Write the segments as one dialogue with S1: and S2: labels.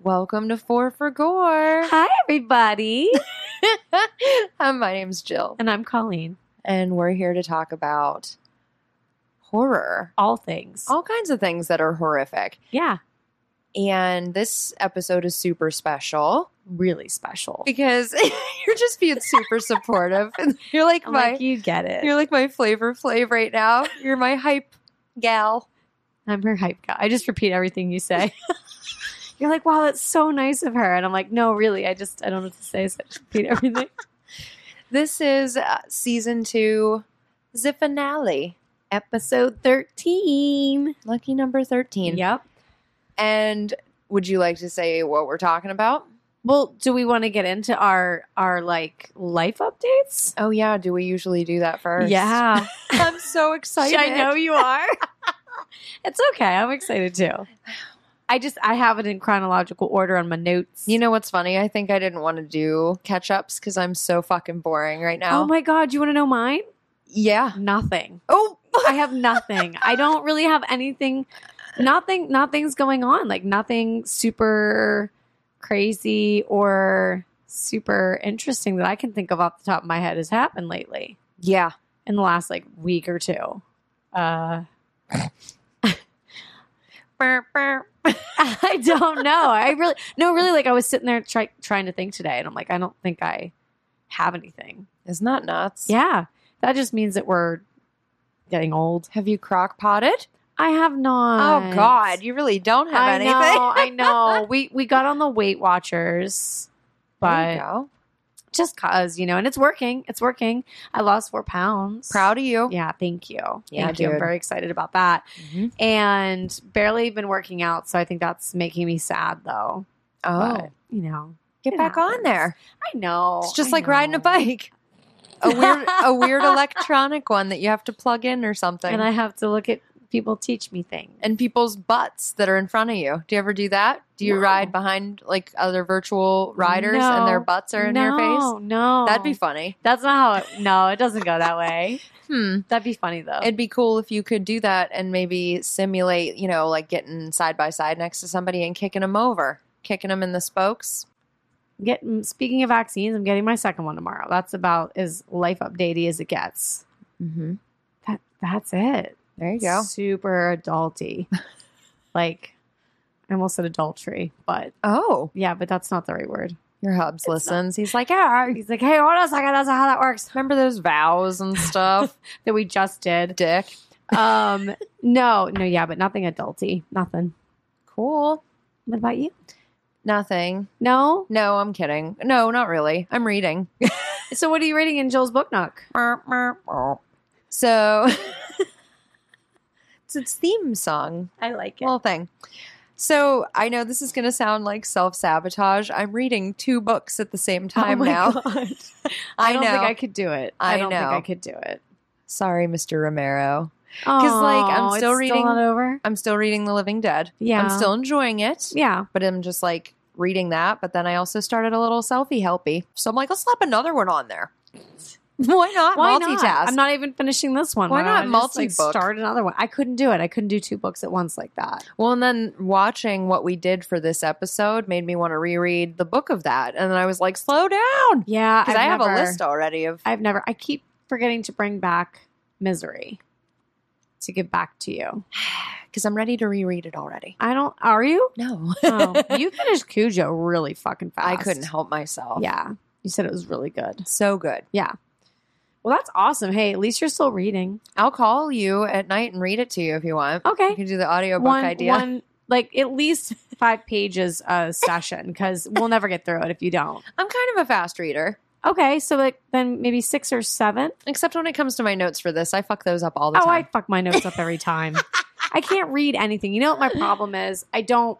S1: Welcome to Four for Gore.
S2: Hi, everybody.
S1: Hi, My name's Jill,
S2: and I'm Colleen.
S1: and we're here to talk about horror,
S2: All things.
S1: all kinds of things that are horrific.
S2: yeah.
S1: And this episode is super special
S2: Really special.
S1: because you're just being super supportive, and you're like
S2: I'm
S1: my
S2: like, you get it.
S1: you're like my flavor flave right now. You're my hype gal.
S2: I'm her hype guy. I just repeat everything you say. you're like, wow, that's so nice of her. And I'm like, no, really. I just, I don't know what to say. So I just repeat everything.
S1: This is uh, season two, the finale,
S2: Episode 13.
S1: lucky number thirteen.
S2: Yep.
S1: And would you like to say what we're talking about?
S2: Well, do we want to get into our, our like life updates?
S1: Oh yeah, do we usually do that first?
S2: Yeah.
S1: I'm so excited.
S2: I know you are. it's okay. I'm excited too. I just, I have it in chronological order on my notes.
S1: You know what's funny? I think I didn't want to do catch ups because I'm so fucking boring right now.
S2: Oh my God, you want to know mine?
S1: yeah.
S2: Nothing.
S1: Oh,
S2: I have nothing. I don't really have anything. Nothing. Nothing's going on. Like nothing super crazy or super interesting that I can think of off the top of my head has happened lately
S1: yeah.
S2: in the last like week or two. Uh,
S1: Burp, burp.
S2: I don't know. I really no. Really, like I was sitting there try, trying to think today, and I'm like, I don't think I have anything.
S1: Isn't that nuts?
S2: Yeah, that just means that we're getting old.
S1: Have you crock potted?
S2: I have not.
S1: Oh God, you really don't have
S2: I
S1: anything.
S2: know, I know. We we got on the Weight Watchers,
S1: There you
S2: but
S1: go.
S2: just cause you know, and it's working. It's working. I lost four pounds.
S1: proud of you.
S2: Yeah, Mm-hmm. thank you.
S1: Yeah,
S2: thank you.
S1: dude.
S2: I'm very excited about that.
S1: Mhm.
S2: And barely been working out, so I think that's making me sad though.
S1: Oh,
S2: But, you know,
S1: get
S2: it
S1: back on
S2: happens.
S1: there.
S2: I know.
S1: It's just
S2: I
S1: like riding a
S2: know.
S1: bike. A weird, a weird electronic one that you have to plug in or something.
S2: And I have to look at people teach me things.
S1: and people's butts that are in front of you. Do you ever do that? Do you
S2: No.
S1: ride behind like other virtual riders and their
S2: No.
S1: butts are in
S2: no,
S1: your face?
S2: No,
S1: That'd be funny.
S2: That's not how. It, no, it doesn't go that way.
S1: Hmm.
S2: That'd be funny though.
S1: It'd be cool if you could do that and maybe simulate, you know, like getting side by side next to somebody and kicking them over, kicking them in the spokes.
S2: get mm, speaking of vaccines, I'm getting my second one tomorrow. That's about as life updatey as it gets.
S1: Mm-hmm.
S2: That that's it.
S1: There you go.
S2: Super adulty. like I almost said adultery, but
S1: Oh,
S2: yeah, but that's not the right word.
S1: your hubs
S2: not-
S1: listens. He's like, yeah,
S2: He's like, hey, hold on a second, that's not how that works.
S1: remember those vows and stuff,
S2: That we just did.
S1: Dick?
S2: Um no, no, yeah, but nothing adulty. Nothing.
S1: Cool.
S2: What about you?
S1: Nothing.
S2: No?
S1: No, I'm kidding. No, not really. I'm reading.
S2: So what are you reading in Jill's book nook?
S1: So it's its theme song,
S2: I like
S1: whole thing. So I know this is going to sound like self sabotage. I'm reading two books at the same time
S2: oh
S1: now.
S2: I,
S1: Oh I
S2: don't
S1: know.
S2: think I could do it. I,
S1: I
S2: don't
S1: know.
S2: think I could do it.
S1: Sorry, Mr. Romero.
S2: Because
S1: like, I'm still reading-
S2: not over.
S1: I'm still reading The Living Dead.
S2: Yeah.
S1: I'm still enjoying it,
S2: Yeah.
S1: but I'm just like reading that. But then I also started a little selfie helpy. So I'm like, I'll slap another one on there. Why not
S2: Why
S1: multitask?
S2: Not? I'm not even finishing this one.
S1: Why not
S2: don't I just, like,
S1: multi-book?
S2: start another one. I couldn't do it. I couldn't do two books at once like that.
S1: Well, and then watching what we did for this episode made me want to reread the book of that. And then I was like, slow down.
S2: Yeah,
S1: Because I have a list already of.
S2: I've never. I keep forgetting to bring back misery to give back to you.
S1: Because I'm ready to reread it already.
S2: I don't. Are you?
S1: No.
S2: Oh, you finished Cujo really fucking fast.
S1: I couldn't help myself.
S2: Yeah, you said it was really good.
S1: So good.
S2: Well, that's awesome. Hey, at least you're still reading.
S1: I'll call you at night and read it to you if you want. You
S2: Okay.
S1: can do the audiobook
S2: one
S1: idea.
S2: one like at least five pages a session because we'll never get through it if you don't.
S1: I'm kind of a fast reader,
S2: Okay, so like then maybe six or seven.
S1: except when it comes to my notes for this. I fuck those up all the
S2: Oh, I
S1: time.
S2: fuck my notes up every time. I can't read anything. You know what my problem is? I don't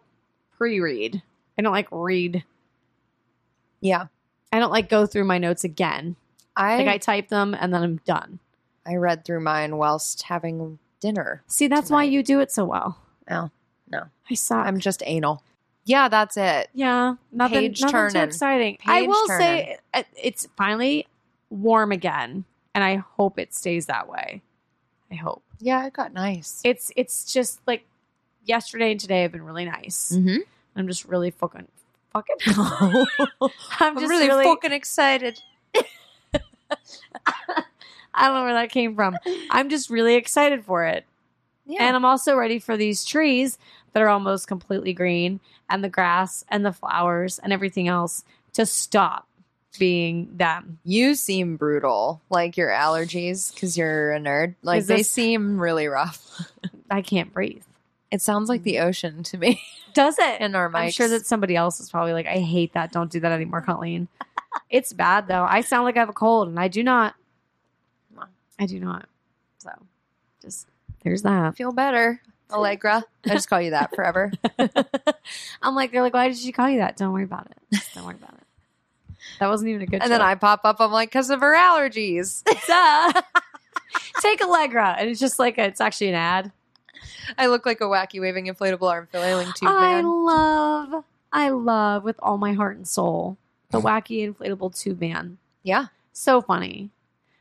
S2: pre-read. I don't like read.
S1: yeah.
S2: I don't like go through my notes again.
S1: I,
S2: Like I type them and then I'm done.
S1: I read through mine whilst having dinner.
S2: See, that's why
S1: Tonight.
S2: you do it so well.
S1: Oh, no.
S2: I suck.
S1: I'm just anal. Yeah, that's it.
S2: yeah, nothing,
S1: Page
S2: nothing too
S1: turning.
S2: exciting. I
S1: Page
S2: will say it, it's finally warm again, and I hope it stays that way. I hope
S1: Yeah, it got nice.
S2: it's it's just like yesterday and today have been really nice.
S1: mm-hmm.
S2: I'm just really fucking fucking.
S1: I'm,
S2: I'm just really,
S1: fucking excited.
S2: I don't know where that came from. I'm just really excited for it.
S1: Yeah.
S2: And I'm also ready for these trees that are almost completely green and the grass and the flowers and everything else to stop being them.
S1: you seem brutal, like your allergies, because you're a nerd. Like
S2: Is
S1: they
S2: this-
S1: seem really rough.
S2: I can't breathe.
S1: It sounds like the ocean to me.
S2: Does it?
S1: and our mics.
S2: I'm sure that somebody else is probably like, I hate that. Don't do that anymore, Colleen. it's bad though. I sound like I have a cold and I do not. I do not. So just there's that.
S1: feel better, Allegra. I just call you that forever.
S2: I'm like, they're like, why did she call you that? Don't worry about it. Just don't worry about it. That wasn't even a good
S1: and then I pop up. I'm like, because of her allergies.
S2: I take Allegra. And it's just like, a, it's actually an ad.
S1: I look like a wacky waving inflatable arm flailing tube
S2: I
S1: man.
S2: love, I love with all my heart and soul the wacky inflatable tube man.
S1: Yeah.
S2: So funny.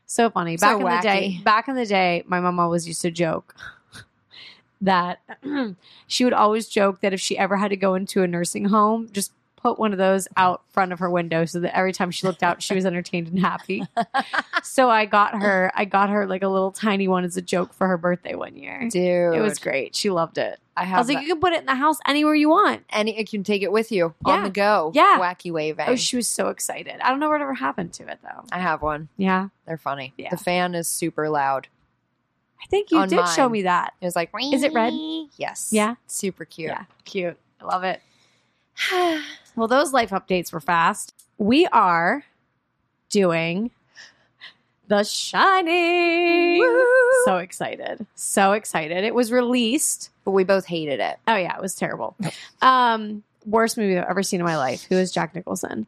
S2: So funny.
S1: So
S2: Back in the day,
S1: wacky.
S2: back in the day, my mom always used to joke that she would always joke that if she ever had to go into a nursing home, just put one of those out front of her window so that every time she looked out, she was entertained and happy. so I got her, I got her like a little tiny one as a joke for her birthday one year.
S1: Dude,
S2: It was great. She loved it.
S1: I
S2: I
S1: have
S2: was like, you can put it in the house anywhere you want.
S1: any. You can take it with you on
S2: Yeah.
S1: the go.
S2: Yeah.
S1: wacky waving.
S2: Oh, she was so excited. I don't know whatever happened to it though.
S1: I have one.
S2: Yeah.
S1: They're funny.
S2: Yeah.
S1: The fan is super loud.
S2: I think you
S1: On
S2: did show
S1: mine.
S2: me that.
S1: It was like,
S2: Is it red?
S1: Yes.
S2: Yeah.
S1: Super cute.
S2: Yeah. Cute. I love it. Well, those life updates were fast. We are doing The Shining.
S1: Woo.
S2: So excited. So excited. It was released.
S1: but we both hated it.
S2: Oh yeah, it was terrible. Um, worst movie I've ever seen in my life. Who is Jack Nicholson?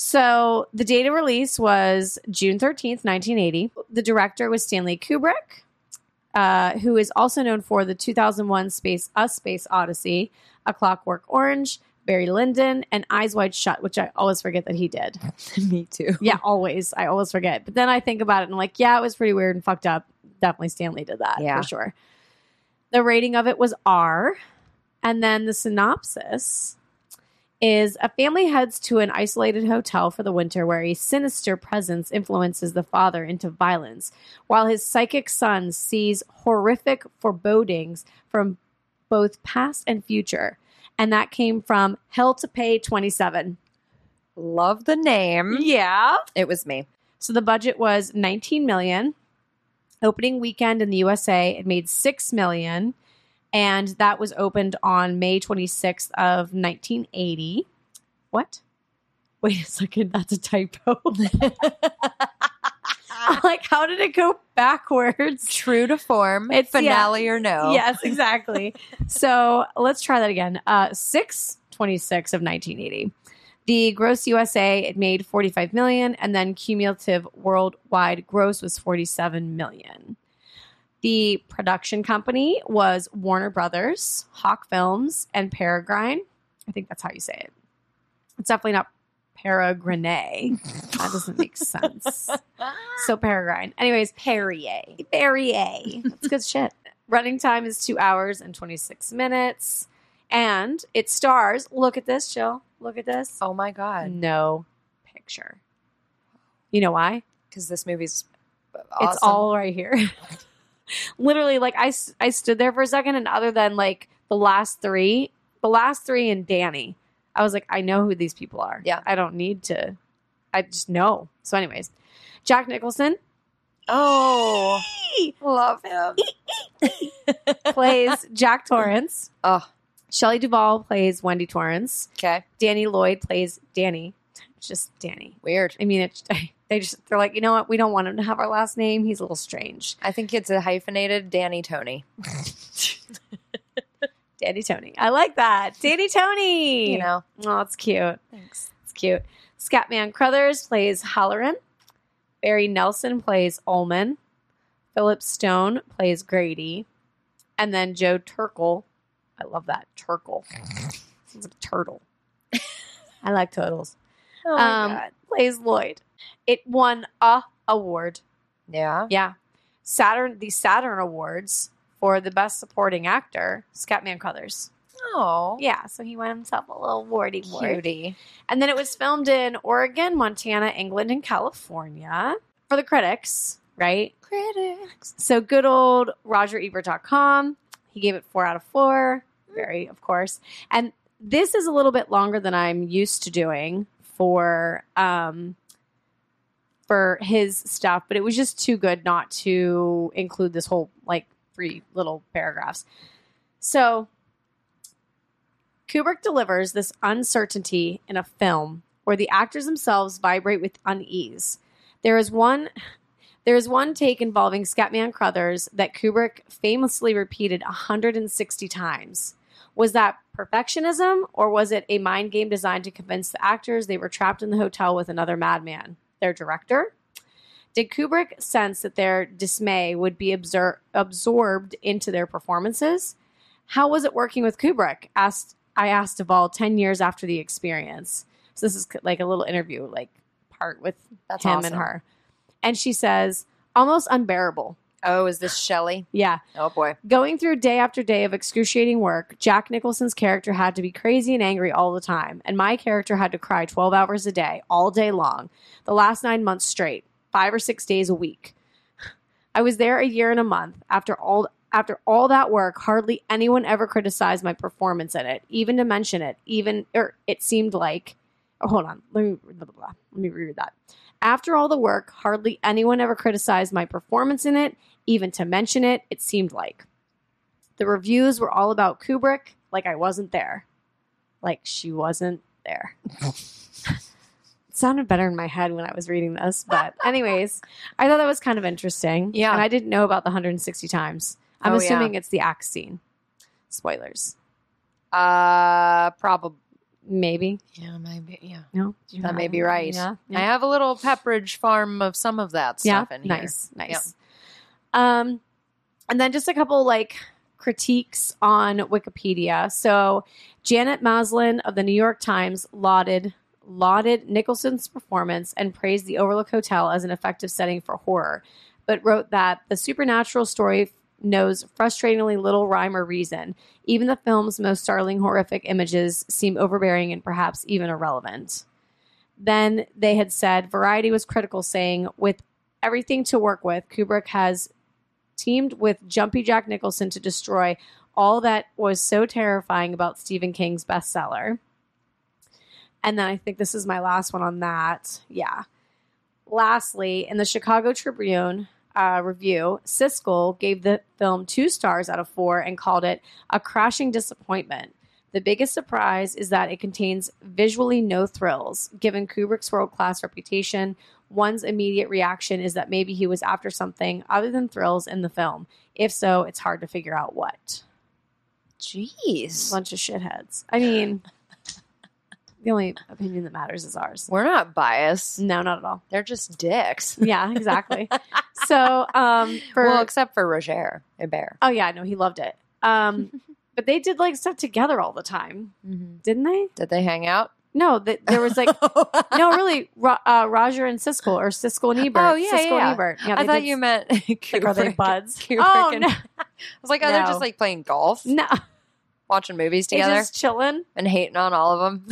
S2: So the date of release was June thirteenth, nineteen eighty. The director was Stanley Kubrick, uh, who is also known for the two thousand one Space A Space Odyssey, A Clockwork Orange, Barry Lyndon, and Eyes Wide Shut, which I always forget that he did.
S1: Me too.
S2: Yeah, always. I always forget. But then I think about it and I'm like, yeah, it was pretty weird and fucked up. Definitely Stanley did that
S1: Yeah.
S2: for sure. The rating of it was R. And then the synopsis is a family heads to an isolated hotel for the winter where a sinister presence influences the father into violence, while his psychic son sees horrific forebodings from both past and future. And that came from Hell to Pay 27.
S1: Love the name.
S2: Yeah.
S1: It was me.
S2: So the budget was 19 million. Opening weekend in the USA, it made 6 million and that was opened on May 26th of 1980. What? Wait a second, that's a typo. I'm like how did it go backwards?
S1: True to form.
S2: It's-
S1: finale or no.
S2: Yes, exactly. so let's try that again. Uh, 626 of 1980. The gross USA, it made 45 million, and then cumulative worldwide gross was 47 million. The production company was Warner Brothers, Hawk Films, and Peregrine. I think that's how you say it. It's definitely not Peregrine. that doesn't make sense. So Peregrine. Anyways, Perrier. Perrier. That's good shit. Running time is two hours and 26 minutes. And it stars, look at this, Jill. Look at this.
S1: Oh my god.
S2: No picture. You know why?
S1: Because this movie's awesome.
S2: It's all right here. Literally, like I, s- I stood there for a second, and other than like the last three, the last three and Danny, I was like, I know who these people are.
S1: Yeah.
S2: I don't need to. I just know. So, anyways, Jack Nicholson
S1: Oh, love him.
S2: plays Jack Torrance.
S1: Oh,
S2: Shelley Duvall plays Wendy Torrance.
S1: okay.
S2: Danny Lloyd plays Danny. Just Danny.
S1: Weird.
S2: I mean, it, they just they're like, you know what? We don't want him to have our last name. He's a little strange.
S1: I think it's a hyphenated Danny Tony.
S2: Danny Tony. I like that. Danny Tony.
S1: You know.
S2: oh, it's cute.
S1: Thanks.
S2: It's cute. Scatman Crothers plays Halloran. Barry Nelson plays Ullman. Philip Stone plays Grady. And then Joe Turkel. I love that. Turkel. Sounds like a turtle. I like turtles.
S1: Oh
S2: um, plays Lloyd. It won a award.
S1: Yeah.
S2: Yeah. Saturn the Saturn Awards for the best supporting actor, Scatman Crothers.
S1: Oh,
S2: Yeah, so he won himself a little warty ward.
S1: cutie.
S2: And then it was filmed in Oregon, Montana, England, and California for the critics, right?
S1: Critics.
S2: So good old RogerEbert.com. He gave it four out of four. Very, of course. And this is a little bit longer than I'm used to doing for um for his stuff, but it was just too good not to include this whole like three little paragraphs. So Kubrick delivers this uncertainty in a film where the actors themselves vibrate with unease. There is one there is one take involving Scatman Crothers that Kubrick famously repeated 160 times. Was that perfectionism or was it a mind game designed to convince the actors they were trapped in the hotel with another madman, their director? Did Kubrick sense that their dismay would be absor- absorbed into their performances? How was it working with Kubrick? Asked I asked Duvall 10 years after the experience. So this is c- like a little interview like part with
S1: That's
S2: him
S1: awesome.
S2: and her. And she says, almost unbearable.
S1: Oh, is this Shelley?
S2: Yeah.
S1: Oh boy.
S2: Going through day after day of excruciating work, Jack Nicholson's character had to be crazy and angry all the time. And my character had to cry 12 hours a day, all day long, the last nine months straight, five or six days a week. I was there a year and a month. After all, after all that work, hardly anyone ever criticized my performance in it, even to mention it. Even or it seemed like. oh, hold on, let me blah, blah, blah. let me reread that. After all the work, hardly anyone ever criticized my performance in it, even to mention it. It seemed like. The reviews were all about Kubrick, like I wasn't there, like she wasn't there. It sounded better in my head when I was reading this, but anyways, I thought that was kind of interesting.
S1: Yeah.
S2: and I didn't know about the 160 times. I'm
S1: Oh, yeah.
S2: assuming it's the axe scene. Spoilers.
S1: Uh, probably.
S2: Maybe.
S1: Yeah, maybe. Yeah.
S2: No.
S1: That may be right.
S2: Yeah.
S1: I have a little Pepperidge Farm of some of that
S2: Yeah.
S1: stuff in here.
S2: Nice. Nice. Um, and then just a couple like critiques on Wikipedia. So Janet Maslin of the New York Times lauded lauded Nicholson's performance and praised the Overlook Hotel as an effective setting for horror, but wrote that the supernatural story knows frustratingly little rhyme or reason. Even the film's most startling horrific images seem overbearing and perhaps even irrelevant. Then they had said Variety was critical, saying, with everything to work with, Kubrick has teamed with Jumpy Jack Nicholson to destroy all that was so terrifying about Stephen King's bestseller. And then I think this is my last one on that. Yeah. Lastly, in the Chicago Tribune uh, review, Siskel gave the film two stars out of four and called it a crashing disappointment. The biggest surprise is that it contains visually no thrills. Given Kubrick's world class reputation, one's immediate reaction is that maybe he was after something other than thrills in the film. If so, it's hard to figure out what.
S1: Jeez.
S2: Bunch of shitheads. I mean, the only opinion that matters is ours.
S1: We're not biased.
S2: No, not at all.
S1: They're just dicks.
S2: Yeah, exactly. so, um, for
S1: well, except for Roger Ebert.
S2: oh yeah, no, he loved it. Um, but they did like stuff together all the time, didn't they?
S1: Did they hang out?
S2: No, th- there was like no, really, Ro- uh, Roger and Siskel or Siskel and Ebert.
S1: Oh, yeah,
S2: Siskel
S1: yeah.
S2: and Ebert. Yeah,
S1: I
S2: they
S1: thought
S2: did
S1: you
S2: s-
S1: meant
S2: like, are they
S1: Kubrick.
S2: buds?
S1: Kubrick
S2: oh
S1: and-
S2: no,
S1: I was like, oh, they're
S2: No.
S1: just like playing golf,
S2: no,
S1: watching movies
S2: they
S1: together,
S2: just chilling.
S1: and hating on all of them.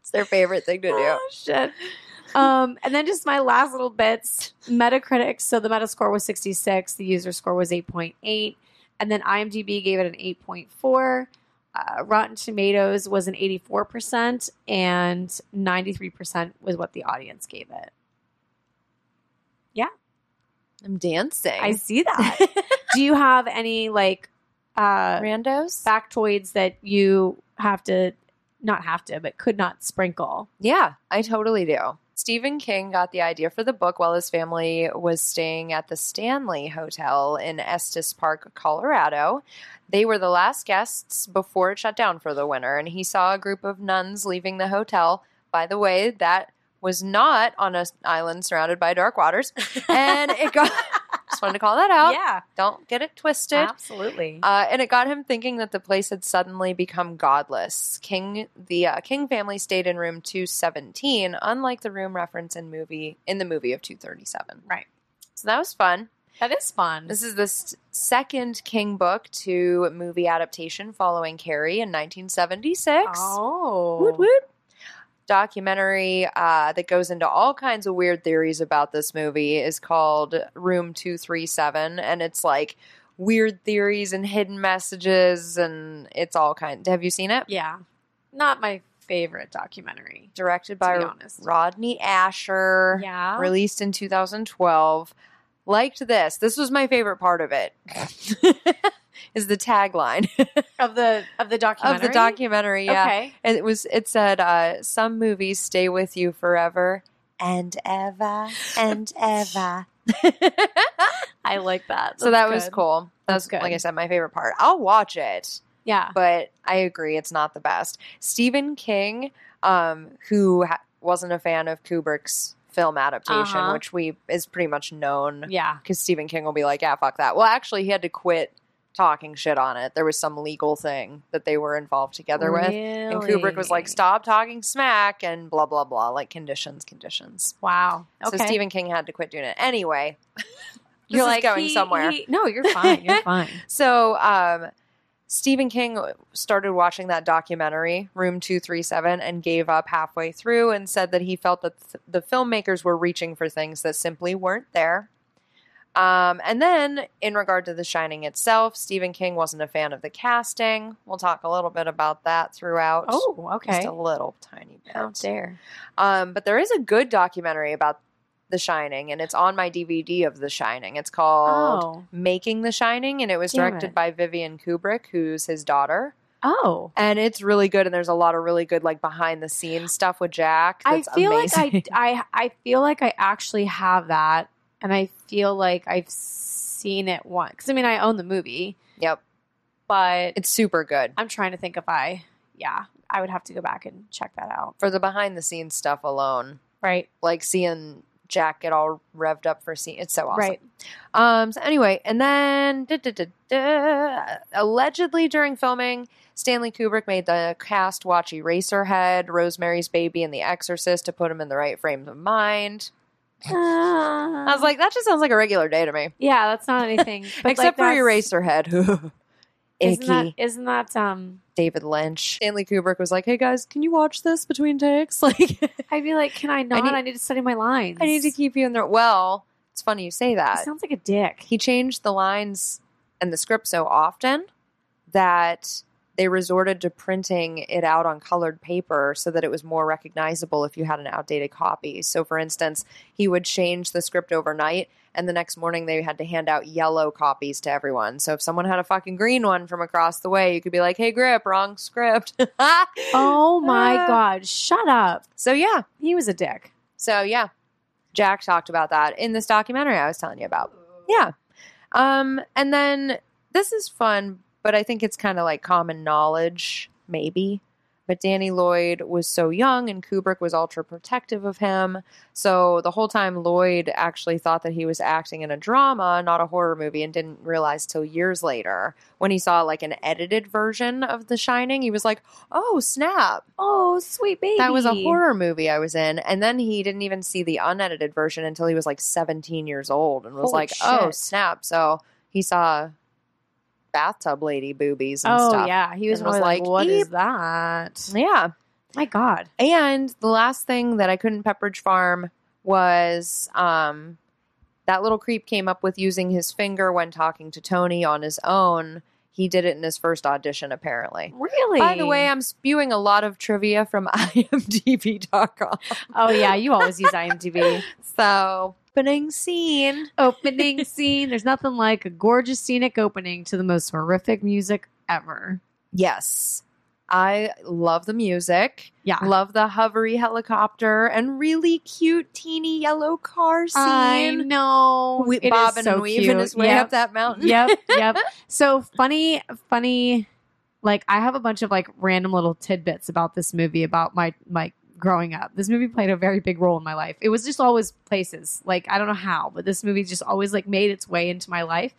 S1: it's their favorite thing to do.
S2: Oh, shit. Um, and then just my last little bits Metacritic. So the Metascore was 66, the user score was 8.8, and then IMDb gave it an 8.4. Uh, Rotten Tomatoes was an 84%, and 93% was what the audience gave it.
S1: I'm dancing.
S2: I see that. Do you have any like uh,
S1: randos.
S2: factoids that you have to, not have to, but could not sprinkle?
S1: Yeah, I totally do. Stephen King got the idea for the book while his family was staying at the Stanley Hotel in Estes Park, Colorado. They were the last guests before it shut down for the winter, and he saw a group of nuns leaving the hotel. By the way, that was not on an island surrounded by dark waters, and it got. just wanted to call that out.
S2: yeah,
S1: Don't get it twisted.
S2: absolutely.
S1: Uh, and it got him thinking that the place had suddenly become godless. King, the uh, King family stayed in room two seventeen, unlike the room reference in movie in the movie of two thirty seven.
S2: Right.
S1: So that was fun.
S2: That is fun.
S1: This is the s- second King book to movie adaptation following Carrie in 1976.
S2: Oh.
S1: Woot woot. Documentary uh, that goes into all kinds of weird theories about this movie is called Room 237, and it's like weird theories and hidden messages, and it's all kind. Have you seen it?
S2: Yeah. Not my favorite documentary,
S1: Directed
S2: to be
S1: by
S2: honest.
S1: Rodney Asher.
S2: Yeah.
S1: released in 2012. Liked this. This was my favorite part of it. is the tagline
S2: Of the of the documentary.
S1: of the documentary? Yeah,
S2: Okay.
S1: and it was. It said, uh, "Some movies stay with you forever and ever and ever."
S2: I like that.
S1: so that
S2: That's
S1: was
S2: good.
S1: cool. That
S2: That's
S1: was, like
S2: good.
S1: I said, my favorite part. I'll watch it.
S2: Yeah.
S1: but I agree it's not the best. Stephen King, um, who ha- wasn't a fan of Kubrick's film adaptation,
S2: Uh-huh.
S1: which we is pretty much known
S2: Yeah.
S1: because Stephen King will be like, "Yeah, fuck that." Well, actually, he had to quit talking shit on it. There was some legal thing that they were involved together
S2: Oh,
S1: with, and Kubrick was like,
S2: Really?
S1: "Stop talking smack," and blah blah blah, like conditions, conditions.
S2: Wow. Okay.
S1: So Stephen King had to quit doing it anyway. this
S2: you're
S1: is
S2: like
S1: going
S2: he-
S1: somewhere.
S2: he- no, you're fine. You're fine.
S1: So, um, Stephen King started watching that documentary, Room 237, and gave up halfway through and said that he felt that th- the filmmakers were reaching for things that simply weren't there. Um, and then, in regard to The Shining itself, Stephen King wasn't a fan of the casting. We'll talk a little bit about that throughout.
S2: Oh, okay. Oh,
S1: Just a little tiny bit.
S2: How dare.
S1: Um, but there is a good documentary about The Shining, and it's on my DVD of The Shining. It's called
S2: Oh.
S1: Making the Shining, and it was
S2: Damn
S1: directed
S2: it.
S1: by Vivian Kubrick, who's his daughter.
S2: Oh.
S1: And it's really good, and there's a lot of really good like behind the scenes stuff with Jack.
S2: I
S1: That's
S2: feel
S1: amazing.
S2: like I, I I feel like I actually have that, and I feel like I've seen it once. 'Cause, I mean, I own the movie,
S1: yep,
S2: but
S1: it's super good
S2: I'm trying to think if I, yeah, I would have to go back and check that out.
S1: for the behind the scenes stuff alone.
S2: Right.
S1: Like seeing Jack get all revved up for scene, it's so awesome.
S2: Right.
S1: Um. So anyway, and then da, da, da, da, allegedly during filming, Stanley Kubrick made the cast watch Eraserhead, Rosemary's Baby, and The Exorcist to put him in the right frame of mind. I was like, that just sounds like a regular day to me.
S2: yeah, that's not anything Um, but,
S1: Except
S2: like,
S1: for
S2: that's-
S1: Eraserhead. Icky.
S2: Isn't that, isn't that um?
S1: David Lynch. Stanley Kubrick was like, hey guys, can you watch this between takes? Like,
S2: I'd be like, can I not? I
S1: need-
S2: need, to study my lines.
S1: I need to keep you in there. Well, it's funny you say
S2: He
S1: that.
S2: sounds like a dick.
S1: He changed the lines and the script so often that they resorted to printing it out on colored paper so that it was more recognizable if you had an outdated copy. So, for instance, he would change the script overnight, and the next morning they had to hand out yellow copies to everyone. So, if someone had a fucking green one from across the way, you could be like, hey, Grip, wrong script.
S2: Oh my
S1: Ah.
S2: god! Shut up.
S1: So, yeah.
S2: He was a dick.
S1: So, yeah. Jack talked about that in this documentary I was telling you about. Yeah. Um, and then this is fun, but I think it's kind of like common knowledge, maybe. But Danny Lloyd was so young and Kubrick was ultra protective of him. So the whole time, Lloyd actually thought that he was acting in a drama, not a horror movie, and didn't realize till years later when he saw like an edited version of The Shining. He was like, oh, snap.
S2: Oh, sweet baby.
S1: That was a horror movie I was in. And then he didn't even see the unedited version until he was like 17 years old and was
S2: Holy
S1: like, oh,
S2: shit.
S1: snap. So he saw bathtub lady boobies and
S2: Oh
S1: stuff.
S2: yeah, he was,
S1: and was
S2: really like,
S1: like,
S2: "What is
S1: "Beep."
S2: that?"
S1: Yeah.
S2: My God,
S1: And the last thing that I couldn't Pepperidge Farm was um, that little creep came up with using his finger when talking to Tony on his own. He did it in his first audition, apparently.
S2: really?
S1: By the way, I'm spewing a lot of trivia from imdb.com.
S2: oh yeah, you always use IMDb
S1: So, opening scene.
S2: opening scene. There's nothing like a gorgeous scenic opening to the most horrific music ever.
S1: Yes. I love the music.
S2: Yeah.
S1: Love the hovery helicopter and really cute teeny yellow car scene.
S2: I know.
S1: We-
S2: It is
S1: bobbing
S2: so
S1: and weaving
S2: cute.
S1: his way
S2: Yep.
S1: up that mountain.
S2: yep, yep. So funny, funny. Like I have a bunch of like random little tidbits about this movie about my my growing up. This movie played a very big role in my life. It was just always places. Like I don't know how, but this movie just always like made its way into my life.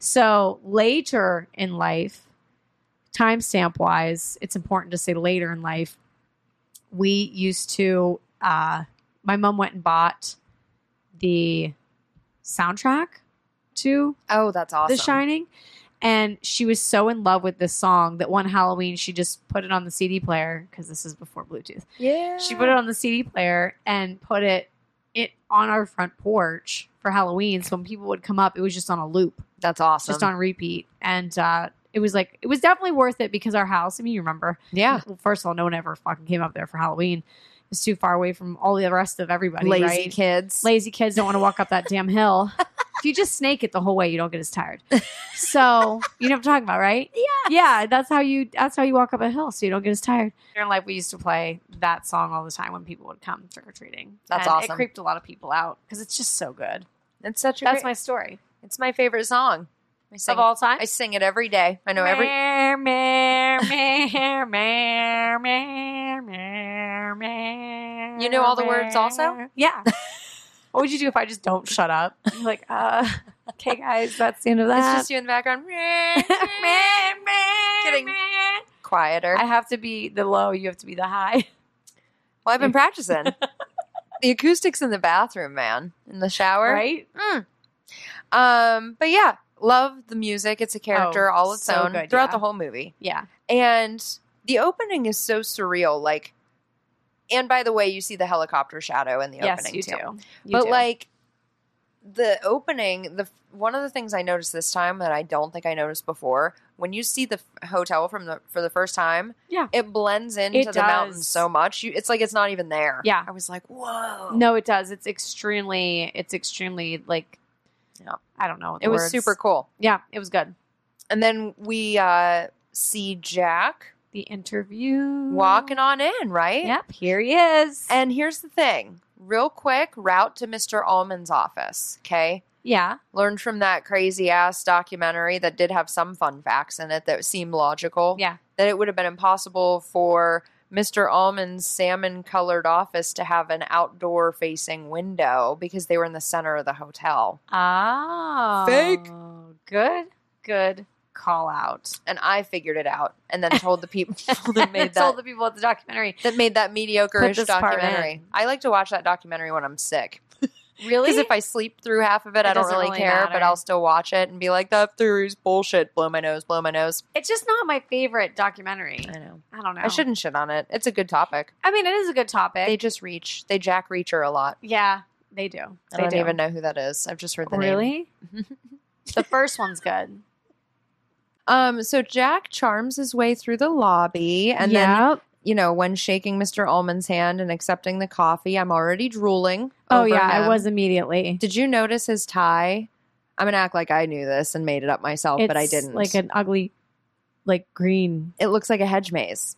S2: So later in life, timestamp wise, it's important to say later in life. We used to. uh My mom went and bought the soundtrack to
S1: Oh, that's awesome.
S2: The Shining. And she was so in love with this song that one Halloween she just put it on the CD player because this is before Bluetooth.
S1: Yeah.
S2: She put it on the CD player and put it it on our front porch for Halloween. So when people would come up, it was just on a loop,
S1: That's awesome.
S2: just on repeat. And uh, it was like it was definitely worth it because our house. I mean, you remember?
S1: yeah.
S2: First of all, no one ever fucking came up there for Halloween. It was too far away from all the rest of everybody.
S1: Lazy
S2: right?
S1: kids.
S2: lazy kids don't want to walk up that damn hill. If you just snake it the whole way, you don't get as tired. So you know what I'm talking about, right? Yeah, yeah. That's how you. That's how you walk up a hill, so you don't get as tired. In life, we used to play that song all the time when people would come trick or treating.
S1: That's
S2: And
S1: awesome.
S2: It creeped a lot of people out because it's just so good.
S1: It's such a
S2: That's
S1: great-
S2: my story
S1: it's my favorite song. I sing,
S2: of all time.
S1: I sing it every day. I know every
S2: Meh, meh, meh, meh, meh, meh, meh,
S1: You know all the words also?
S2: Yeah. what would you do if I just don't shut up? You're like, uh, okay, guys, that's the end of
S1: It's
S2: that.
S1: just you in the background.
S2: Meh, meh,
S1: Kidding.
S2: meh.
S1: Quieter.
S2: I have to be the low. You have to be the high.
S1: well, I've been practicing. the acoustics in the bathroom, man. In the shower.
S2: Right?
S1: Mm. Um, but yeah, love the music. It's a character
S2: Oh,
S1: all its
S2: so
S1: own
S2: good,
S1: throughout
S2: yeah.
S1: the whole movie.
S2: Yeah.
S1: And the opening is so surreal. Like, and by the way, you see the helicopter shadow in the
S2: Yes,
S1: opening
S2: you
S1: too.
S2: do. You
S1: but
S2: do.
S1: like the opening, the one of the things I noticed this time that I don't think I noticed before, when you see the f- hotel from the for the first time,
S2: Yeah.
S1: it blends into
S2: It
S1: the mountains
S2: does.
S1: so much. You, it's like it's not even there.
S2: Yeah.
S1: I was like, whoa.
S2: no, it does. It's extremely, it's extremely like,
S1: Yeah.
S2: I don't know.
S1: it was super cool.
S2: Yeah, it was good.
S1: And then we uh, see Jack
S2: The interview.
S1: walking
S2: Mm.
S1: on in, right?
S2: Yep, here he is.
S1: And here's the thing real quick route to Mr. Allman's office, okay?
S2: yeah,
S1: Learned from that crazy ass documentary that did have some fun facts in it that seemed logical.
S2: yeah,
S1: That it would have been impossible for Mr. Allman's salmon colored office to have an outdoor facing window because they were in the center of the hotel.
S2: oh,
S1: Fake.
S2: Good, good call out.
S1: And I figured it out and then told the people that made that
S2: told the people at the documentary.
S1: that made that mediocre-ish
S2: Put this part in.
S1: documentary. I like to watch that documentary when I'm sick
S2: Really?
S1: because if I sleep through half of it,
S2: It
S1: I don't
S2: doesn't
S1: really,
S2: really
S1: care, but
S2: matter.
S1: I'll still watch it and be like, "That theory's bullshit." Blow my nose, blow my nose.
S2: it's just not my favorite documentary.
S1: I know.
S2: I don't know.
S1: I shouldn't shit on it. It's a good topic.
S2: I mean, it is a good topic.
S1: They just reach. They Jack Reacher a lot.
S2: yeah, they do.
S1: I
S2: they
S1: don't
S2: do.
S1: even know who that is. I've just heard the name.
S2: really. the first one's good.
S1: Um. So Jack charms his way through the lobby, and then
S2: Yep.
S1: you know when shaking Mr. Ullman's hand and accepting the coffee, I'm already drooling.
S2: oh
S1: over
S2: yeah,
S1: him.
S2: I was immediately.
S1: Did you notice his tie? I'm gonna act like I knew this and made it up myself, but I
S2: It's
S1: didn't.
S2: Like an ugly, like green.
S1: it looks like a hedge maze.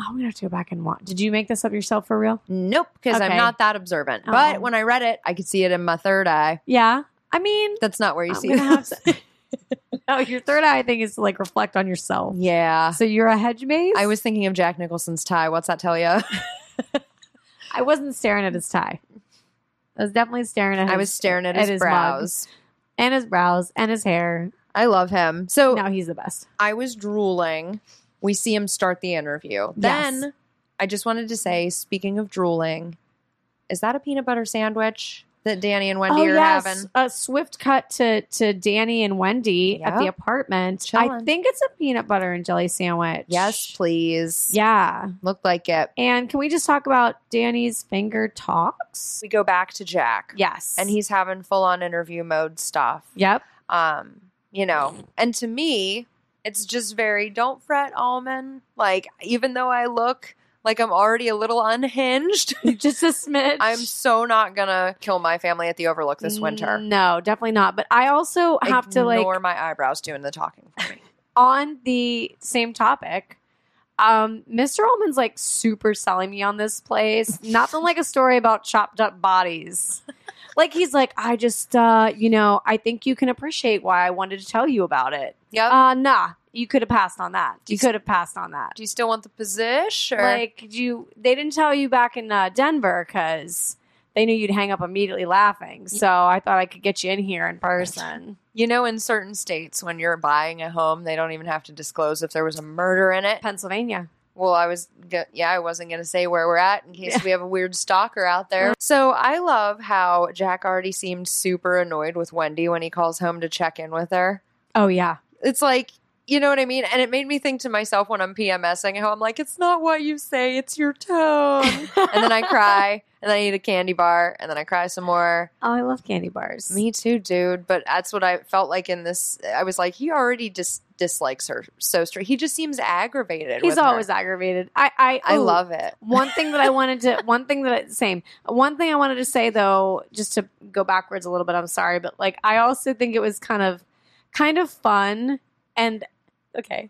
S2: Oh, I'm gonna have to go back and watch. Did you make this up yourself for real?
S1: Nope, because I'm
S2: Okay.
S1: not that observant. But
S2: Oh.
S1: when I read it, I could see it in my third eye.
S2: Yeah. I mean,
S1: That's not where you
S2: I'm
S1: see
S2: gonna Oh, have
S1: it.
S2: to- Um, no, your third eye thing is to like reflect on yourself.
S1: yeah.
S2: So you're a hedge maze.
S1: I was thinking of Jack Nicholson's tie. What's that tell you?
S2: I wasn't staring at his tie. I was definitely staring at. His,
S1: I was staring at
S2: at
S1: his,
S2: his mug.
S1: brows.
S2: and his brows and his hair.
S1: I love him. So
S2: Now he's the best.
S1: I was drooling. We see him start the interview. Then I just wanted to say, speaking of drooling, is that a peanut butter sandwich that Danny and
S2: Oh,
S1: Wendy are having?
S2: a swift cut to to Danny and Wendy at the
S1: Yep.
S2: apartment. I
S1: Chilling.
S2: think it's a peanut butter and jelly sandwich.
S1: Yes, please.
S2: Yeah.
S1: Looked like it.
S2: And can we just talk about Danny's finger talks?
S1: We go back to Jack.
S2: Yes.
S1: And he's having full on interview mode stuff.
S2: Yep.
S1: Um, you know, and to me, it's just very don't fret, Almond. Like, even though I look like I'm already a little unhinged,
S2: Just a smidge.
S1: I'm so not gonna kill my family at the Overlook this winter.
S2: No, definitely not. But Mm, I also have to like
S1: ignore my eyebrows doing the talking for me.
S2: on the same topic. Um, Mr. Ullman's like super selling me on this place. Nothing like a story about chopped up bodies. Like he's like, I just uh, you know, I think you can appreciate why I wanted to tell you about it.
S1: yep.
S2: Uh nah, you could have passed on that. You
S1: Just-
S2: could have passed on that.
S1: Do you still want the position? or-
S2: Like you, they didn't tell you back in uh, Denver because they knew you'd hang up immediately laughing. So I thought I could get you in here in person.
S1: you know, in certain states, when you're buying a home, they don't even have to disclose if there was a murder in it.
S2: Pennsylvania.
S1: well, I was, go- yeah, I wasn't going to say where we're at in case we have a weird stalker out there. So I love how Jack already seemed super annoyed with Wendy when he calls home to check in with her.
S2: Oh yeah.
S1: It's like, you know what I mean? And it made me think to myself when I'm PMSing how I'm like, it's not what you say, it's your tone.
S2: Um,
S1: and
S2: oh,
S1: then I cry, and then I eat a candy bar, and then I cry some more.
S2: Oh, I love candy bars.
S1: Me too, dude. But that's what I felt like in this. I was like, he already dis- dislikes her so straight. He just seems aggravated.
S2: He's
S1: with her.
S2: always aggravated. I I
S1: I
S2: ooh,
S1: love it.
S2: one thing that I wanted to one thing that I, same one thing I wanted to say though, just to go backwards a little bit. I'm sorry, but like I also think it was kind of kind of fun and okay.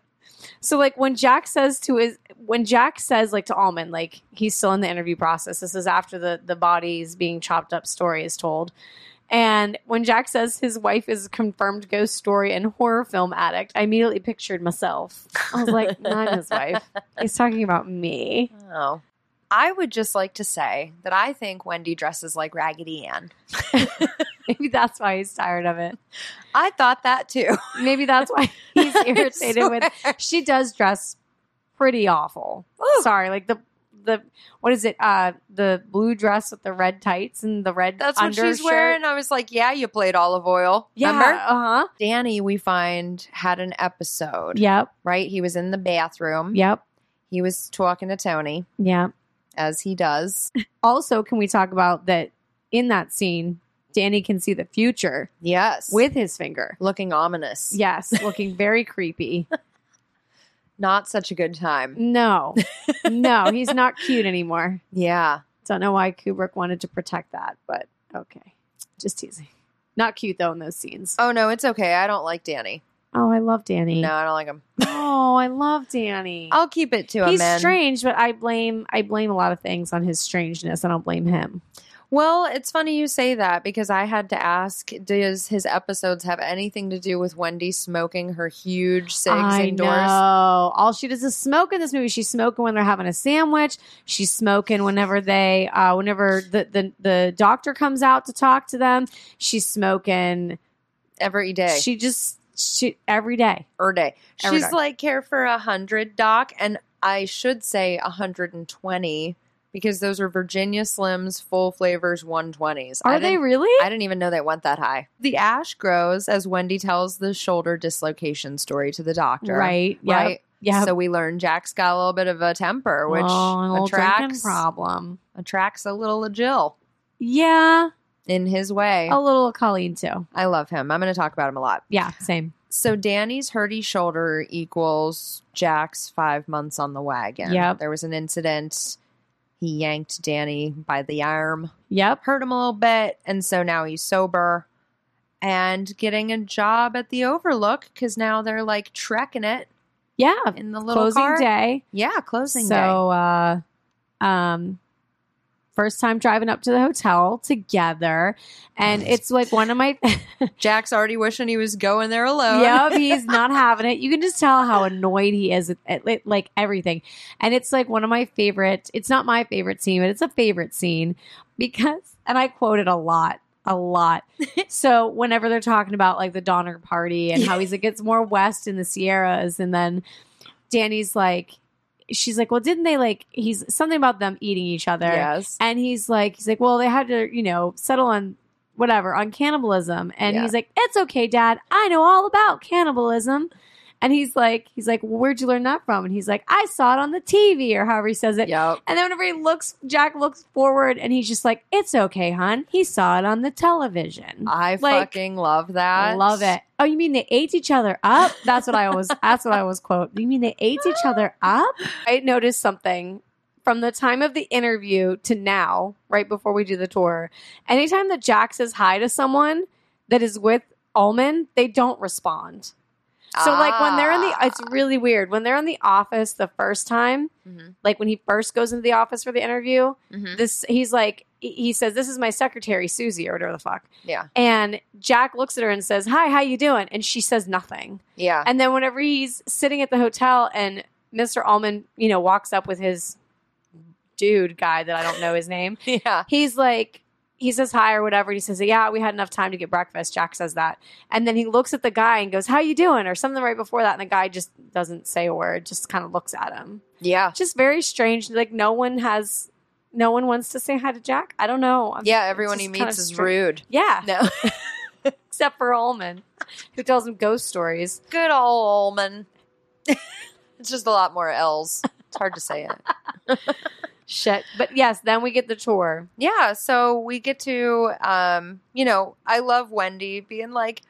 S2: So like when Jack says to his when Jack says like to Almond like he's still in the interview process. This is after the the bodies being chopped up story is told. And when Jack says his wife is a confirmed ghost story and horror film addict, I immediately pictured myself. I was like, not his wife. He's talking about me.
S1: Oh. I would just like to say that I think Wendy dresses like Raggedy Ann.
S2: Maybe that's why he's tired of it.
S1: I thought that too.
S2: Maybe that's why he's
S1: I
S2: irritated with.
S1: swear.
S2: She does dress pretty awful.
S1: Ooh.
S2: Sorry, like the the what is it? Uh, the blue dress with the red tights and the red.
S1: That's what she's
S2: undershirt.
S1: wearing. I was like, yeah, you played olive oil.
S2: Yeah.
S1: Remember?
S2: Uh huh.
S1: Danny, we find, had an episode,
S2: Yep.
S1: right? He was in the bathroom.
S2: Yep.
S1: He was talking to Tony,
S2: Yep.
S1: as he does.
S2: Also, can we talk about that in that scene? Danny can see the future
S1: Yes.
S2: with his finger.
S1: looking ominous.
S2: Yes, looking very creepy.
S1: Not such a good
S2: Mm.
S1: time.
S2: No, no, he's not cute anymore.
S1: Yeah.
S2: Don't know why Kubrick wanted to protect that, but okay. Just teasing. Not cute though in those scenes.
S1: Oh, no, it's okay. I don't like Danny.
S2: Oh, I love Danny.
S1: No, I don't like him.
S2: Oh, I love Danny.
S1: I'll keep it to him.
S2: He's
S1: man.
S2: strange, but I blame I blame a lot of things on his strangeness. I don't blame him.
S1: Well, it's funny you say that because I had to ask does his episodes have anything to do with Wendy smoking her huge cigs
S2: I
S1: indoors?
S2: know. All she does is smoke in this movie. She's smoking when they're having a sandwich. She's smoking whenever they uh whenever the the, the doctor comes out to talk to them. She's smoking.
S1: Every day.
S2: She just she every day.
S1: or day.
S2: every
S1: She's
S2: day.
S1: like care for a hundred doc, and I should say hundred and twenty because those are Virginia Slims full flavors one twenties.
S2: Are they really?
S1: I didn't even know they went that high. The ash grows as Wendy tells the shoulder dislocation story to the doctor.
S2: Right. Yep.
S1: Right.
S2: Yeah.
S1: So we learn Jack's got a little bit of a temper, which
S2: Well, an old drinking
S1: attracts
S2: problem.
S1: attracts a little Jill
S2: Yeah,
S1: in his way.
S2: a little Colleen too.
S1: I love him. I'm going to talk about him a lot.
S2: Yeah, same.
S1: So Danny's hurdy shoulder equals Jack's five months on the wagon.
S2: Yep.
S1: There was an incident. He yanked Danny by the arm,
S2: Yep.
S1: hurt him a little bit, and so now he's sober and getting a job at the Overlook because now they're like trekking it
S2: Yeah.
S1: in the little
S2: Closing
S1: car.
S2: day.
S1: Yeah, closing day.
S2: so, uh, um, first time driving up to the hotel together, and it's like one of my.
S1: Jack's already wishing he was going there alone.
S2: yep, he's not having it. You can just tell how annoyed he is at, at, li- like everything. And it's like one of my favorite, it's not my favorite scene, but it's a favorite scene because, and I quote it a lot, a lot. so whenever they're talking about like the Donner party and how he's like, it's more west in the Sierras. And then Danny's like, she's like, well, didn't they like, he's something about them eating each other.
S1: Yes.
S2: And he's like, he's like, well, they had to, you know, settle on whatever, on cannibalism. And
S1: Yeah.
S2: he's like, it's okay, dad. I know all about cannibalism. And he's like, he's like, well, where'd you learn that from? And he's like, I saw it on the TV or however he says it.
S1: Yep.
S2: And then whenever he looks, Jack looks forward and he's just like, it's okay, hon. He saw it on the television.
S1: I
S2: Like,
S1: fucking love that.
S2: I love it. Oh, you mean they ate each other up? That's what I always. that's what I always quote. You mean they ate each other up? I noticed something from the time of the interview to now, right before we do the tour. Anytime that Jack says hi to someone that is with Almond, they don't respond. So, like when they're in the,
S1: Ah.
S2: it's really weird when they're in the office the first time.
S1: Mhm.
S2: Like when he first goes into the office for the interview,
S1: Mhm.
S2: this he's like he- he says this is my secretary Susie or whatever the fuck.
S1: Yeah.
S2: And Jack looks at her and says, "Hi, how you doing?" And she says nothing.
S1: Yeah.
S2: And then whenever he's sitting at the hotel and Mr. Allman, you know, walks up with his dude guy that I don't know his name,
S1: Yeah.
S2: he's like he says hi or whatever. And he says, "Yeah, we had enough time to get breakfast." Jack says that, and then he looks at the guy and goes, "How you doing?" or something right before that, and the guy just doesn't say a word, just kind of looks at him.
S1: Yeah.
S2: Just very strange. Like no one has, no one wants to say hi to Jack. I don't know. I'm-
S1: Yeah. Everyone
S2: just
S1: he
S2: kinda
S1: meets is
S2: str-
S1: rude.
S2: Yeah,
S1: No.
S2: except for Ullman, who tells him ghost stories.
S1: Good old Ullman. it's just a lot more L's. It's hard to say it.
S2: Shit. But yes, then we get the tour.
S1: Yeah, so we get to, um, you know, I love Wendy being like,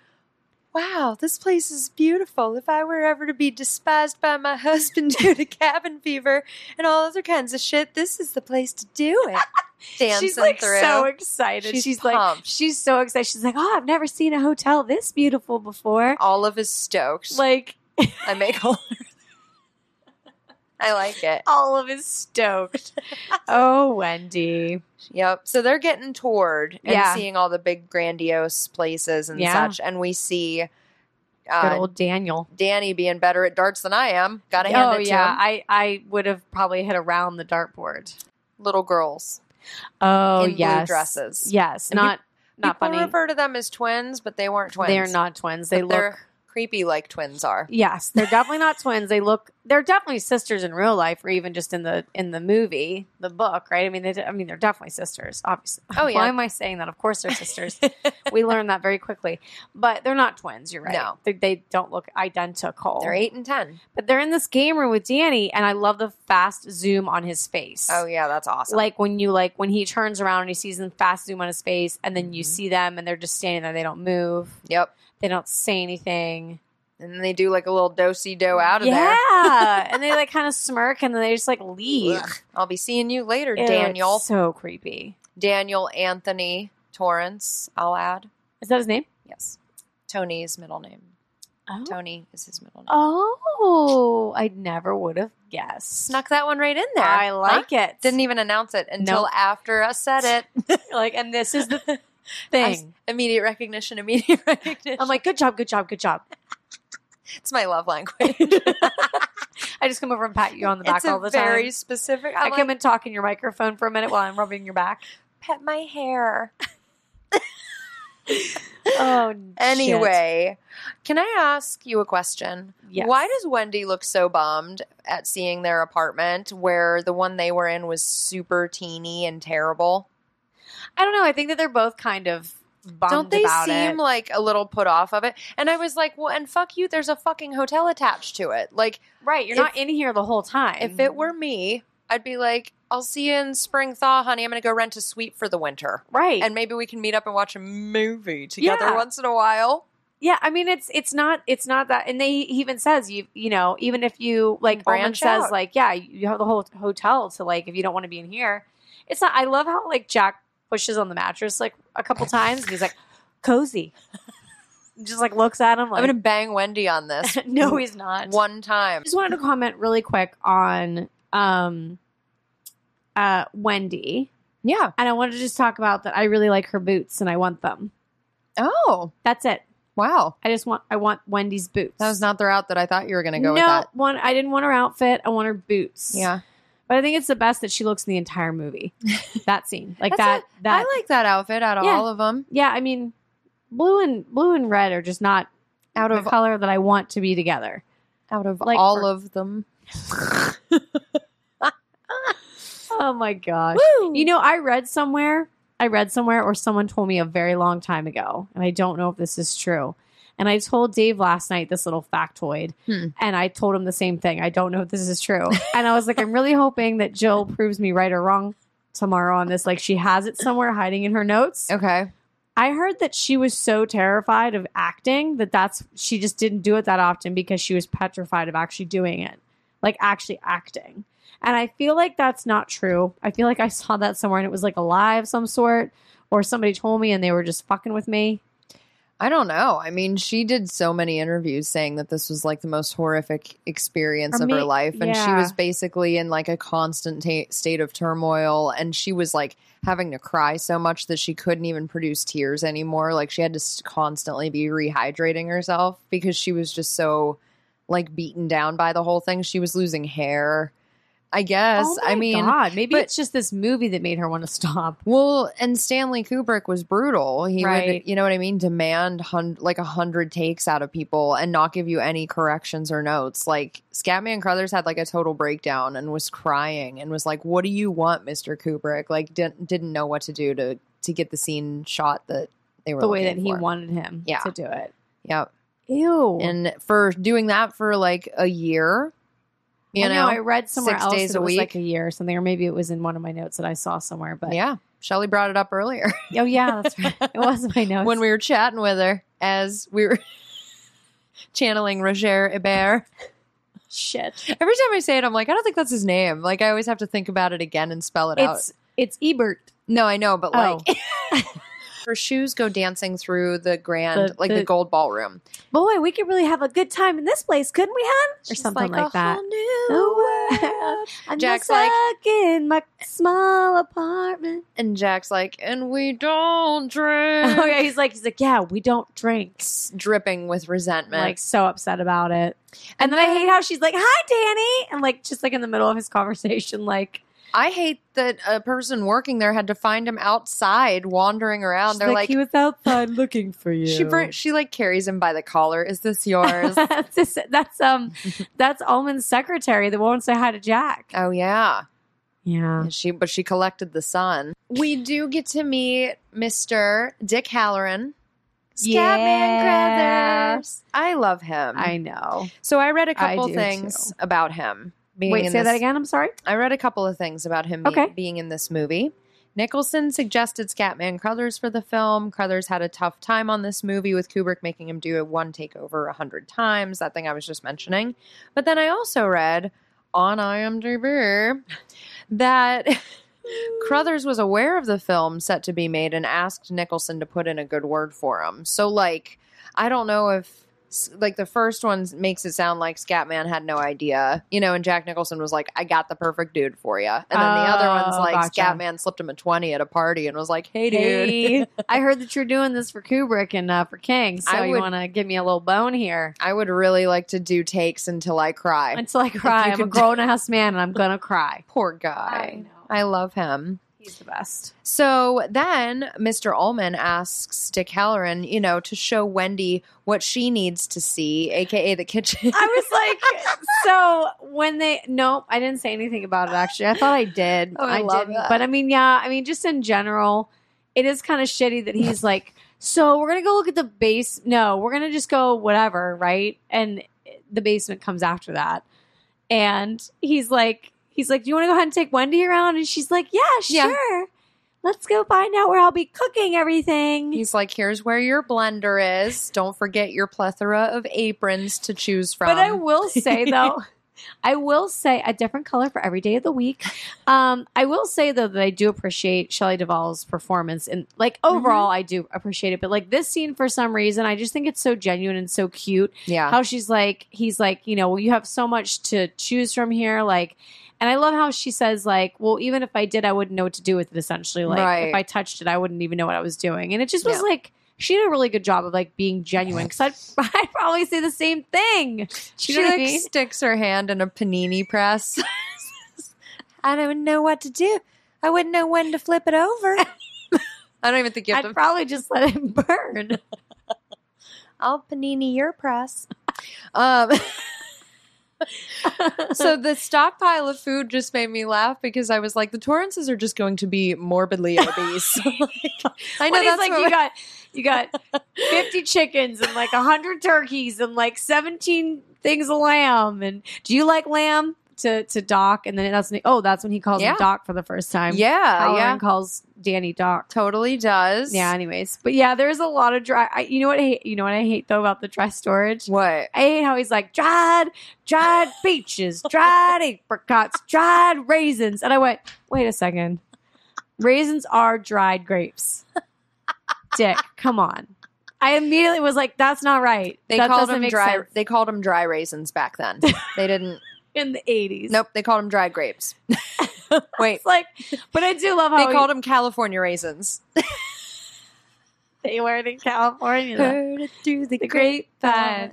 S1: "Wow, this place is beautiful. If I were ever to be despised by my husband due to cabin fever and all other kinds of shit, this is the place to do it." Dancing
S2: she's like
S1: through,
S2: so excited. She's,
S1: She's
S2: like,
S1: pumped.
S2: she's so excited. She's like, oh, I've never seen a hotel this beautiful before.
S1: all of his stokes.
S2: Like
S1: I make all. I like it.
S2: all of is stoked. oh, Wendy.
S1: Yep. So they're getting toured and
S2: Yeah.
S1: seeing all the big grandiose places and
S2: Yeah.
S1: such, and we see.
S2: Good
S1: Uh,
S2: old Daniel.
S1: Danny being better at darts than I am. Gotta hand
S2: Oh
S1: it to
S2: yeah,
S1: him.
S2: I I would have probably hit around the dartboard.
S1: Little girls
S2: Oh
S1: in
S2: yes,
S1: blue dresses.
S2: Yes,
S1: And
S2: not not
S1: People
S2: funny.
S1: refer to them as twins, but they weren't twins.
S2: They are not twins. They
S1: But
S2: look.
S1: they're creepy like twins are.
S2: Yes, they're definitely not twins. They look. They're definitely sisters in real life, or even just in the in the movie, the book, right? I mean, they, I mean, they're definitely sisters. Obviously.
S1: Oh, yeah.
S2: Why am I saying that? Of course, they're sisters. we learned that very quickly. But they're not twins. You're right.
S1: No.
S2: They, they don't look identical.
S1: They're eight and ten.
S2: But they're in this game room with Danny, and I love the fast zoom on his face.
S1: Oh yeah, that's awesome.
S2: Like when you like when he turns around and he sees them fast zoom on his face, and then you
S1: Mhm.
S2: see them and they're just standing there. They don't move.
S1: yep.
S2: They don't say anything.
S1: And they do like a little do si do out of
S2: yeah.
S1: there.
S2: and they like kind of smirk and then they just like leave.
S1: Ugh. I'll be seeing you later,
S2: Ew, it's
S1: Daniel.
S2: So creepy.
S1: Daniel Anthony Torrance, I'll add.
S2: Is that his name?
S1: Yes. Tony's middle name.
S2: Oh.
S1: Tony is his middle name.
S2: Oh, I never would have guessed.
S1: Snuck that one right in there.
S2: I
S1: huh?
S2: like it.
S1: Didn't even announce it until
S2: Nope.
S1: after I said it.
S2: like, and this is the
S1: I-
S2: thing.
S1: immediate recognition, immediate recognition.
S2: I'm like, good job, good job, good job.
S1: it's my love language.
S2: I just come over and pat you on the back
S1: it's
S2: all
S1: a
S2: the
S1: very
S2: time.
S1: specific.
S2: I
S1: I'm
S2: come
S1: like,
S2: and talk in your microphone for a minute while I'm rubbing your back.
S1: pet my hair.
S2: Oh,
S1: Anyway, can I ask you a question?
S2: shit. Yes.
S1: Why does Wendy look so bummed at seeing their apartment where the one they were in was super teeny and terrible?
S2: I don't know. I think that they're both kind of bummed
S1: Don't they
S2: about
S1: seem
S2: it.
S1: like a little put off of it? And I was like, well, and fuck you, there's a fucking hotel attached to it. Like,
S2: right? You're not in here the whole time.
S1: if it were me, I'd be like, I'll see you in spring thaw, honey. I'm going to go rent a suite for the winter.
S2: right,
S1: and maybe we can meet up and watch a movie together
S2: Yeah.
S1: once in a while.
S2: Yeah, I mean it's it's not it's not that, and they he even says you you know even if you like Brand
S1: Branch
S2: says
S1: out.
S2: like yeah you have the whole hotel to like if you don't want to be in here, it's not. I love how like Jack pushes on the mattress like a couple times and he's like cozy, just like looks at him like
S1: I'm gonna bang Wendy on this
S2: no he's not.
S1: one time.
S2: just wanted to comment really quick on um uh Wendy,
S1: Yeah.
S2: and I wanted to just talk about that. I really like her boots and I want them.
S1: Oh
S2: That's it.
S1: wow,
S2: I just want I want Wendy's boots.
S1: that was not the route that I thought you were gonna go
S2: no,
S1: with that.
S2: one. I didn't want her outfit. I want her boots.
S1: Yeah,
S2: but I think it's the best that she looks in the entire movie. that scene, like that.
S1: That's
S2: That.
S1: I like that outfit out of
S2: Yeah.
S1: all of them.
S2: yeah, I mean, blue and blue and red are just not
S1: Out
S2: the
S1: of
S2: color that I want to be together.
S1: out of
S2: Like
S1: all
S2: her-
S1: of them.
S2: Oh my gosh!
S1: Woo!
S2: You know, I read somewhere. I read somewhere, or someone told me a very long time ago, and I don't know if this is true. And I told Dave last night this little factoid,
S1: Hmm.
S2: and I told him the same thing. I don't know if this is true. And I was like, I'm really hoping that Jill proves me right or wrong tomorrow on this. Like, she has it somewhere hiding in her notes.
S1: okay.
S2: I heard that she was so terrified of acting that that's she just didn't do it that often because she was petrified of actually doing it, like actually acting. And I feel like that's not true. I feel like I saw that somewhere and it was like a lie of some sort, or somebody told me and they were just fucking with me.
S1: I don't know. I mean, she did so many interviews saying that this was like the most horrific experience
S2: For
S1: of
S2: me-
S1: her life. And she
S2: yeah.
S1: was basically in like a constant ta state of turmoil. And she was like having to cry so much that she couldn't even produce tears anymore. Like she had to s- constantly be rehydrating herself because she was just so like beaten down by the whole thing. She was losing hair I guess.
S2: Oh my
S1: I mean,
S2: God, maybe
S1: but-
S2: it's just this movie that made her want to stop.
S1: well, and Stanley Kubrick was brutal. He
S2: Right.
S1: would, you know what I mean, demand hun- like a hundred takes out of people and not give you any corrections or notes. Like Scatman Crothers had like a total breakdown and was crying and was like, "What do you want, Mister Kubrick?" Like didn't didn't know what to do to to get the scene shot that they were
S2: The way that
S1: looking
S2: he
S1: for.
S2: wanted him
S1: Yeah.
S2: to do it.
S1: Yep.
S2: Ew.
S1: and for doing that for like a year, you
S2: I
S1: know,
S2: I read somewhere
S1: six
S2: else
S1: days
S2: that
S1: a
S2: it was like
S1: week.
S2: a year or something, or maybe it was in one of my notes that I saw somewhere. But
S1: yeah, Shelly brought it up earlier
S2: oh yeah, that's right. it was my notes.
S1: when we were chatting with her as we were channeling Roger Ebert.
S2: shit,
S1: Every time I say it, I'm like, I don't think that's his name. Like, I always have to think about it again and spell it out.
S2: it's it's Ebert.
S1: No, I know, but
S2: Oh.
S1: like, her shoes go dancing through the grand,
S2: The-
S1: like the,
S2: the-
S1: gold ballroom,
S2: Boy, we could really have a good time in this place, couldn't we, hon?
S1: She's
S2: something
S1: a
S2: like that.
S1: whole new
S2: Oh,
S1: world.
S2: I'm
S1: Jack's
S2: stuck
S1: like-
S2: in my small apartment.
S1: and Jack's like, and we don't drink.
S2: Oh yeah, he's like he's like yeah, we don't drink.
S1: s- dripping with resentment.
S2: Like so upset about it. And then I hate how she's like, "Hi, Danny," and like just like in the middle of his conversation, like
S1: I hate that a person working there had to find him outside wandering around.
S2: she's
S1: They're like,
S2: he was outside looking for you.
S1: she bur- she like carries him by the collar. Is this yours?
S2: that's, just- that's um that's Almond's secretary that won't say hi to Jack.
S1: oh yeah.
S2: Yeah.
S1: And She but she collected the son. We do get to meet Mr. Dick Halloran. Scatman
S2: Yeah.
S1: Crothers. I love him.
S2: I know.
S1: so I read a
S2: I
S1: couple
S2: do,
S1: things
S2: too.
S1: about him. Being
S2: Wait,
S1: in
S2: say that
S1: this-
S2: again. I'm sorry.
S1: I read a couple of things about him be-
S2: Okay.
S1: being in this movie. Nicholson suggested Scatman Crothers for the film. Crothers had a tough time on this movie with Kubrick making him do a one takeover a hundred times, that thing I was just mentioning. But then I also read on IMDb that Crothers was aware of the film set to be made and asked Nicholson to put in a good word for him. So, like, I don't know if, like, the first one makes it sound like Scatman had no idea, you know, and Jack Nicholson was like, I got the perfect dude for you. And then the other one's
S2: Oh,
S1: like,
S2: gotcha.
S1: Scatman slipped him a 20 at a party and was like, hey, dude.
S2: Hey, I heard that you're doing this for Kubrick and uh, for King, so
S1: I
S2: you
S1: would-
S2: want to give me a little bone here
S1: I would really like to do takes until I cry.
S2: until I cry.
S1: you
S2: I'm a
S1: could-
S2: grown ass man and I'm gonna cry.
S1: Poor
S2: I
S1: guy.
S2: know.
S1: I love him.
S2: He's the best.
S1: So then Mr. Ullman asks Dick Halloran, you know, to show Wendy what she needs to see, aka the kitchen.
S2: I was like, so when they nope, I didn't say anything about it actually. I thought I did.
S1: Oh, I love
S2: didn't.
S1: that.
S2: But I mean, yeah, I mean, just in general, it is kind of shitty that he's like, so we're gonna go look at the base. No, we're gonna just go whatever, right? And the basement comes after that, and he's like, he's like, do you want to go ahead and take Wendy around? And she's like, yeah,
S1: Yeah.
S2: sure. Let's go find out where I'll be cooking everything.
S1: He's like, here's where your blender is. Don't forget your plethora of aprons to choose from.
S2: But I will say though, I will say a different color for every day of the week. Um, I will say though that I do appreciate Shelley Duvall's performance, and like overall, I do appreciate it. But like this scene, for some reason, I just think it's so genuine and so cute.
S1: yeah.
S2: How she's like, he's like, you know, well, you have so much to choose from here, like. And I love how she says, like, well, even if I did, I wouldn't know what to do with it, essentially. Like,
S1: Right.
S2: if I touched it, I wouldn't even know what I was doing. And it just was
S1: Yeah.
S2: like, she did a really good job of, like, being genuine. Cause I'd, I'd probably say the same thing.
S1: she
S2: you know what I
S1: like
S2: mean?
S1: sticks her hand in a panini press. I don't know what to do. I wouldn't know when to flip it over. I don't even think you have
S2: I'd
S1: to
S2: probably just let it burn.
S1: I'll panini your press. Um, so the stockpile of food just made me laugh because I was like, the Torrances are just going to be morbidly obese. Like, I know
S2: When he's
S1: that's
S2: like,
S1: what
S2: you got you got fifty chickens and like hundred turkeys and like seventeen things of lamb. And do you like lamb? To to Doc, and then that's when, oh, that's when he calls
S1: Yeah.
S2: him Doc for the first time.
S1: yeah,
S2: Halloran
S1: yeah,
S2: calls Danny Doc.
S1: totally does.
S2: Yeah, anyways, but yeah, there's a lot of dry. I, you know what? I hate, you know what I hate though about the dry storage.
S1: What?
S2: I hate how he's like dried, dried peaches, dried apricots, dried raisins. And I went, wait a second. Raisins are dried grapes. Dick, come on. I immediately was like, that's not right.
S1: They
S2: That
S1: called
S2: doesn't
S1: them
S2: make
S1: dry.
S2: sense."
S1: They called them dry raisins back then. They didn't.
S2: in the 80s.
S1: nope. They called them dry grapes. Wait.
S2: It's like, but I do love how
S1: They
S2: he-
S1: called them California raisins.
S2: they weren't in California.
S1: Heard it through
S2: The grapevine.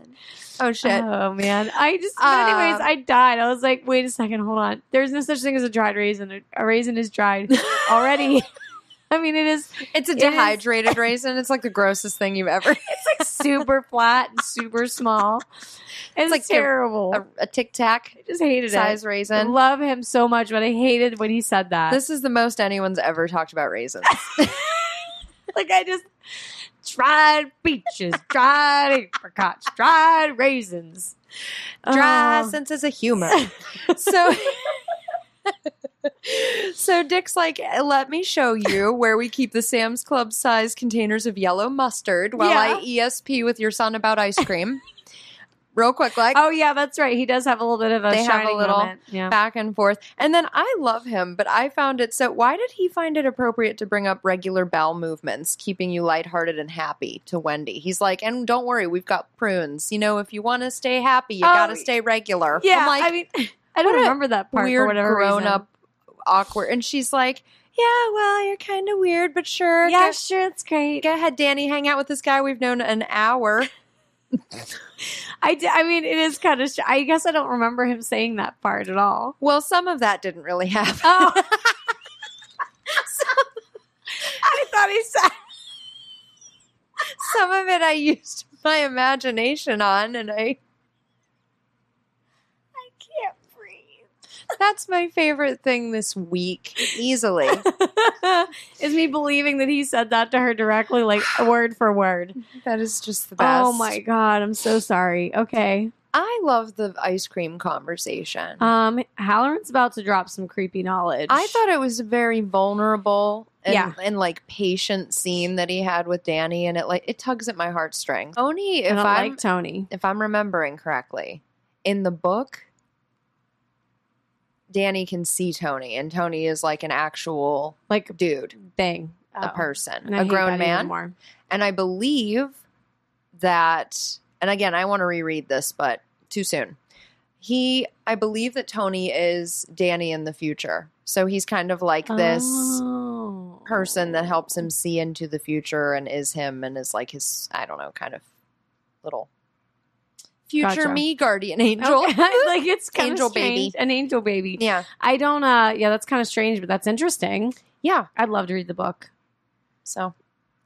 S1: Oh shit.
S2: Oh man, I just. But anyways,
S1: Um,
S2: I died. I was like, wait a second, hold on. There's no such thing as a dried raisin. A, a raisin is dried already. I mean, it is
S1: it's a
S2: it is-
S1: dehydrated raisin. It's like the grossest thing you've ever.
S2: like super flat and super small. It's,
S1: like
S2: like
S1: the-
S2: terrible.
S1: a, a Tic Tac
S2: I just hated
S1: size
S2: it. I
S1: raisin.
S2: love him so much, but I hated when he said that.
S1: This is the most anyone's ever talked about raisins.
S2: like I just dried peaches, dried apricots, dried raisins,
S1: Dry
S2: Oh.
S1: senses of humor. so so dick's like let me show you where we keep the sam's club size containers of yellow mustard while i esp with your son about ice cream real quick like
S2: Oh yeah, that's right. He does have a little bit of a
S1: They have a
S2: shining
S1: little
S2: moment. Yeah.
S1: back and forth and then i love him but i found it so why did he find it appropriate to bring up regular bowel movements keeping you lighthearted and happy to wendy he's like and don't worry we've got prunes you know if you want to stay happy you
S2: Oh,
S1: gotta stay regular
S2: Yeah,
S1: I'm like,
S2: I mean, I don't
S1: what a
S2: remember that part
S1: weird
S2: for whatever
S1: grown
S2: reason.
S1: up awkward and she's like yeah well you're kind of weird but sure
S2: Yeah,
S1: go,
S2: sure, it's great.
S1: go ahead danny hang out with this guy we've known an hour
S2: I, d- I mean, it is kind of. Sh- I guess I don't remember him saying that part at all.
S1: well some of that didn't really happen
S2: Oh. I thought he said.
S1: some of it i used my imagination on and i
S2: I can't breathe.
S1: that's my favorite thing this week easily
S2: is me believing that he said that to her directly, like word for word.
S1: that is just the best
S2: Oh my god, I'm so sorry. Okay.
S1: i love the ice cream conversation
S2: Um, Halloran's about to drop some creepy knowledge.
S1: I thought it was a very vulnerable and,
S2: Yeah.
S1: and like patient scene that he had with Danny, and it like it tugs at my heartstrings. Tony,
S2: I
S1: if
S2: don't
S1: I'm
S2: like Tony.
S1: if I'm remembering correctly, in the book, Danny can see Tony, and Tony is like an actual
S2: Like
S1: dude,
S2: thing.
S1: a
S2: Oh.
S1: person,
S2: And I
S1: a
S2: hate that
S1: grown
S2: even
S1: man,
S2: More.
S1: and I believe that. And again, I want to reread this, but too soon. He, I believe that Tony is Danny in the future. So he's kind of like this
S2: Oh.
S1: person that helps him see into the future and is him and is like his I don't know kind of little future
S2: Gotcha.
S1: me guardian angel.
S2: Okay. like it's kind
S1: Angel
S2: of strange.
S1: baby.
S2: An angel baby.
S1: yeah.
S2: I don't. uh Yeah, that's kind of strange, but that's interesting.
S1: Yeah.
S2: I'd love to read the book.
S1: So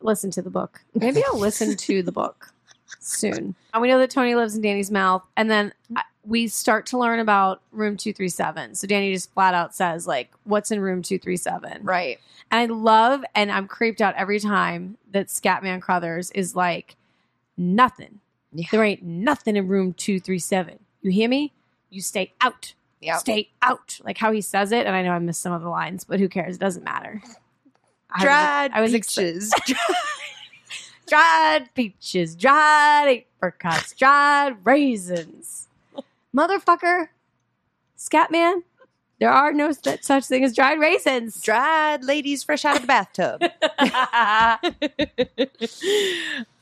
S2: Listen to the book. Maybe I'll listen to the book soon. And we know that Tony lives in Danny's mouth, and then I- we start to learn about room two three seven. So Danny just flat out says like, "What's in room two three seven?
S1: right.
S2: And I love and I'm creeped out every time that Scatman Crothers is like, nothing.
S1: Yeah.
S2: There ain't nothing in room 237. You hear me? You stay out.
S1: Yeah.
S2: Stay out. Like how he says it. And I know I missed some of the lines, but who cares? It doesn't matter. I was-
S1: Dried
S2: I was exci-
S1: peaches.
S2: dried peaches, dried apricots, dried raisins. Motherfucker, Scatman, there are no su- such thing as dried raisins.
S1: Dried ladies fresh out of the bathtub.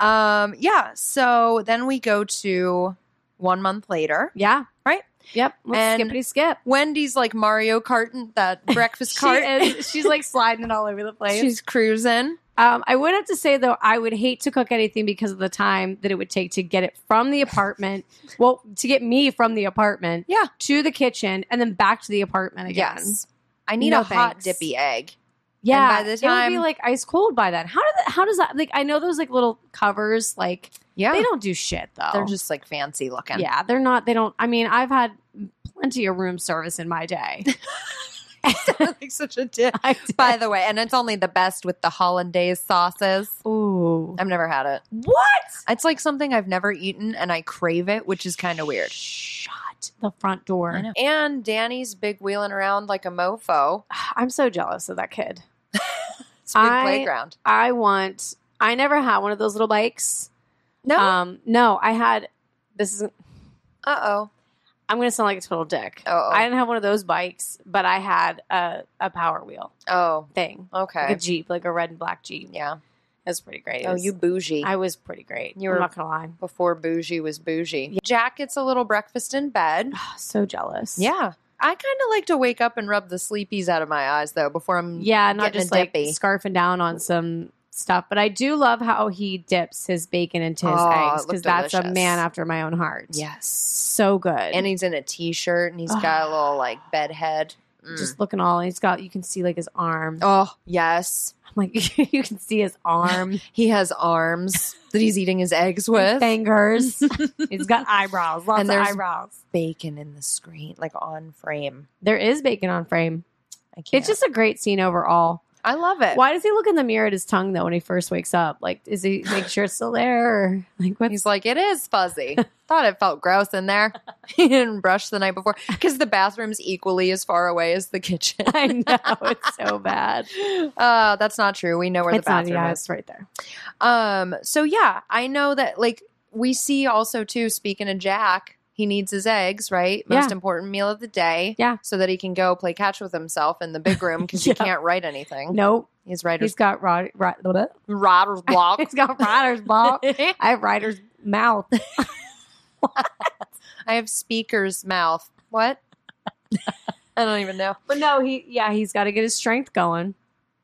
S1: um yeah, so then we go to 1 month later.
S2: Yeah.
S1: Right?
S2: Yep. Let's
S1: And-
S2: skippity skip.
S1: Wendy's like Mario Karting that breakfast
S2: She
S1: cart.
S2: is. She's like sliding it all over the place.
S1: She's cruising.
S2: um, I would have to say though, I would hate to cook anything because of the time that it would take to get it from the apartment. well, to get me from the apartment,
S1: Yeah.
S2: to the kitchen and then back to the apartment again.
S1: Yes. I need
S2: No
S1: a hot
S2: thanks.
S1: dippy egg. And
S2: Yeah.
S1: by the
S2: it would be
S1: time-
S2: like ice cold by then. How does how does that like? I know those like little covers. Like
S1: Yeah.
S2: they don't do shit though.
S1: They're just like fancy looking.
S2: yeah. They're not. They don't. I mean, I've had plenty of room service in my day.
S1: like such a dick.
S2: I
S1: By the way, and it's only the best with the hollandaise sauces.
S2: Ooh.
S1: I've never had it.
S2: What?
S1: It's like something I've never eaten and I crave it, which is kind of weird.
S2: Shut the front door.
S1: And Danny's big wheeling around like a mofo.
S2: I'm so jealous of that kid.
S1: It's a big
S2: I-
S1: playground.
S2: I want. I never had one of those little bikes.
S1: No.
S2: Um, no, I had. This is.
S1: uh oh.
S2: I'm going to sound like a total dick.
S1: Uh-oh.
S2: I didn't have one of those bikes, but I had a, a power wheel
S1: Oh,
S2: thing, like
S1: okay.
S2: a jeep, like a red and black jeep.
S1: Yeah.
S2: It was pretty great. It
S1: Oh,
S2: was-
S1: you bougie.
S2: I was pretty great.
S1: You
S2: You were
S1: were-
S2: not going to lie.
S1: Before bougie was bougie.
S2: Yeah.
S1: Jack gets a little breakfast in bed.
S2: Ah, so jealous.
S1: Yeah. I kind of like to wake up and rub the sleepies out of my eyes though before I'm
S2: yeah, not
S1: Getting a
S2: just like
S1: dippy.
S2: scarfing down on some stuff, but I do love how he dips his bacon into his
S1: Oh, it
S2: eggs
S1: looked
S2: because that's a
S1: delicious.
S2: man after my own heart.
S1: Yes.
S2: so good.
S1: And he's in a t shirt and he's got a little like bed head. Mm.
S2: just looking all, he's got you can see like his arm.
S1: oh, yes.
S2: I'm like you can see his arm,
S1: He has arms that he's eating his eggs with.
S2: fingers. he's got eyebrows, lots
S1: And
S2: of
S1: there's-
S2: eyebrows.
S1: Bacon in the screen, like on frame.
S2: There is bacon on frame.
S1: I can't.
S2: It's just a great scene overall.
S1: I love it.
S2: Why does he look in the mirror at his tongue though when he first wakes up? Like, is he make sure it's still there? Or, like, what's
S1: He's like, it is fuzzy. Thought it felt gross in there. he didn't brush the night before because the bathroom's equally as far away as the kitchen.
S2: I know it's so bad.
S1: Uh, that's not true. We know where
S2: it's
S1: the bathroom
S2: not, yeah,
S1: is.
S2: it's right there.
S1: Um, so yeah, I know that like we see also too, speaking of Jack, he needs his eggs, right? Most
S2: Yeah.
S1: important meal of the day.
S2: Yeah.
S1: So that he can go play catch with himself in the big room because
S2: Yeah.
S1: he can't write anything.
S2: Nope,
S1: He's writer's
S2: he's got rod, rod,
S1: writer's block.
S2: he's got rider's ball.
S1: I
S2: I have rider's mouth.
S1: have speaker's mouth. What? I don't even know.
S2: But no, he yeah, he's got to get his strength going.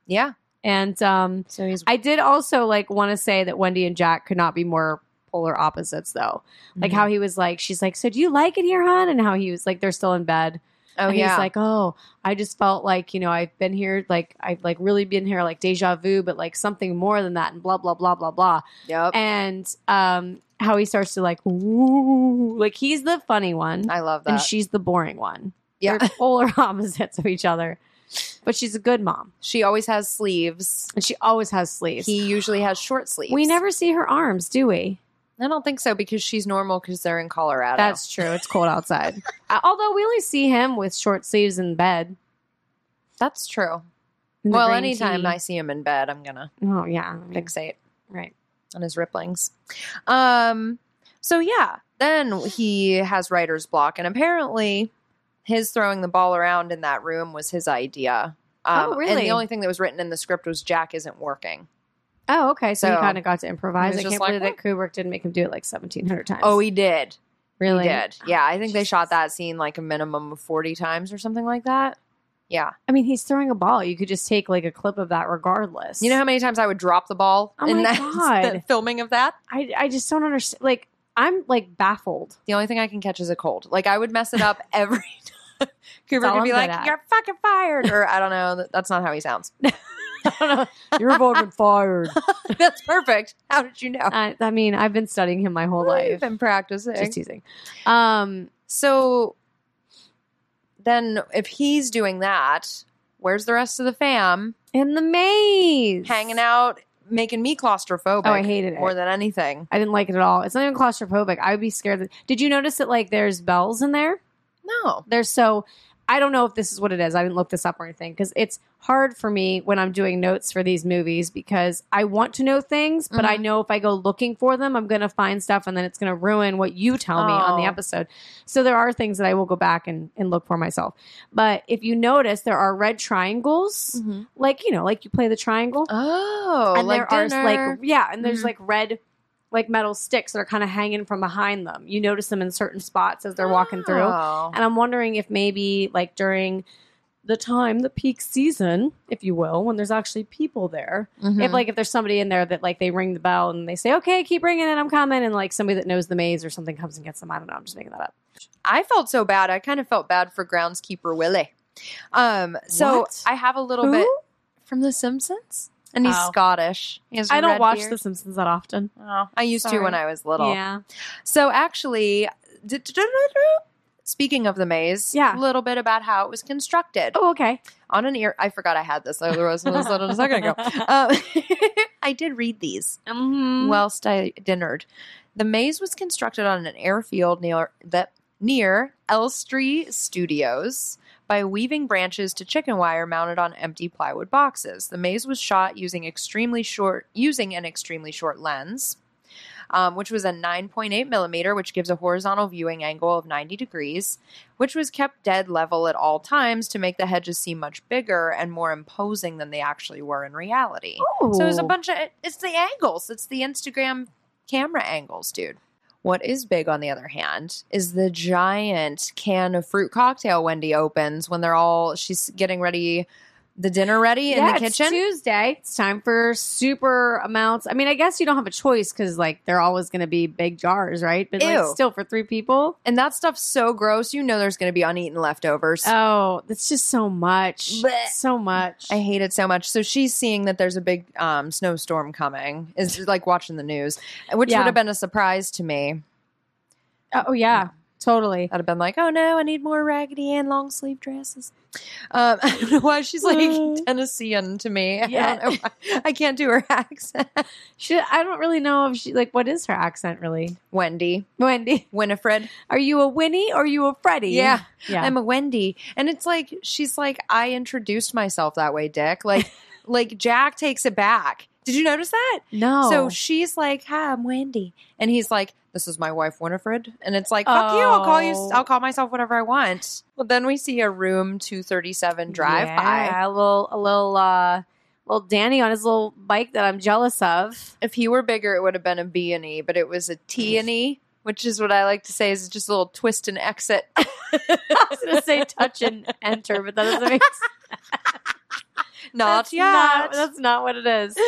S1: Yeah.
S2: And um,
S1: So he's
S2: I did also like want to say that Wendy and Jack could not be more polar opposites though. Like
S1: Mm-hmm.
S2: how he was like, she's like, so do you like it here, hon? And how he was like, they're still in bed.
S1: oh
S2: and
S1: yeah.
S2: he's like, oh, I just felt like you know I've been here, like I've like really been here, like deja vu, but like something more than that, and blah blah blah blah blah.
S1: Yep.
S2: And um, how he starts to like, ooh, like he's the funny one,
S1: I love that.
S2: and she's the boring one.
S1: Yeah.
S2: They're polar opposites of each other, but she's a good mom,
S1: she always has sleeves.
S2: and she always has sleeves.
S1: He usually has short sleeves.
S2: we never see her arms, do we?
S1: I don't think so because she's normal because they're in Colorado.
S2: That's true. It's cold outside. Uh, Although we only see him with short sleeves in bed.
S1: that's true.
S2: in the
S1: Well,
S2: green
S1: anytime
S2: tee.
S1: I see him in bed, I'm gonna
S2: oh yeah, I mean,
S1: fixate
S2: right.
S1: on his ripplings. Um. So yeah, then he has writer's block, and apparently, his throwing the ball around in that room was his idea. Um,
S2: Oh,
S1: And
S2: really?
S1: the only thing that was written in the script was Jack isn't working.
S2: Oh, okay. So, he
S1: So-
S2: kind of got to improvise.
S1: He was
S2: I can't
S1: just like, "Hmm."
S2: believe that Kubrick didn't make him do it like seventeen hundred times.
S1: Oh, he did.
S2: really
S1: He did. Yeah, I think they
S2: Jesus.
S1: shot that scene like a minimum of forty times or something like that. Yeah.
S2: I mean, he's throwing a ball. You could just take like a clip of that, regardless.
S1: You know how many times I would drop the ball
S2: Oh
S1: in
S2: my
S1: that,
S2: God.
S1: that filming of that?
S2: I I just don't understand. Like I'm like baffled.
S1: The only thing I can catch is a cold. Like I would mess it up every time. Cooper
S2: all
S1: would be
S2: I'm good
S1: like,
S2: at.
S1: "You're fucking fired," or I don't know. th- That's not how he sounds.
S2: You're both been fired.
S1: that's perfect. How did you know?
S2: I, I mean, I've been studying him my whole life.
S1: I've been practicing.
S2: Just teasing. Um,
S1: e- so then, if he's doing that, where's the rest of the fam
S2: in the maze,
S1: hanging out, making me claustrophobic?
S2: Oh, I hated it.
S1: more than anything.
S2: I didn't like it at all. It's not even claustrophobic. I would be scared. That, did you notice that like there's bells in there?
S1: No,
S2: there's so I don't know if this is what it is. I didn't look this up or anything because it's hard for me when I'm doing notes for these movies because I want to know things, but I
S1: Mhm.
S2: know if I go looking for them, I'm going to find stuff and then it's going to ruin what you tell me on the
S1: Oh.
S2: episode. So there are things that I will go back and, and look for myself. But if you notice, there are red triangles, like, you know, like you play the triangle.
S1: oh,
S2: Mm-hmm. and
S1: like
S2: there
S1: dinner.
S2: are like, yeah, and there's
S1: Mhm.
S2: like red, like metal sticks that are kind of hanging from behind them. You notice them in certain spots as they're walking through.
S1: Oh.
S2: And I'm wondering if maybe like during the time, the peak season, if you will, when there's actually people there, if
S1: Mhm.
S2: like if there's somebody in there that like they ring the bell and they say, okay, keep ringing it, I'm coming, and like somebody that knows the maze or something comes and gets them. I don't know. I'm just making that up.
S1: I felt so bad. I kind of felt bad for groundskeeper Willie. Um, so
S2: What?
S1: I have a little
S2: Who?
S1: bit from The Simpsons, and he's
S2: Oh.
S1: Scottish. He has a
S2: I don't
S1: red
S2: watch
S1: beard.
S2: The Simpsons that often.
S1: Oh, I used
S2: Sorry.
S1: to when I was little.
S2: Yeah.
S1: So actually, speaking of the maze,
S2: Yeah.
S1: a little bit about how it was constructed
S2: Oh, okay.
S1: on an ear. I forgot I had this. I was I was little a second ago. Um, I did read these
S2: Mhm.
S1: whilst I dinnered. The maze was constructed on an airfield near the near Elstree Studios by weaving branches to chicken wire mounted on empty plywood boxes. The maze was shot using extremely short using an extremely short lens. um, which was a 9.8 millimeter, which gives a horizontal viewing angle of 90 degrees, which was kept dead level at all times to make the hedges seem much bigger and more imposing than they actually were in reality. So there's a
S2: Ooh.
S1: bunch of it's the angles. It's the Instagram camera angles, dude. What is big on the other hand is the giant can of fruit cocktail Wendy opens when they're all she's getting ready the dinner ready in the kitchen.
S2: It's Tuesday. It's time for super amounts. I mean, I guess you don't have a choice because like they're always going to be big jars, right? But like
S1: Ew.
S2: still for three people.
S1: and that stuff's so gross. You know there's going to be uneaten leftovers.
S2: Oh, that's just so much.
S1: Blech.
S2: So much.
S1: I hate it so much. So she's seeing that there's a big um, snowstorm coming. Is like watching the news, which
S2: Yeah.
S1: would have been a surprise to me.
S2: oh yeah, totally.
S1: I'd have been like, "Oh no, I need more raggedy and long sleeve dresses." Um, I don't know why she's like Tennessean to me.
S2: Hmm. Yeah.
S1: I, don't know why. I can't do her accent.
S2: She, I don't really know if she like what is her accent really.
S1: Wendy,
S2: Wendy,
S1: Winifred.
S2: are you a Winnie or are you a Freddie?
S1: Yeah,
S2: yeah. Um,
S1: I'm a Wendy, and it's like she's like, "I introduced myself that way, Dick." Like, like Jack takes it back. Did you notice that?
S2: no.
S1: So she's like, "Hi, I'm Wendy," and he's like, "This is my wife, Winifred," and it's like, "Fuck you! I'll call you.
S2: Oh.
S1: I'll call myself whatever I want." Well, then we see a room two thirty seven drive by.
S2: Yeah, a little, a little, uh, little Danny on his little bike that I'm jealous of.
S1: If he were bigger, it would have been a B and E, but it was a T and E, which is what I like to say is just a little twist and exit.
S2: I was gonna say touch and enter, but that doesn't make sense.
S1: not
S2: That's
S1: yet.
S2: Not, that's not what it is.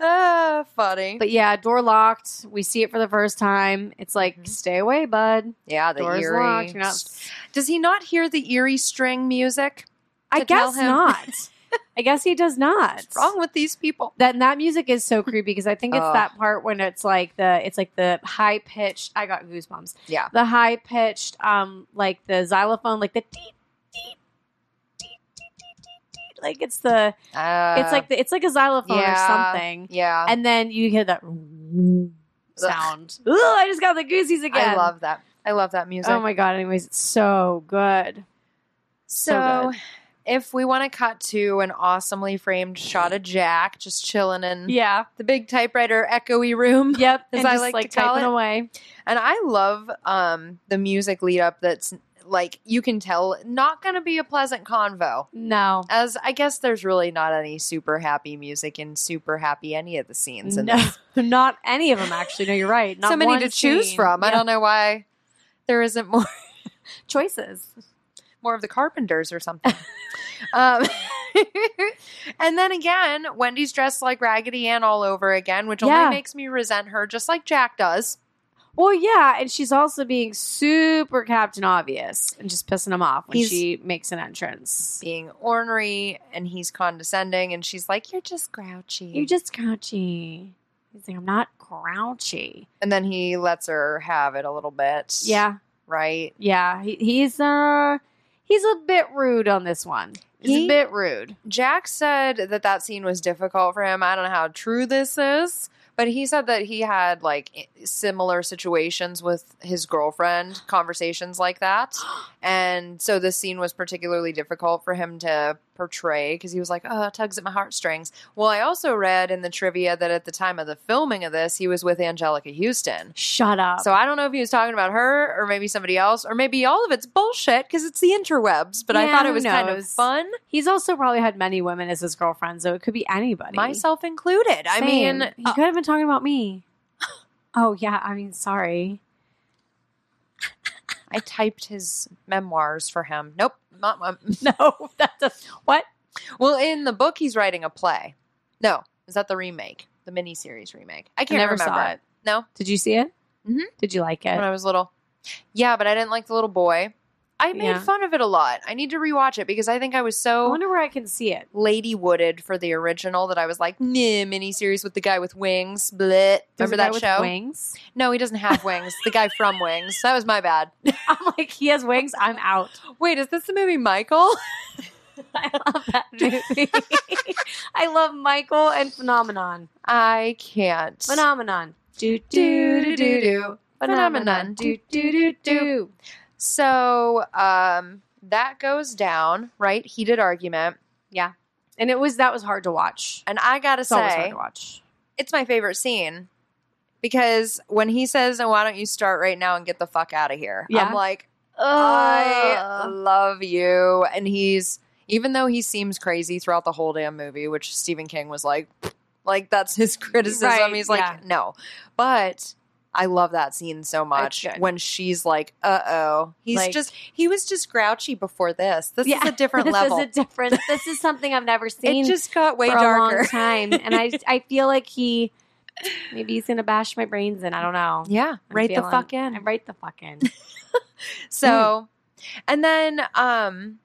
S1: Ah, funny.
S2: But yeah, door locked. We see it for the first time. It's like,
S1: Mhm.
S2: stay away, bud.
S1: yeah, the
S2: Door's
S1: eerie.
S2: locked. You're not.
S1: Does he not hear the eerie string music?
S2: I
S1: To tell
S2: guess
S1: him.
S2: not. I guess he does not.
S1: What's wrong with these people?
S2: That that music is so creepy because I think it's
S1: Ugh.
S2: that part when it's like the it's like the high pitched. I got goosebumps.
S1: Yeah.
S2: the high pitched, um, like the xylophone, like the deep, deep, deep, deep, deep, deep, deep. Like it's the
S1: Uh,
S2: it's like the, it's like a xylophone
S1: yeah.
S2: or something,
S1: yeah.
S2: and then you hear that sound. Ooh, I just got the goosies again.
S1: I love that. I love that music.
S2: Oh my god! Anyways, it's so good.
S1: So,
S2: So
S1: if we want to cut to an awesomely framed shot of Jack just chilling in
S2: Yeah.
S1: the big typewriter echoey room,
S2: Yep.
S1: As Mm-hmm.
S2: and
S1: I
S2: just,
S1: like to
S2: like
S1: call
S2: typing
S1: it.
S2: away.
S1: and I love um, the music lead up. That's like you can tell not going to be a pleasant convo.
S2: No.
S1: As I guess there's really not any super happy music and super happy any of the scenes, and
S2: No, not any of them actually. No, you're right. Not
S1: so many
S2: one
S1: to choose
S2: scene.
S1: from. I
S2: Yeah.
S1: don't know why there isn't more
S2: choices.
S1: more of the carpenters or something. um, and then again, Wendy's dressed like Raggedy Ann all over again, which
S2: Yeah.
S1: only makes me resent her, just like Jack does.
S2: Well, yeah, and she's also being super Captain Obvious and just pissing him off when
S1: He's-
S2: she makes an entrance.
S1: Being ornery and he's condescending, and she's like, "You're just grouchy."
S2: You're just grouchy. He's like, I'm not grouchy.
S1: and then he lets her have it a little bit.
S2: Yeah,
S1: right.
S2: yeah. He, he's uh he's a bit rude on this one. He's
S1: He-
S2: a bit rude.
S1: Jack said that that scene was difficult for him. I don't know how true this is, but he said that he had like i- similar situations with his girlfriend, conversations like that. And so this scene was particularly difficult for him to portray because he was like, oh, it tugs at my heartstrings. Well, I also read in the trivia that at the time of the filming of this, he was with Angelica Houston.
S2: Shut up.
S1: So I don't know if he was talking about her or maybe somebody else, or maybe all of it's bullshit because it's the interwebs. But I
S2: Yeah,
S1: thought it
S2: who
S1: was kind of
S2: knows?
S1: fun.
S2: he's also probably had many women as his girlfriend, so it could be anybody.
S1: myself included. I mean,
S2: Same. you
S1: uh,
S2: could have been talking about me. oh yeah, I mean, sorry.
S1: I typed his memoirs for him. Nope, not mem-
S2: No, that does what?
S1: well. In the book, he's writing a play. No, is that the remake, the miniseries remake? I
S2: I
S1: can't
S2: never
S1: remember.
S2: saw it.
S1: No?
S2: did you see it?
S1: Mhm.
S2: Did you like
S1: when
S2: it?
S1: I was little. Yeah, but I didn't like the little boy. I made
S2: Yeah.
S1: fun of it a lot. I need to rewatch it because I think I was
S2: I
S1: so
S2: wonder where I can see it.
S1: lady wooded for the original that I was like, nah, miniseries with the guy with wings. Blit.
S2: There's
S1: Remember
S2: a guy
S1: that
S2: with
S1: show?
S2: Wings.
S1: No, he doesn't have wings. the guy from Wings. That was my bad.
S2: I'm like, he has wings. I'm out.
S1: Wait, is this the movie Michael?
S2: I love that movie. I love Michael and Phenomenon.
S1: I can't.
S2: Phenomenon. Do do do do do. Phenomenon. Do do do do.
S1: So um, that goes down, right? Heated argument.
S2: And it was that was hard to watch.
S1: And I got to
S2: It's always
S1: say,
S2: hard to watch.
S1: it's my favorite scene because when he says, oh, why don't you start right now and get the fuck out of here?
S2: Yeah.
S1: I'm like, I
S2: Ugh.
S1: love you. And he's, even though he seems crazy throughout the whole damn movie, which Stephen King was like, like that's his criticism.
S2: Right,
S1: he's like,
S2: yeah.
S1: no. But I love that scene so much
S2: good.
S1: when she's like, "Uh oh," he's
S2: Like-
S1: just he was just grouchy before this. This
S2: Yeah.
S1: is a different level.
S2: Uh, This is a different. This is something I've never
S1: it
S2: seen
S1: just got way
S2: for a long
S1: darker.
S2: time, and I I feel like he maybe he's gonna bash my brains in. I don't know.
S1: Yeah,
S2: I'm
S1: right the
S2: feeling-
S1: fuck
S2: I
S1: in.
S2: write the fuck in.
S1: So,
S2: Hmm.
S1: and then um,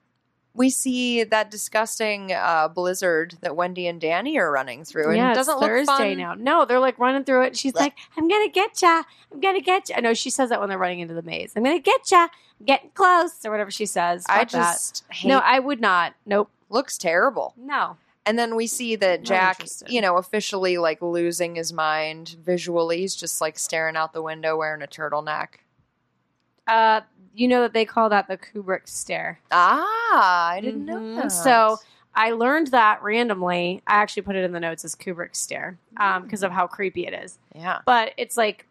S1: we see that disgusting uh, blizzard that Wendy and Danny are running through, and
S2: yeah,
S1: it
S2: it's
S1: doesn't look
S2: Thursday
S1: fun.
S2: now. No, they're like running through it. And she's
S1: Blech.
S2: like, "I'm gonna get ya. I'm gonna get ya." I know she says that when they're running into the maze. I'm gonna get ya. I'm getting close or whatever she says.
S1: I
S2: Fuck that.
S1: just hate.
S2: no, I would not. Nope.
S1: looks terrible.
S2: No.
S1: And then we see that
S2: Not
S1: Jack,
S2: interested.
S1: you know, officially like losing his mind visually. He's just like staring out the window wearing a turtleneck.
S2: Uh, you know that they call that the Kubrick stare.
S1: Ah, I didn't know
S2: Mhm.
S1: that.
S2: So I learned that randomly. I actually put it in the notes as Kubrick stare
S1: Mm.
S2: because of how creepy it is.
S1: yeah,
S2: But it's like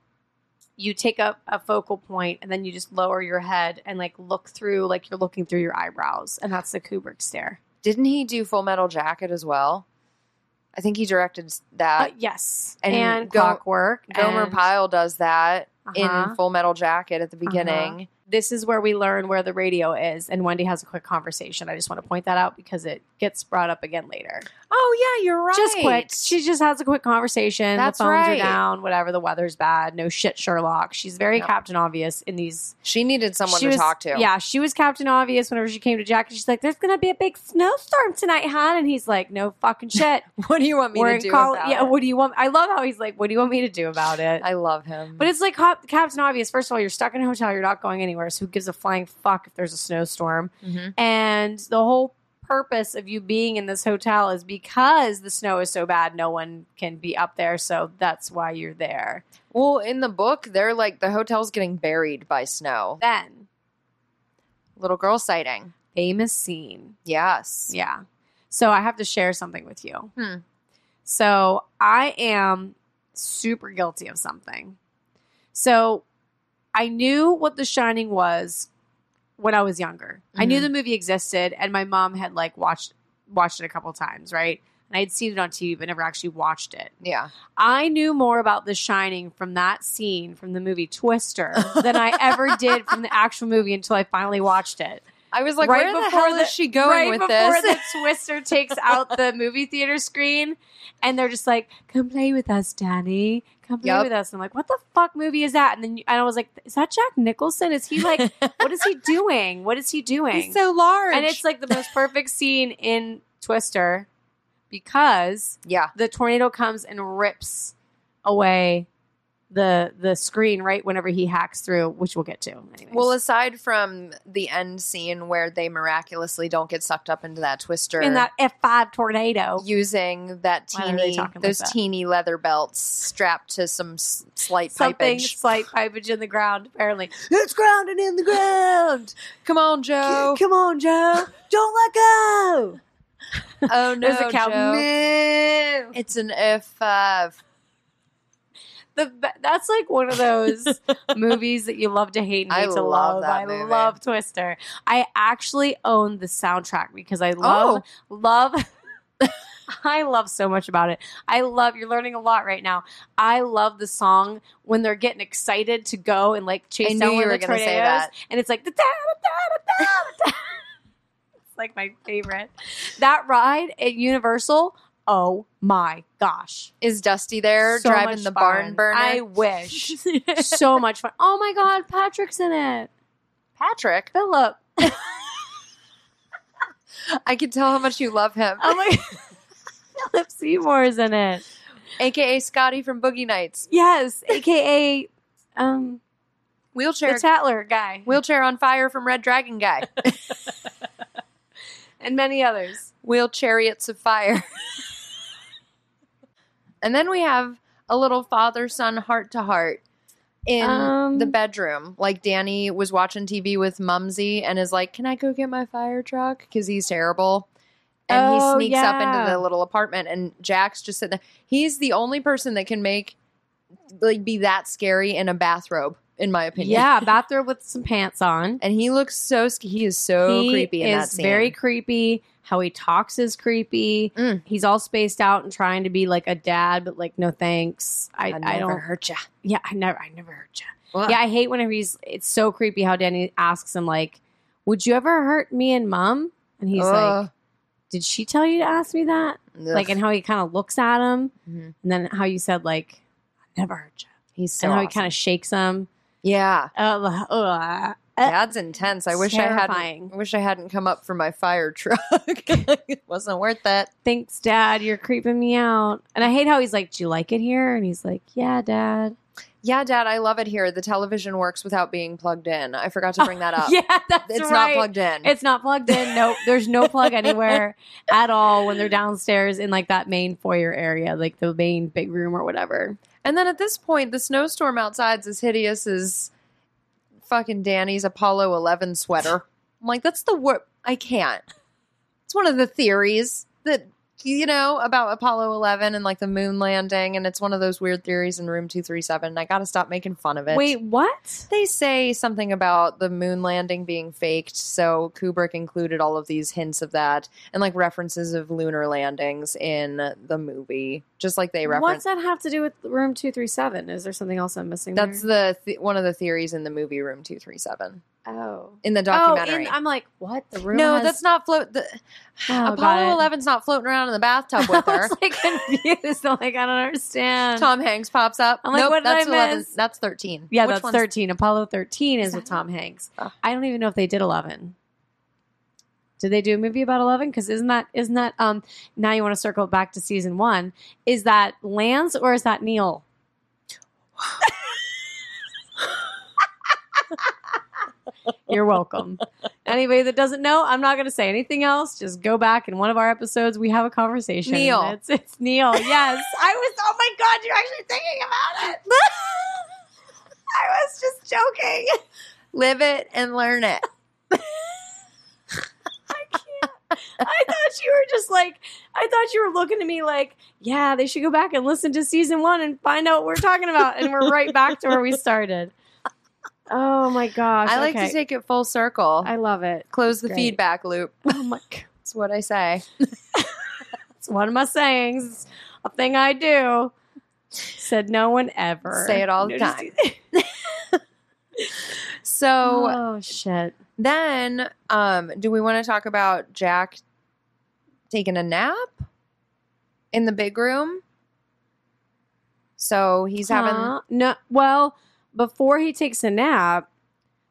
S2: you take up a focal point and then you just lower your head and like look through, like you're looking through your eyebrows, and that's the Kubrick stare.
S1: didn't he do Full Metal Jacket as well? I think he directed that.
S2: Uh, yes,
S1: and
S2: and,
S1: Go-
S2: Clockwork.
S1: Gomer
S2: and-
S1: Pyle does that
S2: Uh-huh.
S1: in Full Metal Jacket at the beginning.
S2: This is where we learn where the radio is, and Wendy has a quick conversation. I just want to point that out because it gets brought up again later.
S1: Oh yeah, you're right.
S2: Just quick. She just has a quick conversation.
S1: That's
S2: the phones
S1: right.
S2: are down. Whatever. The weather's bad. No shit, Sherlock. She's very
S1: Yep.
S2: Captain Obvious in these.
S1: She needed someone
S2: She
S1: to
S2: was-
S1: talk to.
S2: Yeah, she was Captain Obvious whenever she came to Jack, and she's like, "There's gonna be a big snowstorm tonight, hon," and he's like, "No fucking shit.
S1: What do you want me
S2: We're
S1: to
S2: in
S1: do?
S2: college.
S1: about
S2: Yeah.
S1: it?
S2: What do you want? I love how he's like, "What do you want me to do about it?"
S1: I love him.
S2: But it's like Cap- Captain Obvious. First of all, you're stuck in a hotel. You're not going anywhere. So who gives a flying fuck if there's a snowstorm?
S1: Mhm.
S2: And the whole purpose of you being in this hotel is because the snow is so bad, no one can be up there. So that's why you're there.
S1: well, in the book, they're like the hotel's getting buried by snow.
S2: Then
S1: Little girl sighting.
S2: famous scene.
S1: Yes.
S2: Yeah. So I have to share something with you.
S1: Hmm.
S2: So I am super guilty of something. So I knew what The Shining was when I was younger. I knew
S1: Mhm.
S2: the movie existed, and my mom had like watched watched it a couple times, right? And I had seen it on TV, but never actually watched it.
S1: Yeah.
S2: I knew more about The Shining from that scene from the movie Twister than I ever did from the actual movie until I finally watched it
S1: I was like,
S2: Right
S1: where the
S2: before
S1: hell
S2: the-
S1: is she going
S2: right
S1: with
S2: before
S1: this?
S2: the twister takes out the movie theater screen and they're just like come play with us danny come play
S1: Yup.
S2: with us and i'm like what the fuck movie is that and then you- and i was like is that jack nicholson is he like what is he doing what is he doing
S1: He's so large.
S2: and it's like the most perfect scene in twister because
S1: yeah.
S2: the tornado comes and rips away the the screen right whenever he hacks through which we'll get to anyways.
S1: Well, aside from the end scene where they miraculously don't get sucked up into that twister
S2: in that f5 tornado
S1: using that
S2: Why are they
S1: teeny
S2: talking like
S1: those
S2: that?
S1: teeny leather belts strapped to some s- slight
S2: something
S1: pipage.
S2: slight pipage in the ground apparently
S1: It's grounded in the ground. Come on, Joe.
S2: come on joe don't let go
S1: oh no,
S2: there's a cow
S1: Joe.
S2: Moo.
S1: It's an uh, F five.
S2: the, be- that's like one of those movies that you love to hate and
S1: I
S2: hate to
S1: love
S2: love,
S1: that
S2: i
S1: movie.
S2: love twister i actually own the soundtrack because i
S1: Oh.
S2: love love I love so much about it. I love you're learning a lot right now. I love the song when they're getting excited to go and like chase
S1: I knew
S2: down one
S1: you
S2: of
S1: were
S2: the
S1: going to say
S2: tornadoes.
S1: that.
S2: and it's like da da da da da. It's like my favorite. That ride at Universal. Oh my gosh!
S1: Is Dusty there
S2: So
S1: driving
S2: much
S1: the barn
S2: fun.
S1: burner?
S2: I wish so much fun. Oh my god, Patrick's in it.
S1: Patrick,
S2: Philip.
S1: I can tell how much you love him.
S2: Oh my. Philip Seymour is in it.
S1: AKA Scotty from Boogie Nights.
S2: Yes, aka um
S1: Wheelchair
S2: the Tatler guy
S1: Wheelchair on Fire from Red Dragon Guy.
S2: and many others.
S1: Wheel Chariots of Fire. and then we have a little father son heart to heart in
S2: Um,
S1: the bedroom. Like Danny was watching TV with Mumsy and is like, Can I go get my fire truck? Because he's terrible. And
S2: Oh,
S1: he sneaks up
S2: yeah.
S1: into the little apartment, and Jack's just sitting there. He's the only person that can make, like, be that scary in a bathrobe, in my opinion.
S2: Yeah, bathrobe with some pants on.
S1: And he looks so, sc- he is so creepy in
S2: is
S1: that scene.
S2: very creepy. How he talks is creepy.
S1: Mm.
S2: He's all spaced out and trying to be like a dad, but like no thanks. I, I, don't.
S1: hurt you.
S2: Yeah, I never. I never hurt you. Yeah, I hate whenever he's. It's so creepy how Danny asks him like, "Would you ever hurt me and mom?" And he's like, "Did she tell you to ask me that?" Like, and how he kind of looks at him,
S1: Mhm.
S2: and then how you said like, "I never hurt you,"
S1: he's so
S2: and how he
S1: awesome.
S2: kind of shakes him.
S1: yeah.
S2: Ugh, ugh.
S1: That's intense. I wish I
S2: Uh, Terrifying.
S1: hadn't. I wish I hadn't come up for my fire truck. it wasn't worth it.
S2: Thanks, Dad. You're creeping me out. And I hate how he's like, Do you like it here? And he's like, Yeah, Dad.
S1: Yeah, Dad, I love it here. The television works without being plugged in. I forgot to bring that up.
S2: Yeah, that's
S1: Uh, it's
S2: Oh,
S1: not
S2: right.
S1: plugged in.
S2: It's not plugged in. Nope. There's no plug anywhere at all when they're downstairs in like that main foyer area, like the main big room or whatever.
S1: and then at this point, the snowstorm outside's as hideous as fucking Danny's Apollo Eleven sweater. I'm like, that's the wor I can't. It's one of the theories that you know about Apollo Eleven and like the moon landing, and it's one of those weird theories in Room Two Three Seven. I got to stop making fun of it.
S2: Wait, what?
S1: They say something about the moon landing being faked, so Kubrick included all of these hints of that and like references of lunar landings in the movie, just like they
S2: What's
S1: reference.
S2: that have to do with room 237? Is there something else I'm missing?
S1: That's
S2: there?
S1: the th- one of the theories in the movie Room Two Three Seven
S2: oh.
S1: in the
S2: Oh,
S1: documentary.
S2: and I'm like, what? The room?
S1: no,
S2: has-
S1: that's not float. The,
S2: Oh,
S1: Apollo
S2: got it.
S1: Eleven's not floating around in the bathtub with
S2: I
S1: her.
S2: was like confused. I'm like, I don't understand.
S1: Tom Hanks pops up.
S2: I'm like,
S1: nope,
S2: what did
S1: that's
S2: I
S1: 11.
S2: miss?
S1: That's thirteen.
S2: Yeah,
S1: Which
S2: that's
S1: one's-
S2: 13. Apollo 13 is,
S1: Is
S2: with
S1: that
S2: Tom Hanks.
S1: Oh.
S2: I don't even know if they did 11. Did they do a movie about 11? Because isn't that, isn't that, um, now you want to circle back to season one. Is that Lance or is that Neil? You're welcome. Anybody that doesn't know, I'm not going to say anything else. Just go back in one of our episodes. We have a conversation.
S1: Neil.
S2: It's, it's Neil. Yes. I was, oh my God, you're actually thinking about it. I was just joking.
S1: Live it and learn it.
S2: I thought you were just like, I thought you were looking at me like, yeah, they should go back and listen to season one and find out what we're talking about. And we're right back to where we started. Oh my gosh.
S1: I like
S2: okay.
S1: to take it full circle.
S2: I love it.
S1: Close the
S2: Great.
S1: feedback loop.
S2: Oh my God.
S1: That's what I say.
S2: It's one of my sayings, It's a thing I do. Said no one ever.
S1: Say it all the
S2: No, just-
S1: time. So
S2: Oh, shit.
S1: then, um, do we want to talk about Jack taking a nap in the big room? So he's having.
S2: Aw, no well before he takes a nap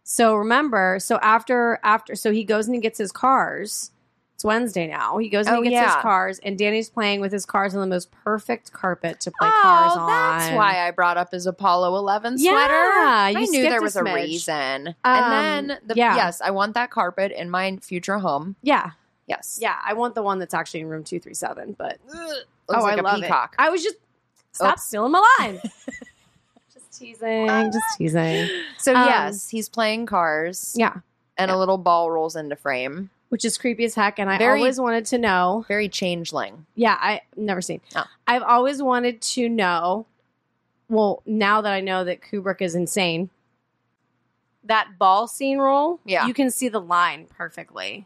S2: so remember so after after so he goes and he gets his cars it's wednesday now he goes and
S1: Oh,
S2: he gets
S1: yeah.
S2: his cars and danny's playing with his cars on the most perfect carpet to play cars
S1: oh,
S2: on
S1: that's why I brought up his Apollo 11
S2: Yeah,
S1: sweater. I
S2: you
S1: knew
S2: skipped
S1: there
S2: a
S1: was a
S2: smidge.
S1: reason.
S2: Um,
S1: and then, the,
S2: yeah.
S1: yes, I want that carpet in my future home.
S2: yeah
S1: Yes.
S2: yeah i want the one that's actually in room 237 but
S1: Ugh, Looks like
S2: Oh, I
S1: a
S2: love it.
S1: peacock.
S2: i was just stop stealing my line just teasing just teasing
S1: So
S2: Um,
S1: yes, he's playing cars.
S2: yeah
S1: and a little ball rolls into frame.
S2: which is creepy as heck and i
S1: Very-
S2: always wanted to know
S1: Very changeling.
S2: Yeah, I never seen.
S1: Oh.
S2: I've always wanted to know. Well, now that I know that Kubrick is insane, that ball scene roll,
S1: Yeah.
S2: you can see the line perfectly.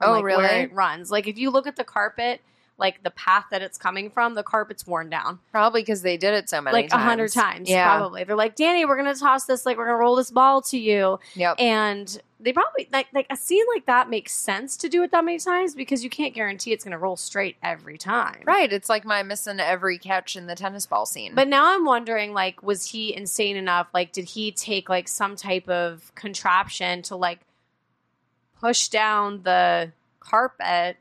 S1: Oh,
S2: like,
S1: really?
S2: Where it runs, like if you look at the carpet, like the path that it's coming from, the carpet's worn down
S1: Probably because they did it so many
S2: like a hundred times.
S1: Yeah.
S2: probably. They're like, Danny, we're gonna toss this, like we're gonna roll this ball to you,
S1: Yep.
S2: and they probably like like a scene like that makes sense to do it that many times because you can't guarantee it's gonna roll straight every time,
S1: right. It's like my missing every catch in the tennis ball scene.
S2: But now I'm wondering, like, was he insane enough? Like, did he take like some type of contraption to like push down the carpet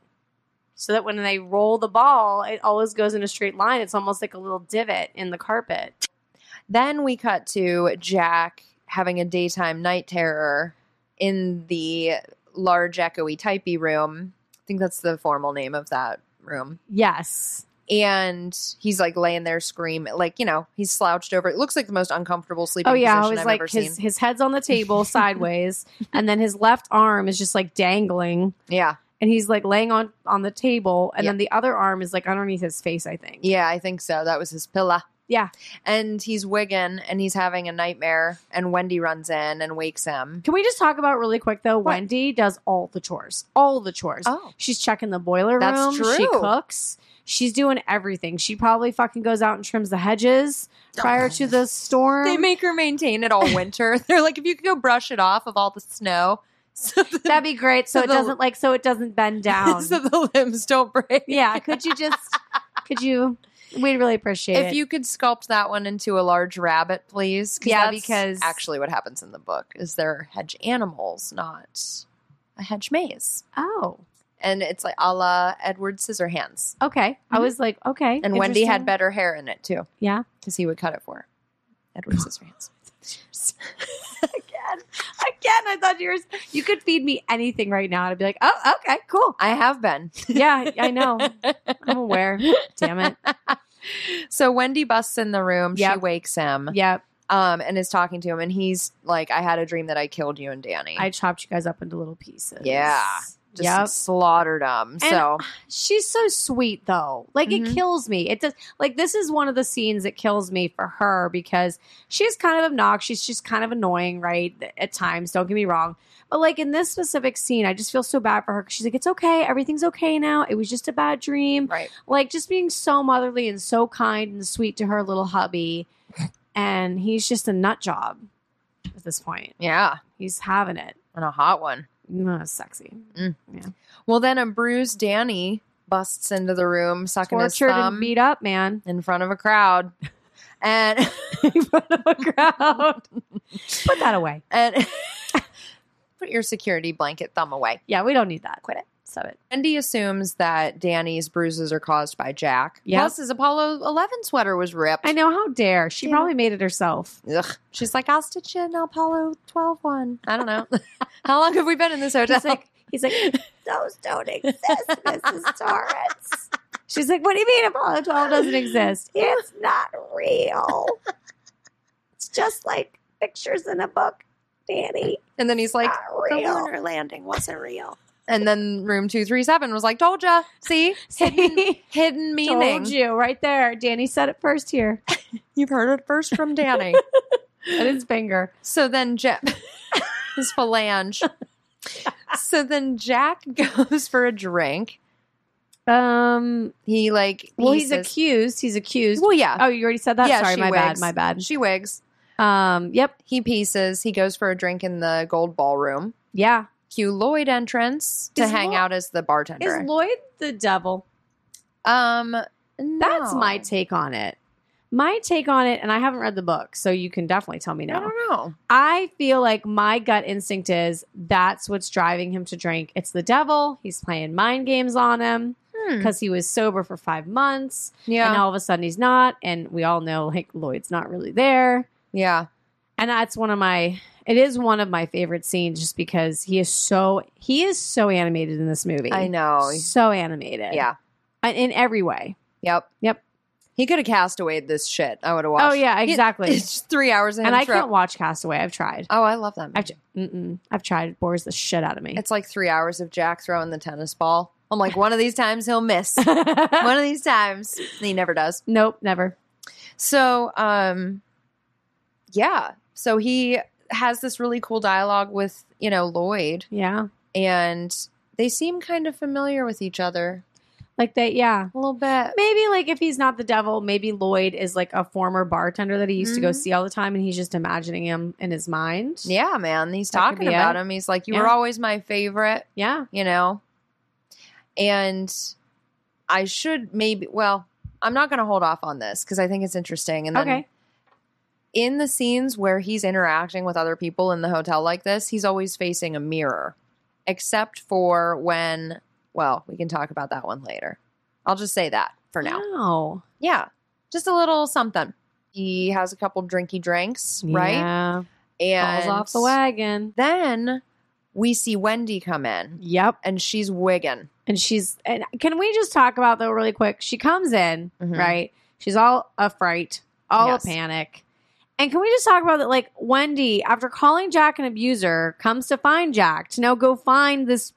S2: so that when they roll the ball, it always goes in a straight line? It's almost like a little divot in the carpet.
S1: then we cut to Jack having a daytime night terror in the large echoey typey room. I think that's the formal name of that room.
S2: Yes.
S1: And he's like laying there screaming, like you know, he's slouched over. It looks like the most uncomfortable sleeping
S2: oh yeah, I
S1: position
S2: was
S1: I've
S2: like
S1: ever
S2: his
S1: seen.
S2: his head's on the table sideways, and then his left arm is just like dangling,
S1: Yeah,
S2: and he's like laying on on the table, and
S1: Yeah.
S2: then the other arm is like underneath his face. I think.
S1: yeah, I think so. That was his pillow.
S2: Yeah.
S1: And he's wigging and he's having a nightmare. And Wendy runs in and wakes him.
S2: Can we just talk about really quick though?
S1: What?
S2: Wendy does all the chores, all the chores.
S1: Oh.
S2: She's checking the boiler
S1: That's
S2: room. She
S1: true.
S2: cooks. She's doing everything. She probably fucking goes out and trims the hedges prior to the storm.
S1: They make her maintain it all winter. They're like, if you could go brush it off of all the snow so the,
S2: That'd be great. So,
S1: So
S2: it
S1: the-
S2: doesn't like so it doesn't bend down.
S1: so the limbs don't break.
S2: yeah. Could you just? could you? We'd really appreciate
S1: If
S2: it.
S1: you could sculpt that one into a large rabbit, please.
S2: Yeah,
S1: that's
S2: because-
S1: actually what happens in the book is they're hedge animals, not a hedge maze.
S2: oh,
S1: And it's like a la Edward Scissorhands.
S2: okay. I was like, okay.
S1: And Wendy had
S2: interesting.
S1: better hair in it too,
S2: Yeah.
S1: because he would cut it for her. Edward Scissorhands.
S2: again. Again, I thought you were. You could feed me anything right now, and I'd be like, "Oh, okay, cool."
S1: I have been.
S2: Yeah, I know. I'm aware. Damn it.
S1: So Wendy busts in the room. She
S2: Yep.
S1: wakes him
S2: Yep.
S1: um, and is talking to him. And he's like, I had a dream that I killed you and Danny.
S2: I chopped you guys up into little pieces.
S1: Yeah. just
S2: yep.
S1: slaughtered him. so
S2: She's so sweet though. Like
S1: Mhm.
S2: it kills me. It does like this is one of the scenes that kills me for her because she's kind of obnoxious. She's kind of annoying, right? At times, don't get me wrong. But like in this specific scene, I just feel so bad for her because she's like, It's okay, everything's okay now. It was just a bad dream.
S1: right.
S2: like just being so motherly and so kind and sweet to her little hubby and he's just a nut job at this point
S1: Yeah.
S2: he's having it
S1: And a hot one.
S2: Ugh, sexy
S1: Well, then a bruised Danny busts into the room, sucking
S2: tortured
S1: his thumb
S2: and beat up man
S1: in front of a crowd, and
S2: in front of a crowd put that away
S1: and put your security blanket thumb away.
S2: yeah we don't need that quit it stop it
S1: Wendy assumes that Danny's bruises are caused by Jack.
S2: Yeah.
S1: Plus, his Apollo Eleven sweater was ripped.
S2: i know how dare she
S1: Yeah.
S2: probably made it herself
S1: Ugh. She's like, I'll stitch you an Apollo 12 one. I don't know. How long have we been in this hotel?
S2: he's like he's like those don't exist mrs torrance she's like what do you mean apollo 12 doesn't exist it's not real it's just like pictures in a book danny
S1: and then he's like,
S2: not real
S1: landing wasn't real. And then room 237 was like, told ya. See? Hidden,
S2: See?
S1: hidden meaning.
S2: told you right there danny said it first here
S1: You've heard it first from Danny.
S2: and his finger
S1: so then Jack, his phalange. So then Jack goes for a drink.
S2: um
S1: He like,
S2: well
S1: he
S2: he's
S1: says-
S2: accused he's accused
S1: Well, yeah.
S2: oh you already said that
S1: Yeah,
S2: sorry
S1: she
S2: my
S1: wigs.
S2: bad my bad
S1: She wigs.
S2: um yep
S1: He pieces. He goes for a drink in the gold ballroom.
S2: yeah
S1: Cue Lloyd entrance to
S2: Is
S1: hang
S2: Lo-
S1: out as the bartender.
S2: is lloyd the devil
S1: um,
S2: That's
S1: no.
S2: my take on it. My take on it, and I haven't read the book, so you can definitely tell me
S1: I
S2: now.
S1: don't know.
S2: I feel like my gut instinct is that's what's driving him to drink. It's the devil. He's playing mind games on him
S1: Hmm.
S2: because he was sober for five months,
S1: Yeah,
S2: and all of a sudden he's not. And we all know like Lloyd's not really there.
S1: yeah,
S2: And that's one of my. It is one of my favorite scenes, just because he is so he is so animated in this movie.
S1: I know.
S2: so animated.
S1: Yeah,
S2: in every way.
S1: yep,
S2: Yep.
S1: He could have cast away this shit. I would have watched.
S2: Oh yeah,
S1: He-
S2: exactly.
S1: it's just three hours in.
S2: and I can't watch Castaway. I've tried.
S1: Oh, I love that.
S2: I've,
S1: Movie.
S2: tr- mm-mm. I've tried. It bores the shit out of me.
S1: It's like three hours of Jack throwing the tennis ball. I'm like, one of these times he'll miss. one of these times And he never does.
S2: nope, never.
S1: So, um, yeah. So he has this really cool dialogue with you know Lloyd,
S2: Yeah,
S1: and they seem kind of familiar with each other
S2: like that. Yeah,
S1: a little bit.
S2: maybe like if he's not the devil, maybe Lloyd is like a former bartender that he used to go
S1: Mhm.
S2: see all the time, and he's just imagining him in his mind.
S1: Yeah, man. He's
S2: That could
S1: talking
S2: be
S1: about
S2: it.
S1: him. He's like, You
S2: Yeah.
S1: were always my favorite,
S2: yeah.
S1: you know? And I should maybe, well, I'm not going to hold off on this because I think it's interesting. And then
S2: Okay.
S1: in the scenes where he's interacting with other people in the hotel like this, he's always facing a mirror, except for when, well, we can talk about that one later. I'll just say that for now.
S2: Wow.
S1: Yeah, just a little something. He has a couple drinky drinks, right?
S2: Yeah.
S1: And
S2: Falls off the wagon.
S1: then we see Wendy come in
S2: Yep.
S1: and she's wigging.
S2: And she's. And can we just talk about though really quick? She comes in.
S1: Mhm.
S2: right? She's all a fright, all
S1: Yes.
S2: a panic. And can we just talk about that? Like Wendy, after calling Jack an abuser, comes to find Jack to now go find this.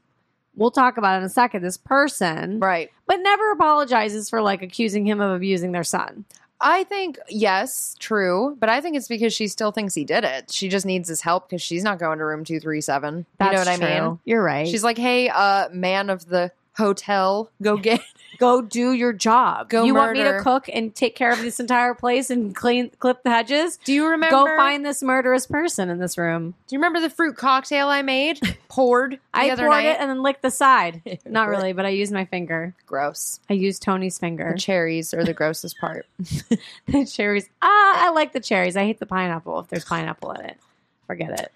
S2: We'll talk about it in a second. This person,
S1: Right.
S2: but never apologizes for like accusing him of abusing their son.
S1: I think yes, true, but I think it's because she still thinks he did it. She just needs his help because she's not going to room two three seven. You
S2: That's
S1: know what
S2: true.
S1: I mean?
S2: You're right.
S1: She's like, hey, uh, man of the hotel, go get.
S2: go do your job.
S1: Go
S2: you want me to
S1: murder.
S2: cook and take care of this entire place and clean clip the hedges?
S1: Do you remember?
S2: Go find this murderous person in this room.
S1: Do you remember the fruit cocktail I made? Poured the
S2: I
S1: other
S2: poured
S1: night.
S2: it and then licked the side. Not really, but I used my finger.
S1: Gross.
S2: I used Tony's
S1: The
S2: finger.
S1: cherries are the grossest part.
S2: the cherries. Ah, I like the cherries. I hate the pineapple if there's pineapple in it. Forget it.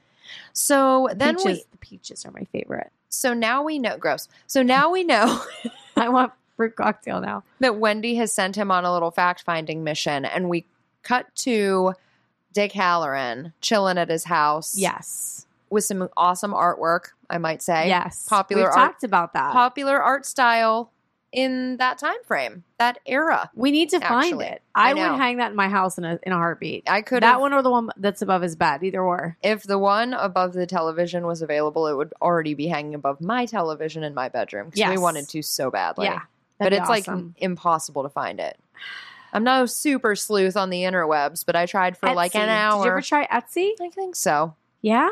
S1: So then
S2: peaches,
S1: we.
S2: the peaches are my favorite.
S1: So now we know. Gross. So now we know.
S2: I want fruit cocktail now.
S1: that Wendy has sent him on a little fact finding mission, and we cut to Dick Halloran chilling at his house.
S2: Yes.
S1: with some awesome artwork, I might say.
S2: Yes.
S1: Popular
S2: We've
S1: art-
S2: talked about that.
S1: popular art style in that time frame, that era.
S2: we need to find
S1: Actually,
S2: it.
S1: I
S2: I, would
S1: know.
S2: hang that in my house in a in a heartbeat.
S1: I could
S2: that
S1: have
S2: one or the one that's above his bed, either or.
S1: If the one above the television was available, it would already be hanging above my television in my bedroom because we
S2: Yes.
S1: wanted to so badly.
S2: yeah,
S1: but
S2: That'd be
S1: it's
S2: awesome.
S1: like impossible to find it. I'm no super sleuth on the interwebs, but I tried for like
S2: Etsy.
S1: an
S2: Did you
S1: hour.
S2: ever try Etsy?
S1: I think so.
S2: Yeah,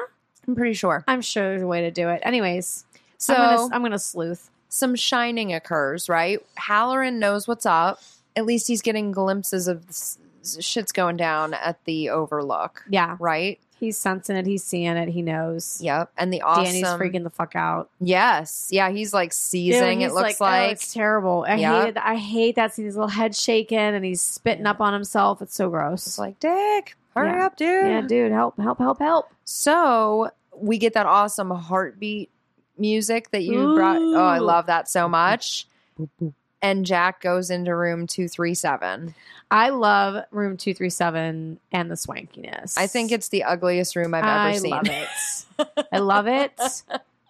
S1: I'm pretty sure.
S2: I'm sure there's a way to do it. Anyways,
S1: So
S2: I'm gonna, I'm gonna sleuth.
S1: some shining occurs, right? Halloran knows what's up. At least he's getting glimpses of s- s- shit's going down at the Overlook,
S2: Yeah,
S1: right?
S2: he's sensing it. He's seeing it. He knows.
S1: Yep. And the awesome.
S2: Danny's freaking the fuck out.
S1: Yes. Yeah. He's like seizing.
S2: Ew,
S1: it
S2: he's
S1: looks
S2: "Oh,
S1: like.
S2: it's terrible. I
S1: Yeah.
S2: hated. I hate that scene. His little head shaking and he's spitting up on himself. It's so
S1: It's
S2: gross.
S1: like Dick, hurry
S2: Yeah.
S1: up, dude.
S2: yeah, dude, help, help, help, help.
S1: So we get that awesome heartbeat music that you brought. Oh, I
S2: Ooh.
S1: love that so much. And Jack goes into room two three seven.
S2: I love room two three seven and the swankiness.
S1: I think it's the ugliest room I've ever seen.
S2: love it. I love it.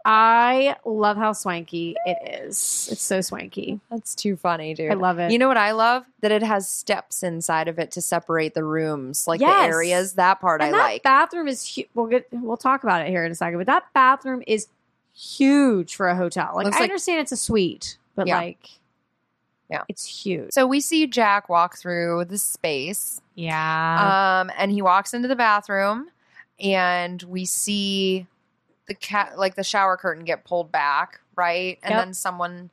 S2: I love how swanky it is. It's so swanky.
S1: That's too funny, dude.
S2: I love it.
S1: You know what I love? That it has steps inside of it to separate the rooms, like
S2: Yes.
S1: the areas. That part
S2: and
S1: I
S2: that
S1: like.
S2: bathroom is. Hu- we'll get. We'll talk about it here in a second. But that bathroom is huge for a hotel. Like
S1: Looks
S2: I
S1: like-
S2: understand it's a suite, but
S1: Yeah.
S2: like,
S1: Yeah.
S2: it's huge.
S1: so we see Jack walk through the space,
S2: Yeah,
S1: um, and he walks into the bathroom, and we see the cat, like the shower curtain, get pulled back, right, and
S2: Yep.
S1: then someone.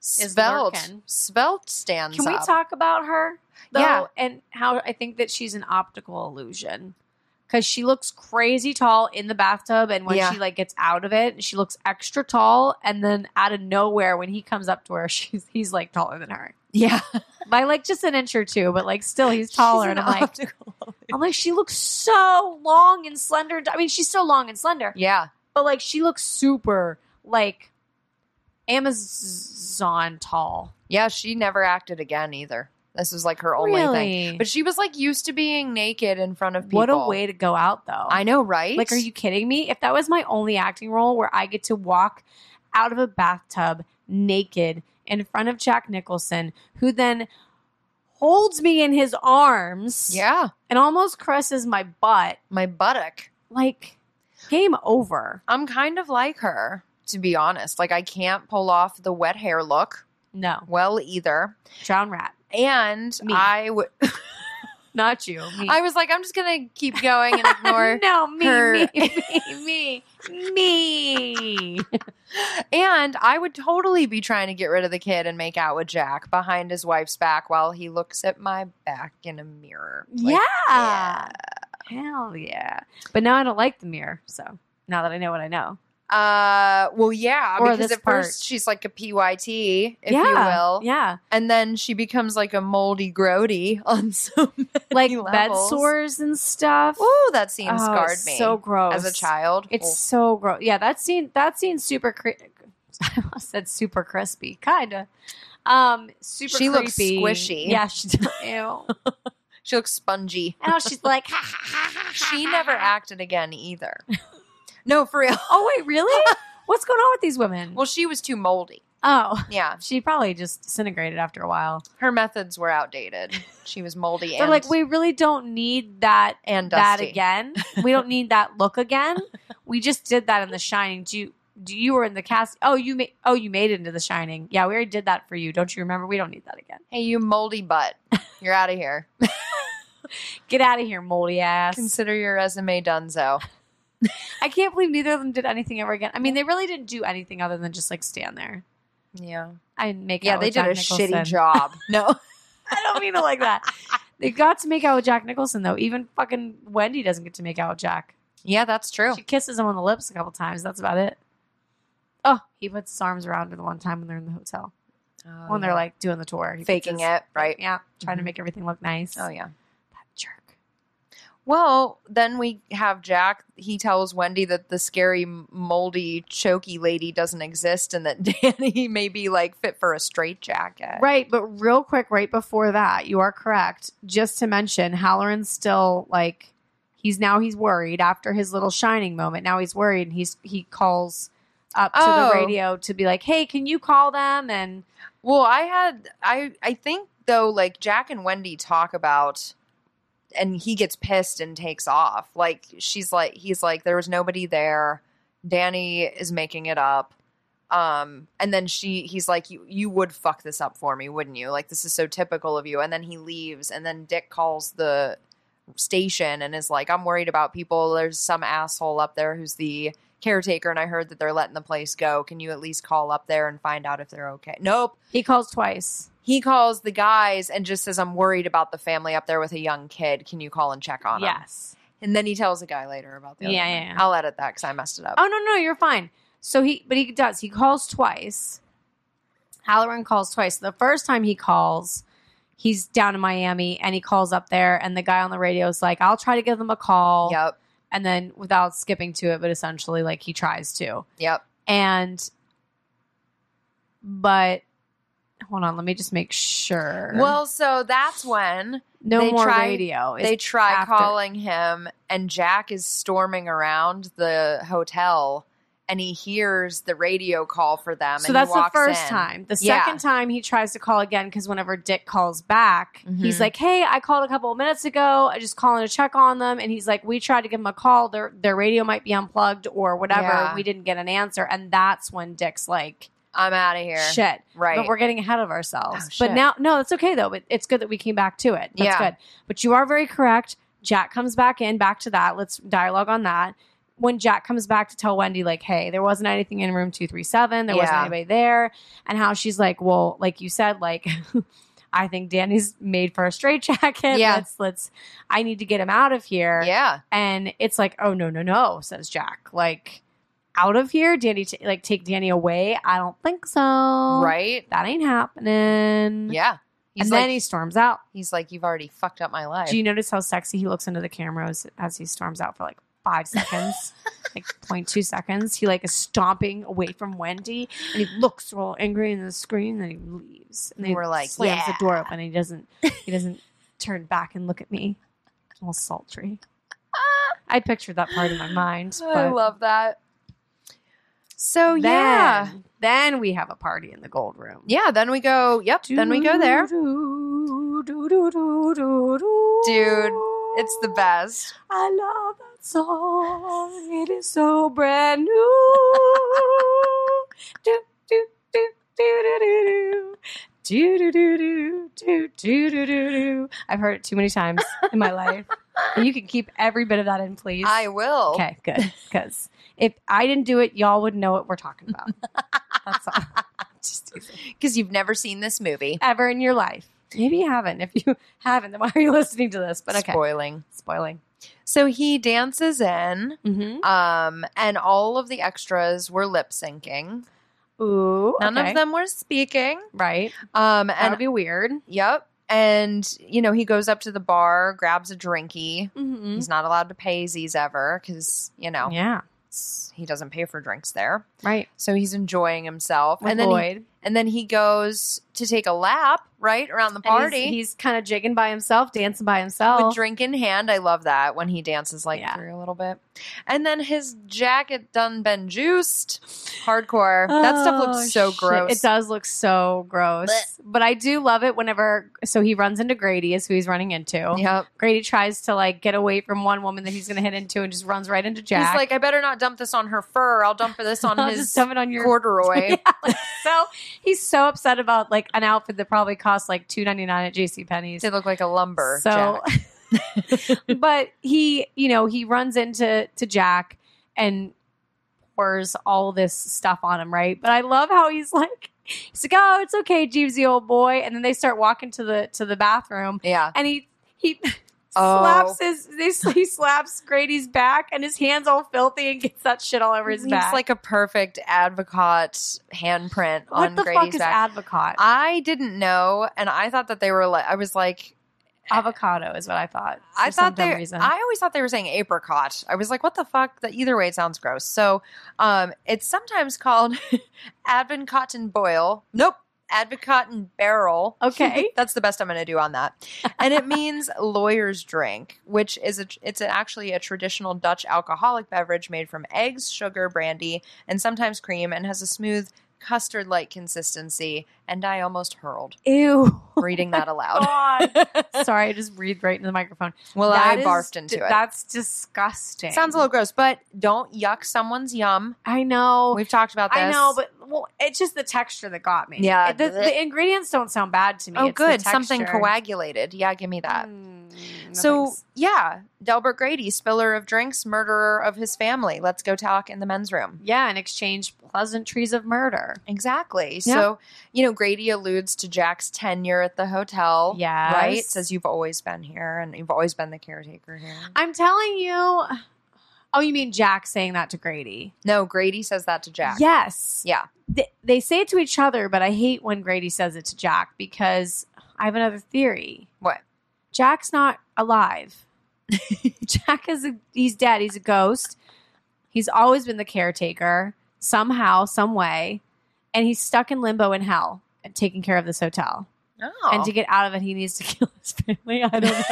S2: Is
S1: Svelte,
S2: lurking.
S1: Svelte stands
S2: can we
S1: up.
S2: talk about her? Though,
S1: Yeah.
S2: and how I think that she's an optical illusion. Cause she looks crazy tall in the bathtub, and when
S1: Yeah.
S2: she like gets out of it, she looks extra tall. And then out of nowhere, when he comes up to her, she's he's like taller than her
S1: yeah,
S2: by like just an inch or two, but like still he's taller.
S1: She's
S2: and
S1: an
S2: I'm like,
S1: optical illusion.
S2: I'm like, she looks so long and slender. I mean, she's so long and slender,
S1: yeah,
S2: but like she looks super like Amazon tall.
S1: yeah. She never acted again either. This was like her only thing. But she was like used to being naked in front of people.
S2: what a way to go out though.
S1: I know, right?
S2: Like, are you kidding me? If that was my only acting role where I get to walk out of a bathtub naked in front of Jack Nicholson, who then holds me in his arms
S1: Yeah,
S2: and almost caresses my butt,
S1: my buttock.
S2: like game over.
S1: I'm kind of like her, to be honest. Like I can't pull off the wet hair look
S2: No,
S1: well either.
S2: drown rat,
S1: And
S2: Me.
S1: I would
S2: not you. Me.
S1: I was like, I'm just gonna keep going and ignore.
S2: no, me,
S1: her-
S2: me, me, me, me.
S1: and I would totally be trying to get rid of the kid and make out with Jack behind his wife's back while he looks at my back in a mirror. Like, yeah.
S2: yeah. Hell yeah. But now I don't like the mirror. So now that I know what I know.
S1: Uh well yeah,
S2: Or
S1: because
S2: this
S1: at
S2: part.
S1: first she's like a PYT, if
S2: yeah.
S1: you will.
S2: Yeah.
S1: And then she becomes like a moldy grody on some
S2: Like
S1: levels.
S2: bed sores and stuff.
S1: Oh, that scene
S2: Oh,
S1: scarred
S2: it's
S1: me
S2: So gross.
S1: as a child.
S2: It's so gross. Yeah, that scene that scene's super cri- I almost said super crispy. Kinda. Um super
S1: She looks
S2: creepy.
S1: squishy.
S2: Yeah, she ew.
S1: Oh, she looks spongy.
S2: now she's like ha, ha, ha, ha,
S1: She
S2: ha,
S1: never
S2: ha.
S1: acted again either. no, for real.
S2: Oh wait, really? What's going on with these women?
S1: Well, she was too moldy.
S2: oh.
S1: Yeah,
S2: She probably just disintegrated after a while.
S1: her methods were outdated. She was moldy
S2: They're
S1: and
S2: like, we really don't need that
S1: and
S2: that
S1: dusty.
S2: again. We don't need that look again. We just did that in The Shining. Do you do you were in the cast. Oh, you made. Oh, you made it into The Shining. Yeah, we already did that for you. Don't you remember? We don't need that again.
S1: Hey, you moldy butt. You're out of here.
S2: Get out of here, moldy ass.
S1: Consider your resume donezo.
S2: I can't believe neither of them did anything ever again. I mean, they really didn't do anything other than just like stand there
S1: Yeah.
S2: and make
S1: Yeah,
S2: out.
S1: they
S2: with
S1: did
S2: Jack
S1: a
S2: Nicholson.
S1: shitty job. No.
S2: I don't mean it like that. They got to make out with Jack Nicholson though. Even fucking Wendy doesn't get to make out with Jack.
S1: Yeah, that's true.
S2: She kisses him on the lips a couple times. That's about it. Oh, he puts his arms around her the one time when they're in the hotel.
S1: oh,
S2: when they're like doing the tour, He puts
S1: faking
S2: his-
S1: it, right?
S2: Yeah, trying to
S1: Mhm.
S2: make everything look nice.
S1: Oh, yeah.
S2: that jerk.
S1: Well, then we have Jack. He tells Wendy that the scary, moldy, choky lady doesn't exist and that Danny may be like fit for a straitjacket.
S2: Right, but real quick, right before that, you are correct. Just to mention, Halloran's still like he's now he's worried after his little shining moment. Now he's worried, and he's he calls up to
S1: Oh.
S2: the radio to be like, "Hey, can you call them?" And
S1: Well, I had I I think though like Jack and Wendy talk about and he gets pissed and takes off. Like she's like he's like there was nobody there. Danny is making it up. Um and then she he's like you you would fuck this up for me, wouldn't you? Like this is so typical of you. And then he leaves and then Dick calls the station and is like I'm worried about people. There's some asshole up there who's the caretaker and I heard that they're letting the place go. Can you at least call up there and find out if they're okay? Nope
S2: he calls twice.
S1: he calls the guys and just says, "I'm worried about the family up there with a young kid. Can you call and check on him?"
S2: Yes.
S1: And then he tells the guy later about the. Other
S2: Yeah,
S1: one.
S2: yeah, yeah.
S1: I'll edit that because I messed it up.
S2: Oh no, no, you're fine. So he, but he does. He calls twice. Halloran calls twice. The first time he calls, he's down in Miami, and he calls up there, and the guy on the radio is like, "I'll try to give them a call."
S1: Yep.
S2: and then without skipping to it, but essentially like he tries to.
S1: Yep.
S2: And but hold on, let me just make sure.
S1: Well, so that's when
S2: no
S1: they
S2: more
S1: try-
S2: radio. It's-
S1: they try
S2: after.
S1: calling him, and Jack is storming around the hotel, and he hears the radio call for them.
S2: so
S1: and
S2: that's
S1: he
S2: the
S1: walks
S2: first
S1: in.
S2: time. The
S1: Yeah.
S2: second time he tries to call again because whenever Dick calls back,
S1: Mhm.
S2: he's like, "Hey, I called a couple of minutes ago. I just calling to check on them." And he's like, "We tried to give them a call. Their their radio might be unplugged or whatever.
S1: Yeah.
S2: We didn't get an answer." And that's when Dick's like,
S1: I'm out of here.
S2: "Shit,
S1: Right.
S2: but we're getting ahead of ourselves.
S1: Oh, shit.
S2: but now, no, that's okay though. But it's good that we came back to it. That's
S1: Yeah.
S2: good. But you are very correct. Jack comes back in, back to that. Let's dialogue on that. When Jack comes back to tell Wendy, like, hey, there wasn't anything in room 237, there wasn't
S1: Yeah.
S2: anybody there, and how she's like, well, like you said, like, I think Danny's made for a straitjacket.
S1: Yeah.
S2: Let's, let's, I need to get him out of here.
S1: yeah.
S2: And it's like, oh, no, no, no, says Jack. Like, out of here, Danny, t- like, take Danny away. I don't think so. Right
S1: Right.
S2: that ain't happening.
S1: Yeah. He's
S2: and
S1: like,
S2: then he storms out.
S1: he's like, "You've already fucked up my life."
S2: Do you notice how sexy he looks into the cameras as he storms out for like five seconds? like 0.2 seconds. He like is stomping away from Wendy and he looks real angry in the screen and then he leaves. And
S1: And
S2: then
S1: we're
S2: he
S1: like,
S2: slams
S1: "Yeah."
S2: the door open and he doesn't he doesn't turn back and look at me. It's all sultry.
S1: Ah!
S2: I pictured that part in my mind. But
S1: I love that. So
S2: then,
S1: yeah.
S2: Then we have a party in the gold room.
S1: Yeah, then we go. Yep, then we go there.
S2: Dude,
S1: It's the best.
S2: I love that song. It is so brand new. do, do, do, do, do, do, do, do, do, do, do, do, do, do. I've heard it too many times in my life. And you can keep every bit of that in, please.
S1: I will.
S2: Okay, good. Because if I didn't do it, y'all would know what we're talking about. That's all. Just easy
S1: Because you've never seen this movie.
S2: ever in your life. Maybe you haven't. If you haven't, then why are you listening to this? But okay,
S1: Spoiling.
S2: spoiling.
S1: So he dances in,
S2: Mm-hmm.
S1: um, and all of the extras were lip syncing.
S2: Ooh,
S1: None
S2: okay.
S1: of them were speaking.
S2: right?
S1: Um,
S2: That
S1: and
S2: would be weird.
S1: yep. And you know, he goes up to the bar, grabs a drinky.
S2: Mm-hmm.
S1: He's not allowed to pay Z's ever because you know
S2: Yeah,
S1: it's- he doesn't pay for drinks there.
S2: right.
S1: So he's enjoying himself,
S2: With
S1: and then he
S2: Lloyd,
S1: And then he goes to take a lap right around the
S2: And he's-
S1: party.
S2: He's, kind of jigging by himself, dancing by
S1: With
S2: himself.
S1: drink in hand, I love that when he dances like
S2: Yeah.
S1: through a little bit, and then his jacket done been juiced, hardcore. that stuff
S2: Oh,
S1: looks so
S2: shit.
S1: gross.
S2: It does look so gross.
S1: Blech.
S2: But I do love it whenever. So he runs into Grady, is who he's running into.
S1: Yep.
S2: Grady tries to like get away from one woman that he's going to hit into and just runs right into Jack.
S1: He's like, I better not dump this on her fur. I'll dump this on
S2: I'll
S1: his
S2: just dump it on your
S1: corduroy.
S2: Yeah, like, so he's so upset about like an outfit that probably costs like two ninety nine at JC Penney's.
S1: They look like a lumber.
S2: So,
S1: Jack.
S2: but he, you know, he runs into to Jack and pours all this stuff on him, right? But I love how he's like, he's like, "Oh, it's okay, Jeevesy, old boy," and then they start walking to the to the bathroom,
S1: yeah.
S2: and he he.
S1: Oh.
S2: Slaps his they- he slaps Grady's back and his hands all filthy and gets that shit all over his
S1: It's
S2: back.
S1: like a perfect advocate handprint
S2: what
S1: on
S2: the
S1: Grady's
S2: fuck is
S1: back.
S2: advocate?
S1: I didn't know, and I thought that they were like. I was like,
S2: avocado is what I thought.
S1: I
S2: for some
S1: thought
S2: dumb
S1: they.
S2: reason.
S1: I always thought they were saying apricot. I was like, what the fuck? That either way, it sounds gross. So, um, it's sometimes called advent cotton boil. Nope, advent cotton barrel.
S2: Okay.
S1: that's the best I'm going to do on that. And it means lawyer's drink, which is a. It's actually a traditional Dutch alcoholic beverage made from eggs, sugar, brandy, and sometimes cream, and has a smooth custard-like consistency. And I almost hurled
S2: Ew.
S1: reading that aloud.
S2: God. Sorry, I just breathed right into the microphone.
S1: Well, I
S2: That is-
S1: barfed into it.
S2: That's disgusting.
S1: Sounds a little gross, but don't yuck someone's yum.
S2: I know.
S1: We've talked about this.
S2: Oh, I know, but well, it's just the texture that got me.
S1: Yeah.
S2: It- The, the ingredients don't sound bad to me.
S1: oh,
S2: It's the
S1: good, something
S2: texture.
S1: coagulated. Yeah, give me that.
S2: Mm, no
S1: so
S2: thanks.
S1: yeah, Delbert Grady, spiller of drinks, murderer of his family. Let's go talk in the men's room.
S2: yeah, and exchange pleasantries of murder.
S1: Exactly. So you know, Grady alludes to Jack's tenure at the hotel.
S2: Yes.
S1: right. Says you've always been here, and you've always been the caretaker here.
S2: I'm telling you. Oh, you mean Jack saying that to Grady?
S1: No, Grady says that to Jack.
S2: Yes.
S1: Yeah.
S2: they, they say it to each other, but I hate when Grady says it to Jack because I have another theory.
S1: What?
S2: Jack's not alive. Jack is a, he's dead. He's a ghost. He's always been the caretaker somehow, some way, and he's stuck in limbo in hell, and taking care of this hotel.
S1: No.
S2: And to get out of it, he needs to kill his family. I don't know.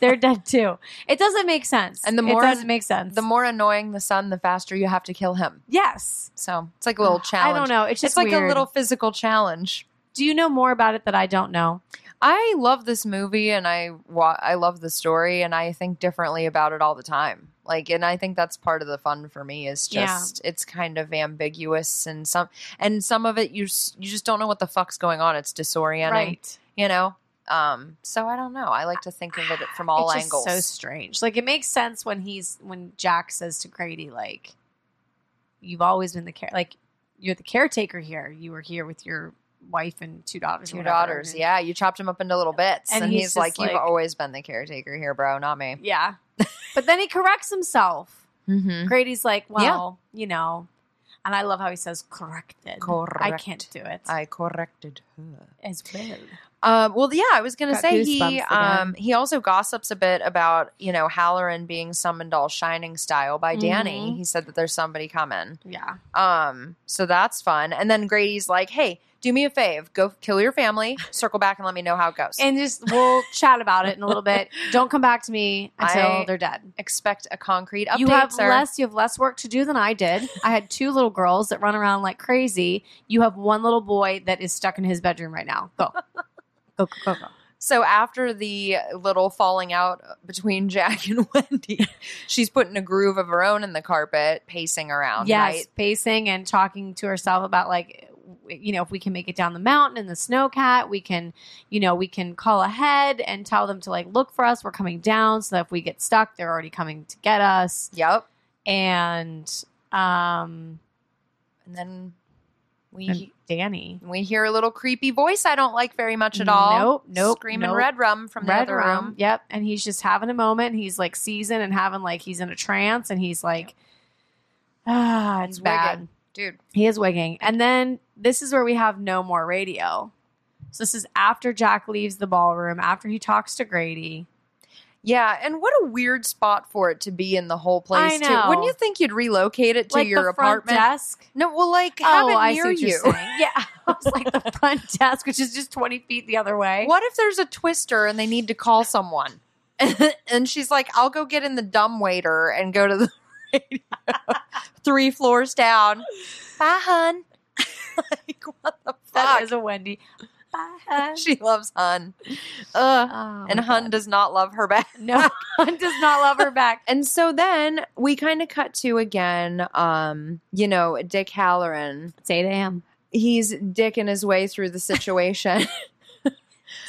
S2: They're dead too. It doesn't make sense.
S1: And the more-
S2: it doesn't make sense,
S1: the more annoying the son, the faster you have to kill him.
S2: yes,
S1: So it's like a little challenge.
S2: I don't know. It's just
S1: it's like a
S2: weird.
S1: little physical challenge.
S2: Do you know more about it that I don't know?
S1: I love this movie and I wa- I love the story and I think differently about it all the time. Like and I think that's part of the fun for me is
S2: Yeah.
S1: just it's kind of ambiguous and some and some of it you s- you just don't know what the fuck's going on. It's disorienting,
S2: right.
S1: you know. Um so I don't know. I like to think of it from all
S2: it's
S1: angles.
S2: Just so strange. Like it makes sense when he's when Jack says to Grady, like, "You've always been the care. Like you're the caretaker here. You were here with your wife and two daughters. or
S1: Two
S2: whatever."
S1: daughters.
S2: And-
S1: Yeah, you chopped him up into little bits and,
S2: And
S1: he's,
S2: he's
S1: like,
S2: just
S1: you've
S2: like-
S1: always been the caretaker here, bro, not me.
S2: yeah. but then he corrects himself.
S1: Mhm.
S2: Grady's like, "Well, you know," and I love how he says "corrected." I can't do it
S1: I corrected her.
S2: as well.
S1: Um, well, yeah, I was gonna
S2: Got
S1: say
S2: goosebumps
S1: he
S2: again.
S1: um, he also gossips a bit about you know Halloran being summoned all shining style by Danny.
S2: Mhm.
S1: He said that there's somebody coming,
S2: Yeah.
S1: um, so that's fun. And then Grady's like, "Hey, do me a fave, go kill your family, circle back and let me know how it goes."
S2: And just we'll chat about it in a little bit. Don't come back to me until
S1: I-
S2: they're dead.
S1: Expect a concrete update,
S2: you have
S1: sir.
S2: less you have less work to do than I did. I had two little girls that run around like crazy. You have one little boy that is stuck in his bedroom right now. Go. Go, go, go, go.
S1: So after the little falling out between Jack and Wendy, she's putting a groove of her own in the carpet, pacing around.
S2: yes,
S1: right?
S2: pacing and talking to herself about like w- you know, if we can make it down the mountain in the snow cat, we can, you know, we can call ahead and tell them to like look for us. We're coming down so that if we get stuck, they're already coming to get us.
S1: Yep.
S2: And um
S1: And then we
S2: and Danny.
S1: We hear a little creepy voice I don't like very much at all.
S2: Nope, nope,
S1: Screaming
S2: nope.
S1: red rum from the
S2: Red
S1: other
S2: Rum,
S1: room.
S2: Yep. And he's just having a moment. He's like seasoned and having like he's in a trance and he's like, ah, it's
S1: He's
S2: bad.
S1: wigging. Dude,
S2: He is wigging. And then this is where we have no more radio. So this is after Jack leaves the ballroom, after he talks to Grady.
S1: Yeah, and what a weird spot for it to be in the whole place
S2: I
S1: too. Wouldn't
S2: know.
S1: you think you'd relocate it to
S2: like
S1: your
S2: the front
S1: apartment?
S2: desk. Oh,
S1: No, well, like have it
S2: I
S1: near
S2: see what
S1: you.
S2: You're saying. Yeah, I was like the front desk, which is just twenty feet the other way.
S1: What if there's a twister and they need to call someone? and she's like, I'll go get in the dumb waiter and go to the radio three floors down. Bye, hun. like, what the
S2: That
S1: fuck?
S2: is a Wendy. Bye, hun.
S1: she loves hun. Ugh.
S2: Oh,
S1: and
S2: my
S1: hun
S2: God.
S1: does not love her back.
S2: no, Hun does not love her back.
S1: And so then we kind of cut to again, um, you know, Dick Halloran.
S2: It's eight a.m.
S1: He's dicking his way through the situation.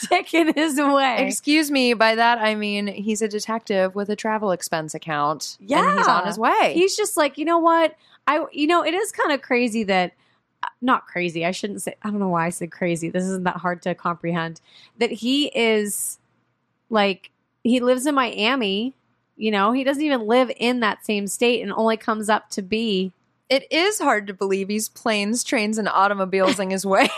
S2: Taking his way.
S1: Excuse me, by that I mean he's a detective with a travel expense account. And he's
S2: Yeah.
S1: on his way.
S2: He's just like, you know what? I, you know, it is kind of crazy that, uh, not crazy. I shouldn't say. I don't know why I said crazy. This isn't that hard to comprehend. That he is, like, he lives in Miami. You know, he doesn't even live in that same state, and only comes up to be.
S1: it is hard to believe he's planes, trains, and automobiles in his way,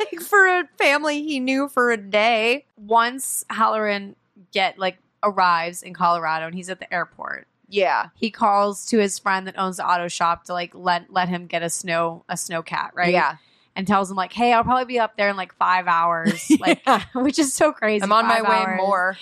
S1: like for a family he knew for a day.
S2: Once Halloran get like arrives in Colorado, and he's at the airport.
S1: Yeah.
S2: He calls to his friend that owns the auto shop to like let let him get a snow a snow cat right
S1: Yeah.
S2: and tells him like, "Hey, I'll probably be up there in like five hours," like, which is so crazy.
S1: I'm on my
S2: Five
S1: way
S2: hours.
S1: more.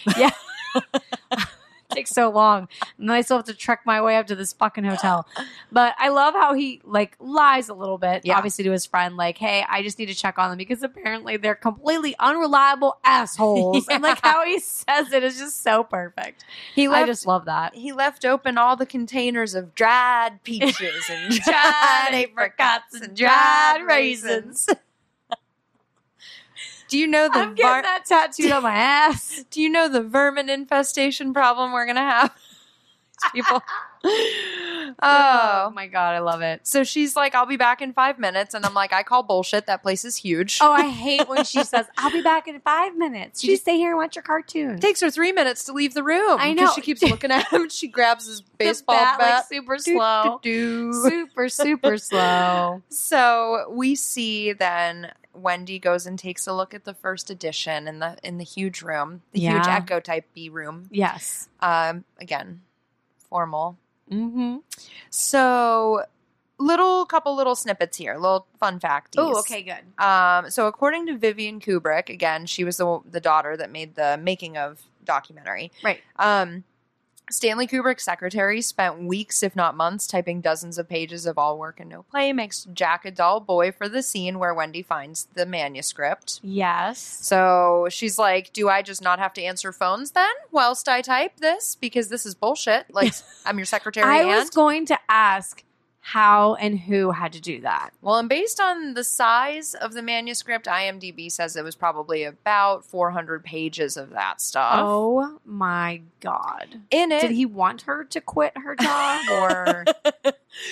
S2: It takes so long, and then I still have to trek my way up to this fucking hotel. But I love how he like lies a little bit,
S1: Yeah.
S2: obviously to his friend, like, "Hey, I just need to check on them because apparently they're completely unreliable assholes." And like how he says it is just so perfect.
S1: He
S2: I
S1: left
S2: just love that.
S1: he left open all the containers of dried peaches and
S2: Dried
S1: dried
S2: apricots
S1: apricots
S2: and
S1: and
S2: dried
S1: dried
S2: raisins.
S1: raisins. Do you know the
S2: I'm getting
S1: var-
S2: that tattooed on my ass.
S1: do you know the vermin infestation problem we're gonna have? People.
S2: Oh
S1: oh.
S2: my god, I love it.
S1: So she's like, I'll be back in five minutes. And I'm like, I call bullshit. That place is huge.
S2: Oh, I hate when she says, "I'll be back in five minutes." You
S1: She-
S2: just stay here and watch your cartoon.
S1: It takes her three minutes to leave the room.
S2: I
S1: 'cause
S2: know.
S1: She keeps looking at him. She grabs his
S2: The
S1: baseball
S2: bat,
S1: bat.
S2: like super
S1: Doo,
S2: slow.
S1: doo, doo.
S2: super, super slow.
S1: So we see then Wendy goes and takes a look at the first edition in the in the huge room, the huge
S2: Yeah.
S1: Echo Type B room.
S2: Yes.
S1: Um, again, formal.
S2: Mm-hmm.
S1: So little couple little snippets here, little fun fact.
S2: Oh, okay, good.
S1: Um, so according to Vivian Kubrick, again, she was the the daughter that made the making of documentary.
S2: Right.
S1: Um, Stanley Kubrick's secretary spent weeks, if not months, typing dozens of pages of all work and no play, makes Jack a dull boy for the scene where Wendy finds the manuscript.
S2: Yes.
S1: So she's like, Do I just not have to answer phones then whilst I type this? Because this is bullshit. Like, I'm your secretary.
S2: I
S1: and
S2: was going to ask how and who had to do that.
S1: well, and based on the size of the manuscript, IMDb says it was probably about 400 pages of that stuff.
S2: Oh my god.
S1: In it,
S2: Did he want her to quit her job or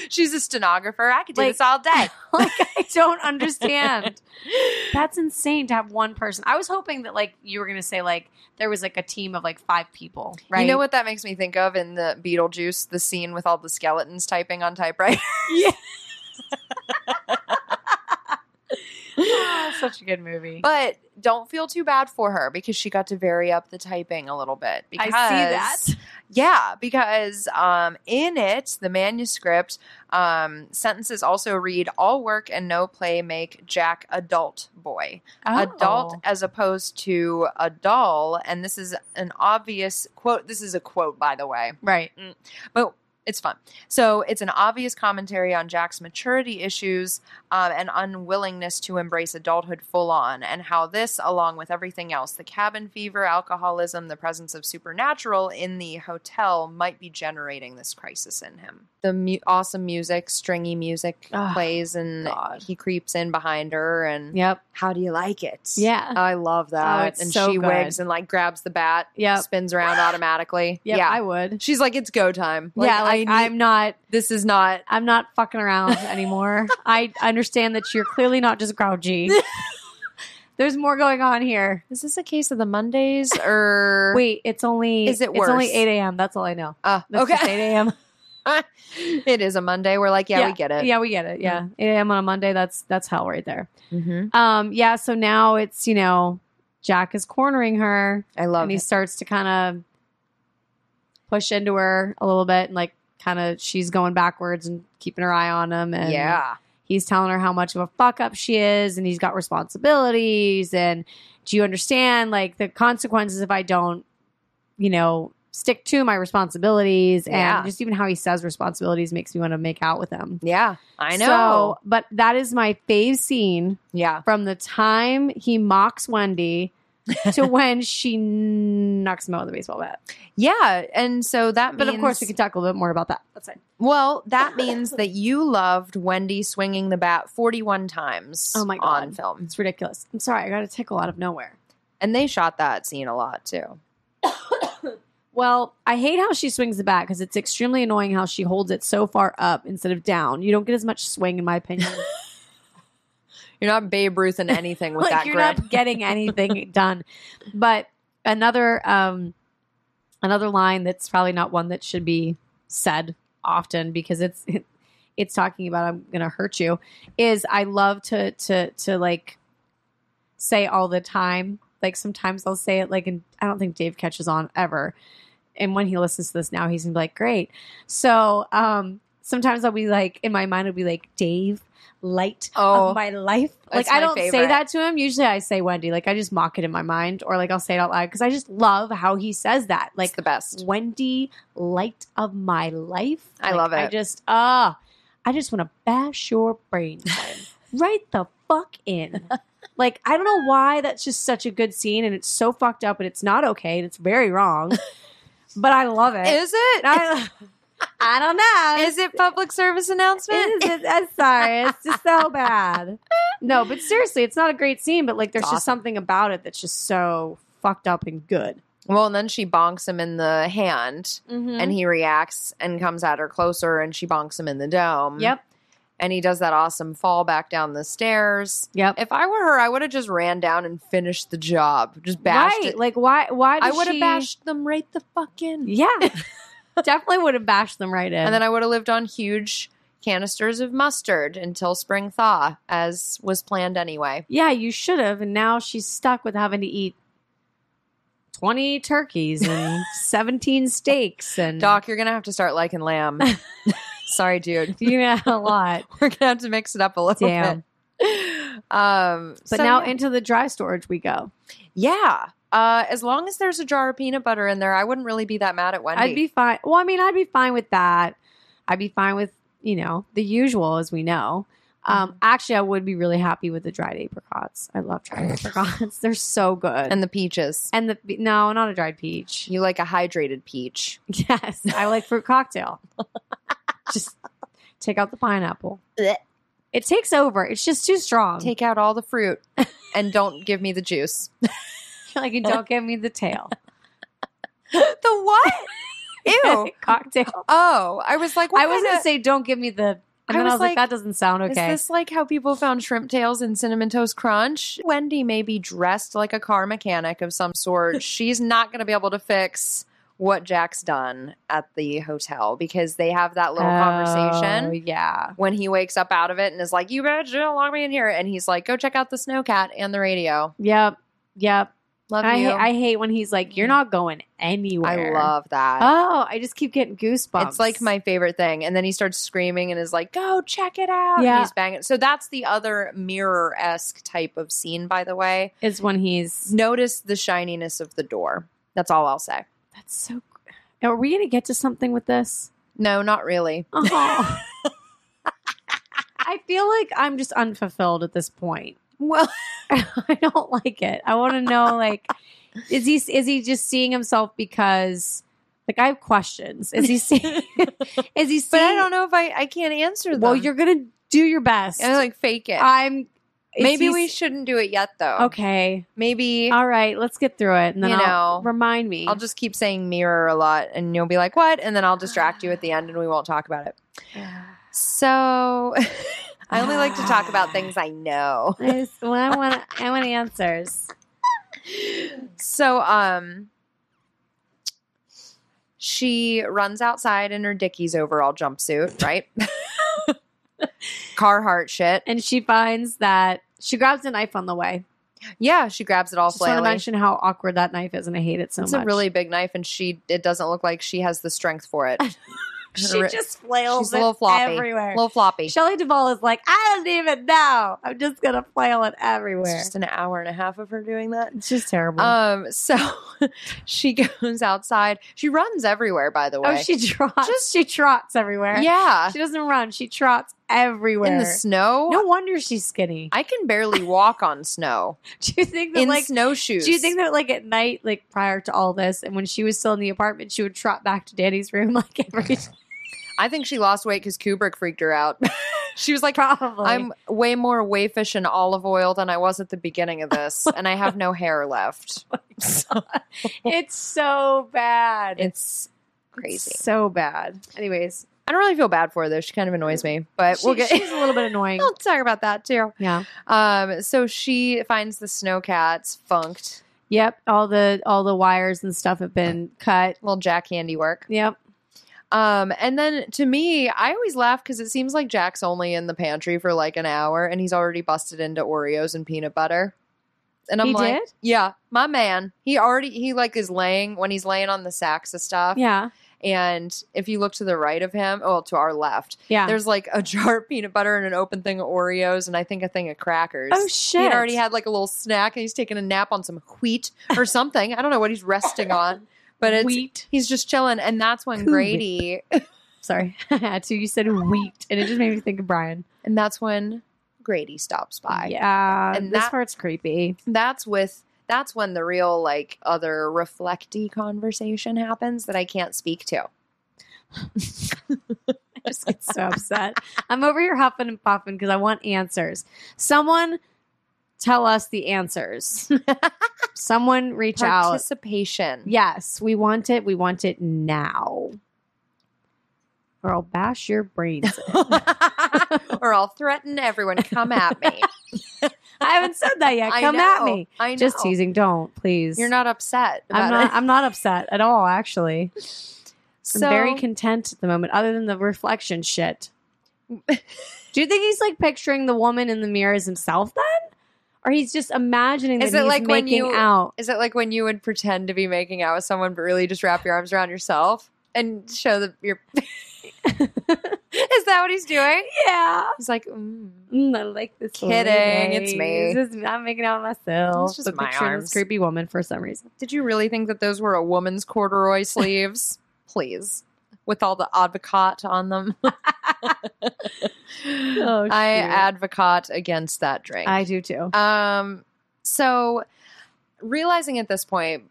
S1: she's a stenographer. I could do
S2: Like-
S1: this all day.
S2: like I don't understand. That's insane to have one person. I was hoping that like you were going to say like there was like a team of like five people, right?
S1: You know what that makes me think of in the Beetlejuice, the scene with all the skeletons typing on typewriter.
S2: Ah, Such a good movie.
S1: But don't feel too bad for her because she got to vary up the typing a little bit. Because,
S2: I see that.
S1: Yeah, because um, in it, the manuscript um, sentences also read all work and no play make Jack adult boy. Adult
S2: Oh.
S1: as opposed to a doll. And this is an obvious quote. This is a quote, by the way.
S2: Right.
S1: but it's fun. So it's an obvious commentary on Jack's maturity issues um, and unwillingness to embrace adulthood full on, and how this, along with everything else the cabin fever, alcoholism, the presence of supernatural in the hotel, might be generating this crisis in him. The mu- awesome music, stringy music
S2: Ah,
S1: plays, and
S2: God.
S1: he creeps in behind her, and Oh,
S2: Yep.
S1: how do you like it?
S2: Yeah.
S1: I love that.
S2: it's
S1: and
S2: so
S1: she
S2: good.
S1: wigs and like grabs the bat,
S2: Yep.
S1: spins around automatically.
S2: Yep,
S1: yeah.
S2: I would.
S1: She's like, it's go time. Like,
S2: yeah, like
S1: I need-
S2: I'm not
S1: This is not.
S2: I'm not fucking around anymore. I understand that you're clearly not just grouchy. There's more going on here.
S1: Is this a case of the Mondays or
S2: Wait, it's only
S1: Is it
S2: It's only
S1: worse?
S2: eight a.m. That's all I know.
S1: Uh,
S2: That's just
S1: okay,
S2: eight a.m.
S1: it is a Monday. We're like, yeah, we get it.
S2: Yeah, we get it. Yeah, eight a.m. on a Monday. That's that's hell right there.
S1: Mm-hmm.
S2: Um, yeah. So now it's you know Jack is cornering her,
S1: I love
S2: and he
S1: it.
S2: starts to kind of push into her a little bit and like kind of she's going backwards and keeping her eye on him and
S1: yeah.
S2: he's telling her how much of a fuck up she is and he's got responsibilities and do you understand like the consequences if I don't you know stick to my responsibilities
S1: Yeah.
S2: and just even how he says responsibilities makes me want to make out with him.
S1: Yeah. I know.
S2: So, but that is my fave scene
S1: yeah.
S2: from the time he mocks Wendy to when she knocks him out with a baseball bat.
S1: Yeah. And so that
S2: But
S1: means
S2: of course, we can talk a little bit more about that. That's fine.
S1: Well, that means that you loved Wendy swinging the bat 41 times
S2: Oh my God.
S1: on film.
S2: It's ridiculous. I'm sorry, I got a tickle out of nowhere.
S1: And they shot that scene a lot too.
S2: Well, I hate how she swings the bat because it's extremely annoying how she holds it so far up instead of down. You don't get as much swing, in my opinion.
S1: You're not Babe Ruth in anything with
S2: like
S1: that
S2: you're
S1: grip.
S2: not getting anything done. But another um, another line that's probably not one that should be said often because it's it's talking about I'm gonna hurt you is I love to to to like say all the time. Like sometimes I'll say it like and I don't think Dave catches on ever. And when he listens to this now, he's gonna be like, Great. So um sometimes I'll be like in my mind I'll be like, Dave, light
S1: Oh.
S2: of my life. Like
S1: That's
S2: I
S1: my
S2: don't say
S1: favorite.
S2: that to him. Usually I say Wendy. Like I just mock it in my mind or like I'll say it out loud because I just love how he says that.
S1: like
S2: Like
S1: the best.
S2: Wendy, light of my life.
S1: I love
S2: I
S1: it.
S2: just ah, I just want to bash your brains in. right the fuck in. Like I don't know why that's just such a good scene, and it's so fucked up, and it's not okay, and it's very wrong. but I love it.
S1: Is it?
S2: And I, I don't know.
S1: Is it public service announcement?
S2: It is- I'm sorry. It's just so bad. No, but seriously, it's not a great scene. But like, there's
S1: It's
S2: just something about it that's just so fucked up and good.
S1: Well, and then she bonks him in the hand
S2: Mm-hmm.
S1: and he reacts and comes at her closer and she bonks him in the dome.
S2: Mm-hmm. yep,
S1: And he does that awesome fall back down the stairs.
S2: yep.
S1: If I were her, I would have just ran down and finished the job. Just bashed
S2: right.
S1: it.
S2: Like why why
S1: I
S2: does
S1: would have
S2: she-
S1: bashed them right the fuck in.
S2: Yeah. Definitely would have bashed them right in.
S1: And then I would have lived on huge canisters of mustard until spring thaw, as was planned anyway.
S2: yeah, you should have, and now she's stuck with having to eat twenty turkeys and seventeen steaks and
S1: Doc, you're going to have to start liking lamb. Sorry, dude.
S2: you know a lot.
S1: We're going to have to mix it up a little
S2: Damn.
S1: bit. Um,
S2: But
S1: so,
S2: now
S1: yeah.
S2: into the dry storage we go.
S1: yeah. Uh, as long as there's a jar of peanut butter in there, I wouldn't really be that mad at Wendy.
S2: I'd be fine. Well, I mean, I'd be fine with that. I'd be fine with you know the usual, as we know. Um,
S1: Mhm.
S2: Actually, I would be really happy with the dried apricots. I love dried apricots; they're so good. And,
S1: and the peaches.
S2: and the no, not a dried peach.
S1: You like a hydrated peach.
S2: Yes, I like fruit cocktail. just take out the pineapple.
S1: Blech.
S2: It takes over. It's just too strong.
S1: Take out all the fruit and don't give me the juice.
S2: like you don't give me the tail.
S1: the what? Ew.
S2: cocktail.
S1: Oh, I was like, what
S2: I was
S1: kinda-
S2: gonna say don't give me the. And
S1: I
S2: then I
S1: was
S2: was like,
S1: like,
S2: that doesn't sound okay.
S1: Is this like how people found shrimp tails in Cinnamon Toast Crunch? Wendy may be dressed like a car mechanic of some sort. She's not going to be able to fix what Jack's done at the hotel because they have that little
S2: Oh,
S1: conversation
S2: yeah.
S1: when he wakes up out of it and is like, You better don't lock me in here. And he's like, Go check out the snowcat and the radio.
S2: Yep. Yep.
S1: Love
S2: I
S1: you.
S2: hate, I hate when he's like, "You're not going
S1: I
S2: anywhere."
S1: love that.
S2: Oh, I just keep getting goosebumps.
S1: It's like my favorite thing. And then he starts screaming and is like, go check it out.
S2: Yeah.
S1: And he's banging. So that's the other mirror esque type of scene, by the way.
S2: is when he's.
S1: Notice the shininess of the door. That's all I'll say.
S2: That's so. Are we gonna get to something with this?
S1: No, not really.
S2: Oh. I feel like I'm just unfulfilled at this point.
S1: Well,
S2: I don't like it. I want to know like is he is he just seeing himself because like I have questions. Is he seeing is he seeing
S1: but I don't know if I, I can't answer them.
S2: Well, you're going to do your best.
S1: I like fake it.
S2: I'm is
S1: Maybe
S2: he-
S1: we shouldn't do it yet, though.
S2: Okay.
S1: Maybe
S2: All right, let's get through it and then
S1: You
S2: I'll
S1: know,
S2: remind me.
S1: I'll just keep saying mirror a lot and you'll be like, what? And then I'll distract you at the end and we won't talk about it. So I only like to talk about things I know.
S2: I just- well, I want I want answers.
S1: So um she runs outside in her Dickies overall jumpsuit, right? Carhartt shit.
S2: And she finds that she grabs a knife on the way.
S1: Yeah, she grabs it all
S2: Just want to
S1: flailing.
S2: mention how awkward that knife is, and I hate it so
S1: it's
S2: much.
S1: a really big knife, and she it doesn't look like she has the strength for it.
S2: she just flails
S1: she's a little
S2: it
S1: floppy.
S2: everywhere.
S1: a little floppy.
S2: Shelley Duvall is like, I don't even know. I'm just gonna flail it
S1: It's
S2: everywhere. Oh,
S1: just an hour and a half of her doing that.
S2: It's just terrible.
S1: Um, so she goes outside. She runs everywhere, by the way.
S2: oh, she trots.
S1: Just-
S2: she trots everywhere.
S1: yeah,
S2: she doesn't run. She trots everywhere.
S1: in the snow.
S2: no wonder she's skinny.
S1: I can barely walk on snow
S2: do you think that
S1: in
S2: like
S1: snowshoes.
S2: do you think that like at night, like prior to all this, and when she was still in the apartment, she would trot back to Danny's room like every
S1: I think she lost weight because Kubrick freaked her out. she was like,
S2: probably.
S1: "I'm way more wayfish and olive oil than I was at the beginning of this, and I have no hair left."
S2: Oh
S1: So
S2: it's so bad.
S1: it's crazy.
S2: so bad. Anyways,
S1: I don't really feel bad for her though. She kind of annoys me, but
S2: she-
S1: we'll get.
S2: she's a little bit annoying.
S1: I'll talk about that too.
S2: yeah.
S1: Um, so she finds the snow cats funked.
S2: Yep. All the all the wires and stuff have been cut.
S1: little Jack handy work.
S2: Yep.
S1: Um, and then to me, I always laugh because it seems like Jack's only in the pantry for like an hour and he's already busted into Oreos and peanut butter. And I'm
S2: He
S1: like,
S2: did?
S1: yeah, my man. He already he like is laying when he's laying on the sacks of stuff.
S2: Yeah.
S1: And if you look to the right of him, well, to our left,
S2: Yeah.
S1: there's like a jar of peanut butter and an open thing of Oreos and I think a thing of crackers.
S2: oh shit.
S1: He had already had like a little snack and he's taking a nap on some wheat or something. I don't know what he's resting on, but it's
S2: wheat.
S1: He's just chilling, and that's when
S2: Who
S1: Grady,
S2: Sorry, I had to. You said wheat, and it just made me think of Brian.
S1: and that's when Grady stops by.
S2: Yeah,
S1: And
S2: and this
S1: that-
S2: part's creepy.
S1: That's with that's when the real like other reflecty conversation happens that I can't speak to.
S2: I just get so upset. I'm over here huffing and puffing because I want answers. Someone tell us the answers. Someone reach out.
S1: Participation.
S2: Yes, we want it. We want it now. Or I'll bash your brains.
S1: or I'll threaten everyone. Come at me.
S2: I haven't said that yet.
S1: I
S2: Come at
S1: know,
S2: me.
S1: I know.
S2: Just teasing. Don't please.
S1: You're not upset.
S2: I'm
S1: about
S2: not.
S1: it.
S2: I'm not upset at all. Actually,
S1: so
S2: I'm very content at the moment. Other than the reflection shit. Do you think he's like picturing the woman in the mirror as himself then, or he's just imagining
S1: Is
S2: that
S1: it
S2: he's
S1: like when
S2: making
S1: you-
S2: out?
S1: Is it like when you would pretend to be making out with someone, but really just wrap your arms around yourself and show that you're? Is that what he's doing?
S2: Yeah.
S1: He's like, mm.
S2: Mm, I like this. little
S1: Kidding, it's
S2: thing.
S1: me.
S2: This is- I'm making out with myself.
S1: It's just
S2: but
S1: my
S2: picturing
S1: arms.
S2: This creepy woman for some reason.
S1: did you really think that those were a woman's corduroy sleeves? Please, with all the advocate on them.
S2: Oh,
S1: I
S2: shoot.
S1: advocate against that drink.
S2: I do too.
S1: Um, so realizing at this point,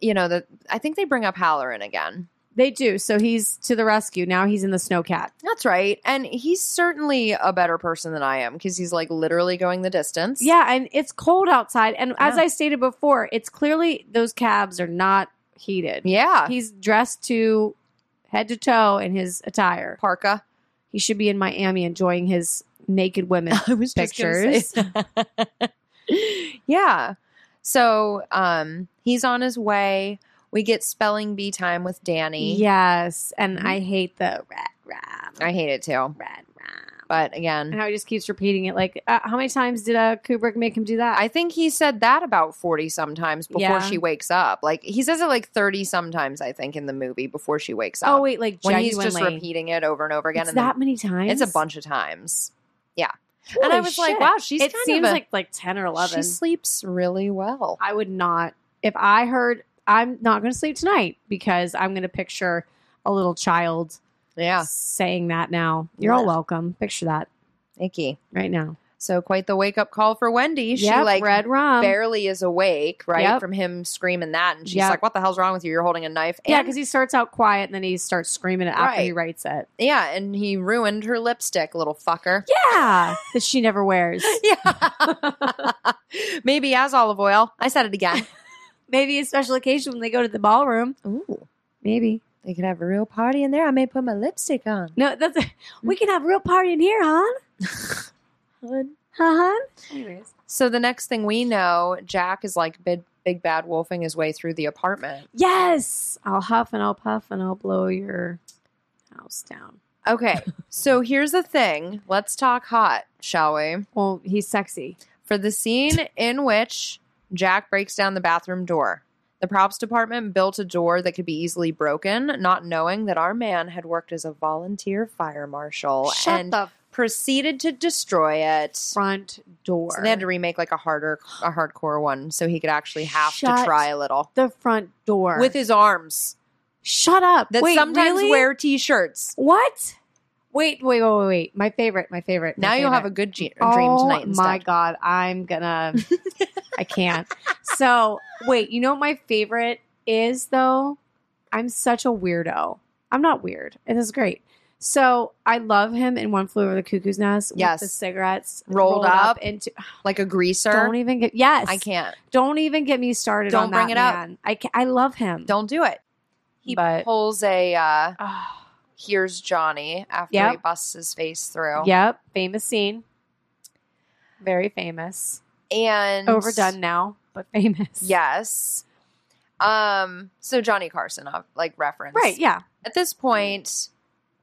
S1: you know that I think they bring up Halloran again.
S2: They do. So he's to the rescue. Now he's in the snowcat.
S1: That's right. And he's certainly a better person than I am because he's like literally going the distance.
S2: Yeah, and it's cold outside. And as
S1: Yeah.
S2: I stated before, it's clearly those cabs are not heated.
S1: Yeah.
S2: He's dressed to head to toe in his attire.
S1: Parka.
S2: He should be in Miami enjoying his naked women.
S1: I was
S2: just gonna
S1: yeah. So um he's on his way. We get spelling bee time with Danny.
S2: yes, and
S1: Mm-hmm.
S2: I hate the rat ram,
S1: I hate it too.
S2: rat ram.
S1: But
S2: And
S1: again,
S2: how he just keeps repeating it. Like, uh, how many times did uh, Kubrick make him do that?
S1: I think he said that about 40 sometimes before
S2: Yeah.
S1: she wakes up. Like he says it like 30 sometimes, I think, in the movie before she wakes up.
S2: oh wait, like
S1: when
S2: genuinely,
S1: he's just repeating it over and over again.
S2: It's
S1: and then-
S2: that many times.
S1: It's a bunch of times. Yeah. and I
S2: Holy
S1: was like,
S2: shit.
S1: wow, she's
S2: it
S1: kind
S2: seems
S1: of a-
S2: like like ten or eleven.
S1: She sleeps really well.
S2: I would not if I heard I'm not going to sleep tonight because I'm going to picture a little child
S1: Yeah.
S2: saying that now. You're all
S1: Yeah.
S2: welcome. Picture that
S1: Icky.
S2: right now.
S1: So quite the wake up call for Wendy. She
S2: Yep,
S1: like
S2: red rum.
S1: barely is awake, right?
S2: Yep.
S1: From him screaming that and she's
S2: Yep.
S1: like, What the hell's wrong with you? You're holding a knife.
S2: yeah,
S1: And-
S2: because he starts out quiet and then he starts screaming it after he writes it.
S1: yeah, and he ruined her lipstick, little fucker.
S2: Yeah, that she never wears.
S1: Yeah. Maybe as olive oil. I said it again.
S2: Maybe a special occasion when they go to the ballroom.
S1: Ooh.
S2: Maybe.
S1: They could have a real party in there. I may put my lipstick on.
S2: No, that's we can have a real party in here, hon. Huh, hon? Anyways.
S1: So the next thing we know, Jack is like big, big bad wolfing his way through the apartment.
S2: Yes, I'll huff and I'll puff and I'll blow your house down.
S1: Okay, so here's the thing. Let's talk hot, shall we?
S2: Well, he's sexy.
S1: for the scene in which Jack breaks down the bathroom door. The props department built a door that could be easily broken, not knowing that our man had worked as a volunteer fire marshal
S2: Shut
S1: and
S2: the
S1: proceeded to destroy it. So
S2: front door.
S1: they had to remake like a harder, a hardcore one, so he could actually have to
S2: Shut
S1: try a little
S2: the front door
S1: with his arms
S2: Shut up.
S1: that
S2: wait,
S1: sometimes
S2: really?
S1: wear t-shirts.
S2: what? Wait, wait, wait, wait, wait. My favorite. My favorite. my
S1: Now you'll have a
S2: favorite.
S1: good ge- dream
S2: oh,
S1: tonight. Instead.
S2: my god, I'm gonna. I can't. So wait, you know what my favorite is though? I'm such a weirdo. I'm not weird. It is great. So I love him in One Flew Over the Cuckoo's Nest.
S1: Yes.
S2: with the cigarettes
S1: Rolled up.
S2: into.
S1: like a greaser.
S2: Don't even get. Yes,
S1: I can't.
S2: Don't even get me started.
S1: Don't
S2: on
S1: bring it
S2: that
S1: up.
S2: man. I can, I love him.
S1: Don't do it. He
S2: But-
S1: pulls a uh,
S2: Oh,
S1: here's Johnny after
S2: Yep.
S1: he busts his face through.
S2: Yep, famous scene. Very famous.
S1: And
S2: Overdone now, but famous.
S1: Yes. Um, so Johnny Carson uh, like reference.
S2: Right. Yeah.
S1: At this point,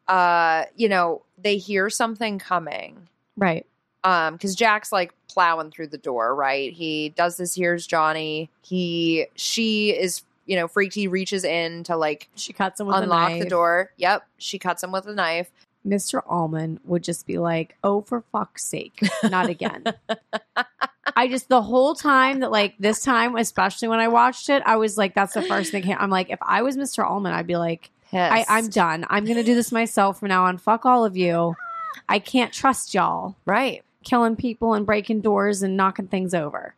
S1: uh, you know, they hear something coming.
S2: Right.
S1: Um, because Jack's like plowing through the door, right? He does this, here's Johnny. He she is, you know, freaked. He reaches in to like
S2: She cuts him with
S1: unlock
S2: a knife.
S1: the door. Yep. She cuts him with a knife.
S2: Mr. Allman would just be like, "Oh, for fuck's sake, not again." I just the whole time that like this time, especially when I watched it, I was like, "That's the first thing." I'm like, if I was Mr. Allman, I'd be like, I,
S1: Pissed.
S2: "I'm done. I'm gonna do this myself from now on. Fuck all of you. I can't trust y'all
S1: right.
S2: killing people and breaking doors and knocking things over."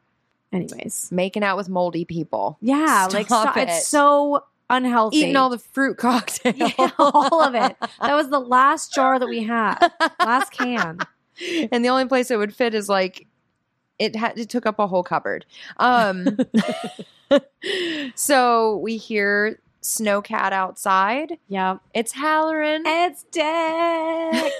S2: Anyways,
S1: Making out with moldy people.
S2: Yeah, like
S1: Stop
S2: so,
S1: it.
S2: it's so unhealthy.
S1: Eating all the fruit cocktail.
S2: Yeah, all of it. That was the last jar that we had, last can.
S1: and the only place it would fit is like it had it took up a whole cupboard. Um so we hear Snowcat outside.
S2: Yeah,
S1: It's Halloran.
S2: it's dick.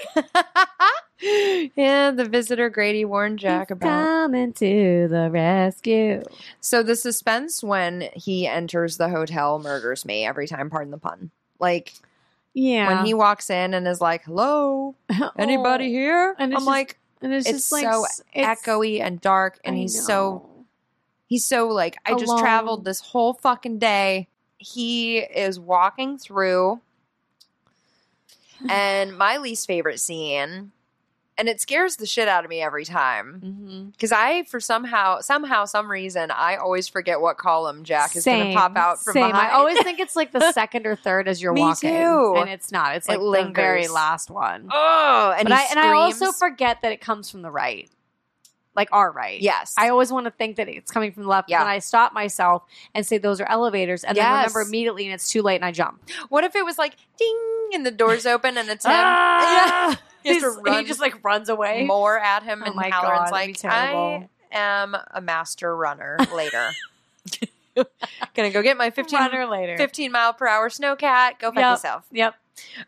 S1: yeah, the visitor Grady warned Jack
S2: He's
S1: about.
S2: coming to the rescue.
S1: So the suspense when he enters the hotel murders me every time, pardon the pun. Like
S2: Yeah,
S1: when he walks in and is like, "Hello, anybody
S2: Oh,
S1: here?"
S2: and
S1: I'm
S2: it's just-
S1: like,
S2: And it's,
S1: it's
S2: just like
S1: so
S2: s- it's-
S1: echoey and dark and
S2: I
S1: he's so
S2: know.
S1: he's so like i just
S2: Alone.
S1: traveled this whole fucking day he is walking through and my least favorite scene and it scares the shit out of me every time
S2: Mhm.
S1: because i for somehow somehow some reason i always forget what column jack is going
S2: Same,
S1: to pop out from
S2: same.
S1: behind
S2: I always think it's like the second or third as you're
S1: Me
S2: walking,
S1: too.
S2: and it's not. It's
S1: It
S2: like the very
S1: lingers.
S2: last one.
S1: oh and
S2: but
S1: he
S2: I and I also
S1: screams.
S2: forget that it comes from the right, like our right.
S1: yes
S2: I always want to think that it's coming from the left,
S1: Yeah.
S2: and then I stop myself and say those are elevators, and then
S1: Yes.
S2: remember immediately, and it's too late, and I jump.
S1: what if it was like ding and the door's open and it's him
S2: Ah!
S1: Yeah. He has to
S2: He's-
S1: run
S2: he just like runs away.
S1: more at him,
S2: Oh
S1: and
S2: my
S1: Halloran's
S2: God, that'd be
S1: like, I
S2: terrible.
S1: am a master runner later. Gonna go get my 15,
S2: Runner later.
S1: 15 mile per hour snowcat. Go fuck
S2: Yep.
S1: yourself.
S2: Yep.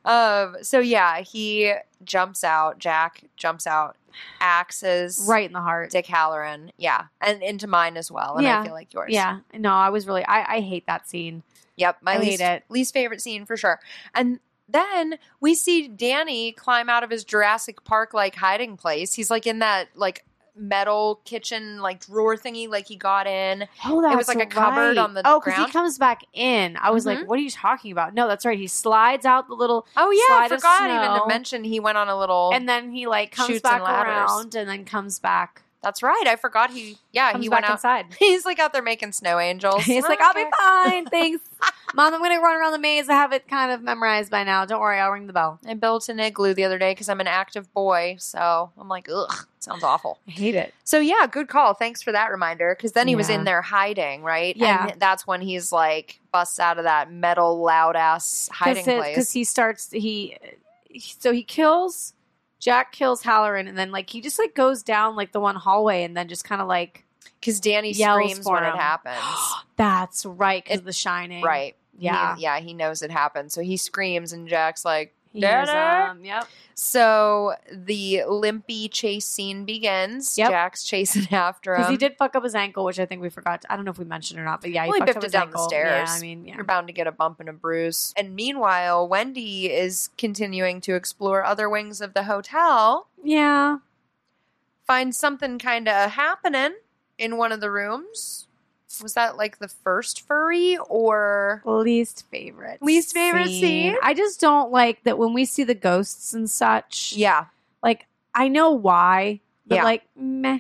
S1: Um, so yeah, he jumps out. Jack jumps out, axes
S2: Right in the heart.
S1: Dick Halloran. Yeah, and into mine as well. And I
S2: Yeah.
S1: feel like yours.
S2: Yeah. No, I was really. I, I hate that scene.
S1: Yep. My
S2: I hate
S1: least
S2: it.
S1: least favorite scene for sure. And then we see Danny climb out of his Jurassic Park like hiding place. He's like in that like metal kitchen like drawer thingy like he got in.
S2: Oh,
S1: It was, like, a cupboard on the
S2: oh, because
S1: ground.
S2: he comes back in. I was
S1: Mhm.
S2: like, "What are you talking about?" No, that's right. He slides out the little,
S1: Oh yeah, I
S2: Slide of
S1: forgot even to
S2: snow.
S1: mention he went on a little
S2: and then he like comes
S1: Chutes and
S2: back
S1: ladders.
S2: around, and then comes back.
S1: That's right. I forgot he yeah,
S2: comes
S1: he
S2: back
S1: went out.
S2: inside.
S1: He's like out there making snow angels.
S2: He's like, I'll be fine. Thanks. Mom, I'm going to run around the maze. I have it kind of memorized by now. Don't worry. I'll ring the bell.
S1: I built an igloo the other day because I'm an active boy, so I'm like, ugh, sounds awful.
S2: I hate it.
S1: So yeah, good call. Thanks for that reminder. Because then he was
S2: Yeah.
S1: in there hiding, right?
S2: Yeah.
S1: and that's when he's like busts out of that metal loud ass hiding
S2: Because
S1: place.
S2: he starts, he, so he kills, Jack kills Halloran, and then like he just like goes down like the one hallway and then just kind of like,
S1: Because Danny
S2: yells
S1: screams
S2: for
S1: when it
S2: him.
S1: happens,
S2: that's right. Because
S1: It-
S2: the shining.
S1: right?
S2: Yeah.
S1: he, yeah, he knows it happened, so he screams, and Jack's like.
S2: He hears,
S1: Dinner.
S2: um, yep.
S1: So the limpy chase scene begins.
S2: Yep.
S1: Jack's chasing after him.
S2: Because he did fuck up his ankle, which I think we forgot. I don't know if we mentioned or not, but yeah, he
S1: Well, he
S2: fucked
S1: biffed
S2: up
S1: it
S2: his
S1: down the
S2: ankle.
S1: stairs.
S2: Yeah, I mean, yeah.
S1: You're bound to get a bump and a bruise. And meanwhile, Wendy is continuing to explore other wings of the hotel.
S2: Yeah.
S1: find something kind of happening in one of the rooms. Was that like the first furry or
S2: Least favorite.
S1: Least favorite scene?
S2: I just don't like that when we see the ghosts and such.
S1: yeah?
S2: Like I know why, but
S1: Yeah.
S2: like meh.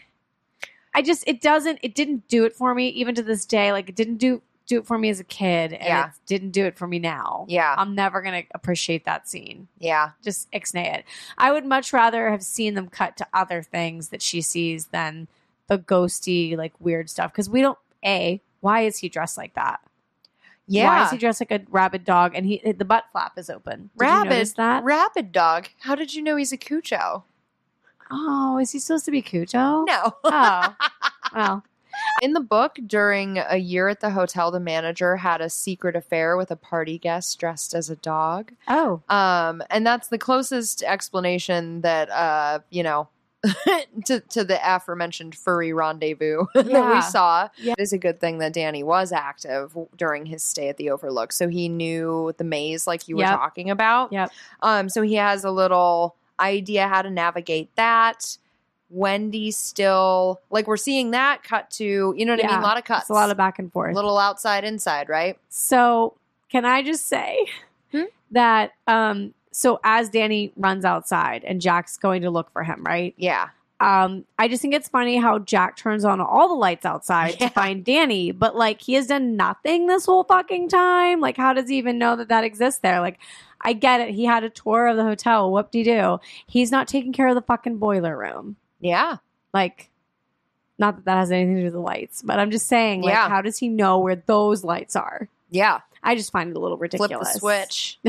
S2: I just it doesn't it didn't do it for me even to this day. Like it didn't do do it for me as a kid and
S1: Yeah.
S2: it didn't do it for me now.
S1: Yeah.
S2: I'm never gonna appreciate that scene.
S1: Yeah.
S2: Just ixnay it. I would much rather have seen them cut to other things that she sees than the ghosty, like weird stuff. Because we don't A, why is he dressed like that? Why
S1: Yeah.
S2: is he dressed like a rabid dog and he the butt flap is open? Did you
S1: Rabid,
S2: notice that?
S1: rabid dog. How did you know he's a cucho?
S2: oh, is he supposed to be Cujo?
S1: No.
S2: Oh. well.
S1: In the book, during a year at the hotel, the manager had a secret affair with a party guest dressed as a dog.
S2: Oh.
S1: Um, and that's the closest explanation that uh, you know, to to the aforementioned furry rendezvous that
S2: Yeah.
S1: we saw.
S2: Yeah.
S1: It is a good thing that Danny was active during his stay at the Overlook, so he knew the maze like you were
S2: Yep.
S1: talking about.
S2: Yep.
S1: Um, so he has a little idea how to navigate that. Wendy still like we're seeing that cut to you know what I mean?
S2: Yeah.
S1: A lot of cuts,
S2: It's a lot of back and forth.
S1: little outside inside, right?
S2: So can I just say
S1: Hmm?
S2: that um so as Danny runs outside and Jack's going to look for him, right?
S1: Yeah,
S2: Um, I just think it's funny how Jack turns on all the lights outside
S1: Yeah.
S2: to find Danny, but like he has done nothing this whole fucking time. Like, how does he even know that that exists there? Like, I get it. He had a tour of the hotel. Whoop de doo. He's not taking care of the fucking boiler room.
S1: yeah,
S2: Like, not that that has anything to do with the lights, but I'm just saying, like,
S1: Yeah.
S2: how does he know where those lights are?
S1: yeah.
S2: I just find it a little
S1: Flip the
S2: ridiculous.
S1: switch,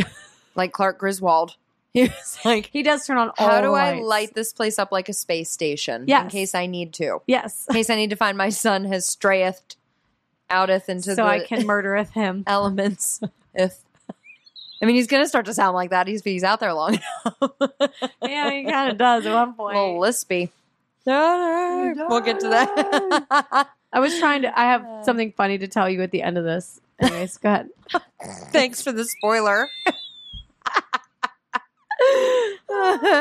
S1: like Clark Griswold.
S2: He was like, he does turn on all.
S1: How
S2: the
S1: do I
S2: lights.
S1: light this place up like a space station? In
S2: Yes.
S1: case I need to.
S2: Yes,
S1: In case I need to find my son has strayeth outeth into
S2: so
S1: the
S2: I can murdereth him.
S1: elements. If I mean, he's gonna start to sound like that. He's he's out there long.
S2: yeah, he kind of does at one point.
S1: Little lispy. We'll get to that.
S2: I was trying to. I have something funny to tell you at the end of this. Anyways, go ahead.
S1: Thanks for the spoiler.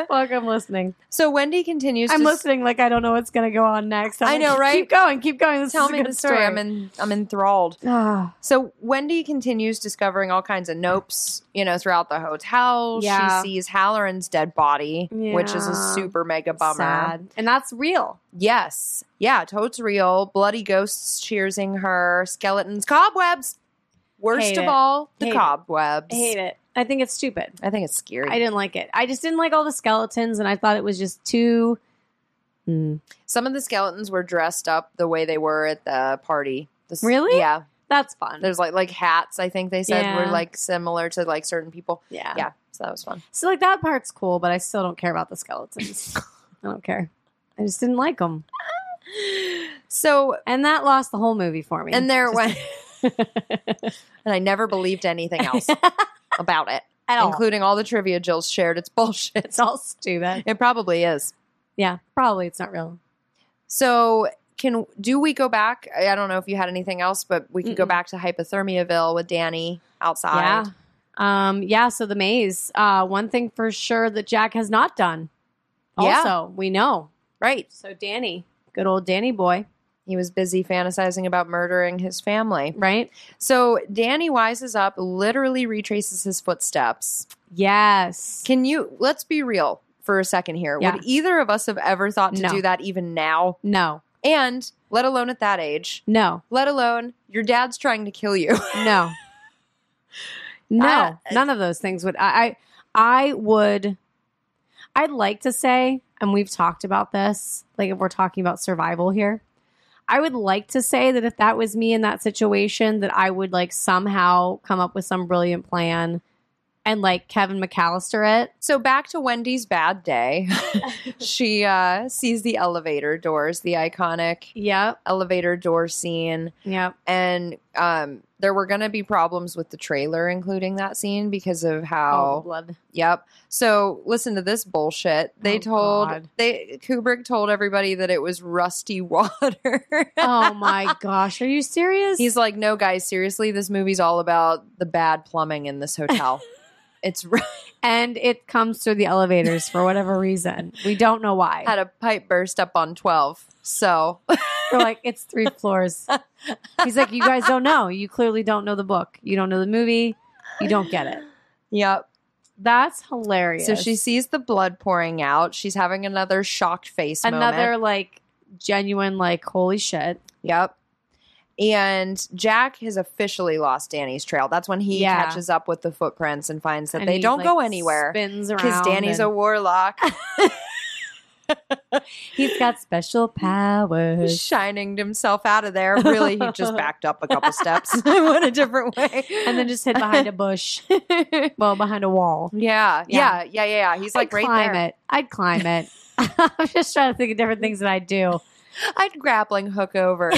S2: Fuck, I'm listening.
S1: so Wendy continues.
S2: I'm
S1: to s-
S2: listening. Like I don't know what's gonna go on next. I'm
S1: I
S2: like,
S1: know, right?
S2: Keep going. Keep going. This
S1: Tell
S2: is a
S1: me
S2: good
S1: the story. I'm in, I'm enthralled.
S2: Ah,
S1: So Wendy continues discovering all kinds of nopes, you know, throughout the hotel.
S2: Yeah.
S1: She sees Halloran's dead body, which is a
S2: Yeah.
S1: super mega bummer.
S2: sad. and that's real.
S1: Yes. Yeah, totes real. Bloody ghosts cheersing her. Skeletons. Cobwebs. Worst
S2: Hate
S1: of
S2: it.
S1: all, the
S2: Hate it.
S1: cobwebs.
S2: I hate it. I think it's stupid.
S1: I think it's scary.
S2: I didn't like it. I just didn't like all the skeletons, and I thought it was just too. Mm.
S1: Some of the skeletons were dressed up the way they were at the party. The s-
S2: Really?
S1: Yeah.
S2: That's fun.
S1: There's like like hats, I think they said were
S2: Yeah.
S1: like similar to like certain people.
S2: yeah.
S1: Yeah. So that was fun.
S2: So like that part's cool, but I still don't care about the skeletons. I don't care. I just didn't like them,
S1: So
S2: and that lost the whole movie for me.
S1: and there
S2: Just-
S1: went and I never believed anything else about it,
S2: at all.
S1: including all the trivia Jill shared. It's bullshit.
S2: it's all stupid.
S1: It probably is.
S2: Yeah, probably it's not real.
S1: So, can do we go back? I I don't know if you had anything else, but we could go
S2: Mm-mm.
S1: back to Hypothermiaville with Danny outside.
S2: Yeah. Um, yeah, so the maze. Uh, one thing for sure that Jack has not done.
S1: Yeah.
S2: Also, we know.
S1: Right.
S2: So Danny, good old Danny boy,
S1: He was busy fantasizing about murdering his family.
S2: right?
S1: So, Danny wises up, literally retraces his footsteps.
S2: Yes.
S1: Can you let's be real for a second here.
S2: Yeah.
S1: Would either of us have ever thought to
S2: No.
S1: do that even now?
S2: no.
S1: And let alone at that age.
S2: No.
S1: let alone your dad's trying to kill you.
S2: No. no.
S1: I-
S2: none of those things would I, I I would I'd like to say, and we've talked about this, like if we're talking about survival here. I would like to say that if that was me in that situation, that I would like somehow come up with some brilliant plan and like Kevin McAllister it.
S1: So back to Wendy's bad day. she uh, sees the elevator doors, the iconic
S2: Yep.
S1: elevator door scene,
S2: Yep.
S1: and um, there were going to be problems with the trailer, including that scene because of
S2: All the
S1: how.
S2: blood. Yep.
S1: Yep. So listen to this bullshit. They
S2: Oh,
S1: told
S2: God.
S1: they Kubrick told everybody that it was rusty water.
S2: Oh my gosh. Are you serious?
S1: He's like, no, guys, seriously, this movie's all about the bad plumbing in this hotel. It's r-
S2: and it comes through the elevators for whatever reason. We don't know why.
S1: had a pipe burst up on 12. So
S2: They're like, it's three floors. He's like, you guys don't know. You clearly don't know the book. You don't know the movie. You don't get it.
S1: Yep.
S2: That's hilarious.
S1: So she sees the blood pouring out. She's having another shocked face
S2: another
S1: moment.
S2: like genuine like holy shit.
S1: Yep. And Jack has officially lost Danny's trail. That's when he
S2: Yeah.
S1: catches up with the footprints and finds that
S2: And
S1: they
S2: he,
S1: don't
S2: like,
S1: go anywhere
S2: Spins around
S1: because Danny's a
S2: and
S1: warlock,
S2: he's got special powers.
S1: shining himself out of there. Really, he just backed up a couple steps and went a different way.
S2: And then just hid behind a bush. well, behind a wall.
S1: yeah, yeah, yeah,
S2: Yeah.
S1: yeah, yeah. He's like
S2: I'd
S1: right
S2: climb
S1: there.
S2: it. I'd climb it. I'm just trying to think of different things that I do.
S1: I'd grappling hook over.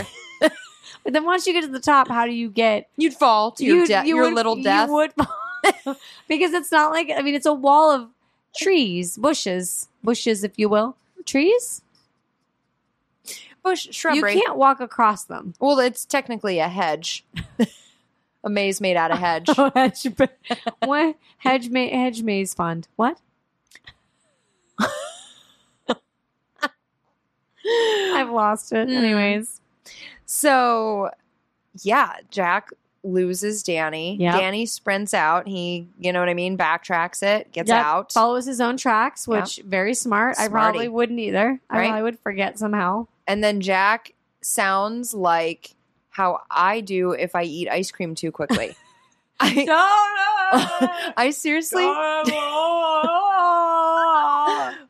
S2: But then once you get to the top, how do you get
S1: You'd fall to your,
S2: you-
S1: de-
S2: you
S1: your
S2: would-
S1: little
S2: you
S1: death.
S2: would fall. because it's not like I mean, it's a wall of trees, bushes, bushes, if you will, trees.
S1: Bush shrubbery.
S2: You can't walk across them.
S1: Well, it's technically a hedge. a maze made out of hedge.
S2: hedge, what hedge ma- hedge maze fund? What? I've lost it.
S1: Mm.
S2: Anyways,
S1: so, yeah, Jack loses Danny.
S2: Yep.
S1: Danny sprints out. He, you know what I mean, backtracks it, gets
S2: Yep.
S1: out.
S2: follows his own tracks, which very smart. I
S1: Smarty.
S2: probably wouldn't either.
S1: Right?
S2: I probably would forget somehow.
S1: And then Jack sounds like how I do if I eat ice cream too quickly. I, I seriously,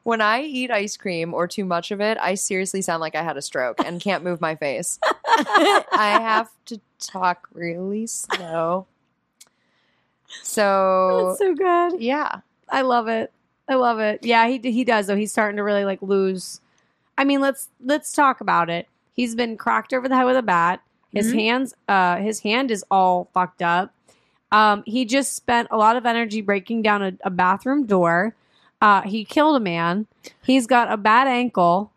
S1: when I eat ice cream or too much of it, I seriously sound like I had a stroke and can't move my face. I have to talk really slow. So, Oh.
S2: That's so good.
S1: yeah.
S2: I love it. I love it. Yeah, he he does though. He's starting to really like lose. I mean, let's let's talk about it. He's been crocked over the head with a bat. His
S1: Mhm.
S2: hands, uh, his hand is all fucked up. Um, he just spent a lot of energy breaking down a, a bathroom door. Uh, he killed a man. He's got a bad ankle.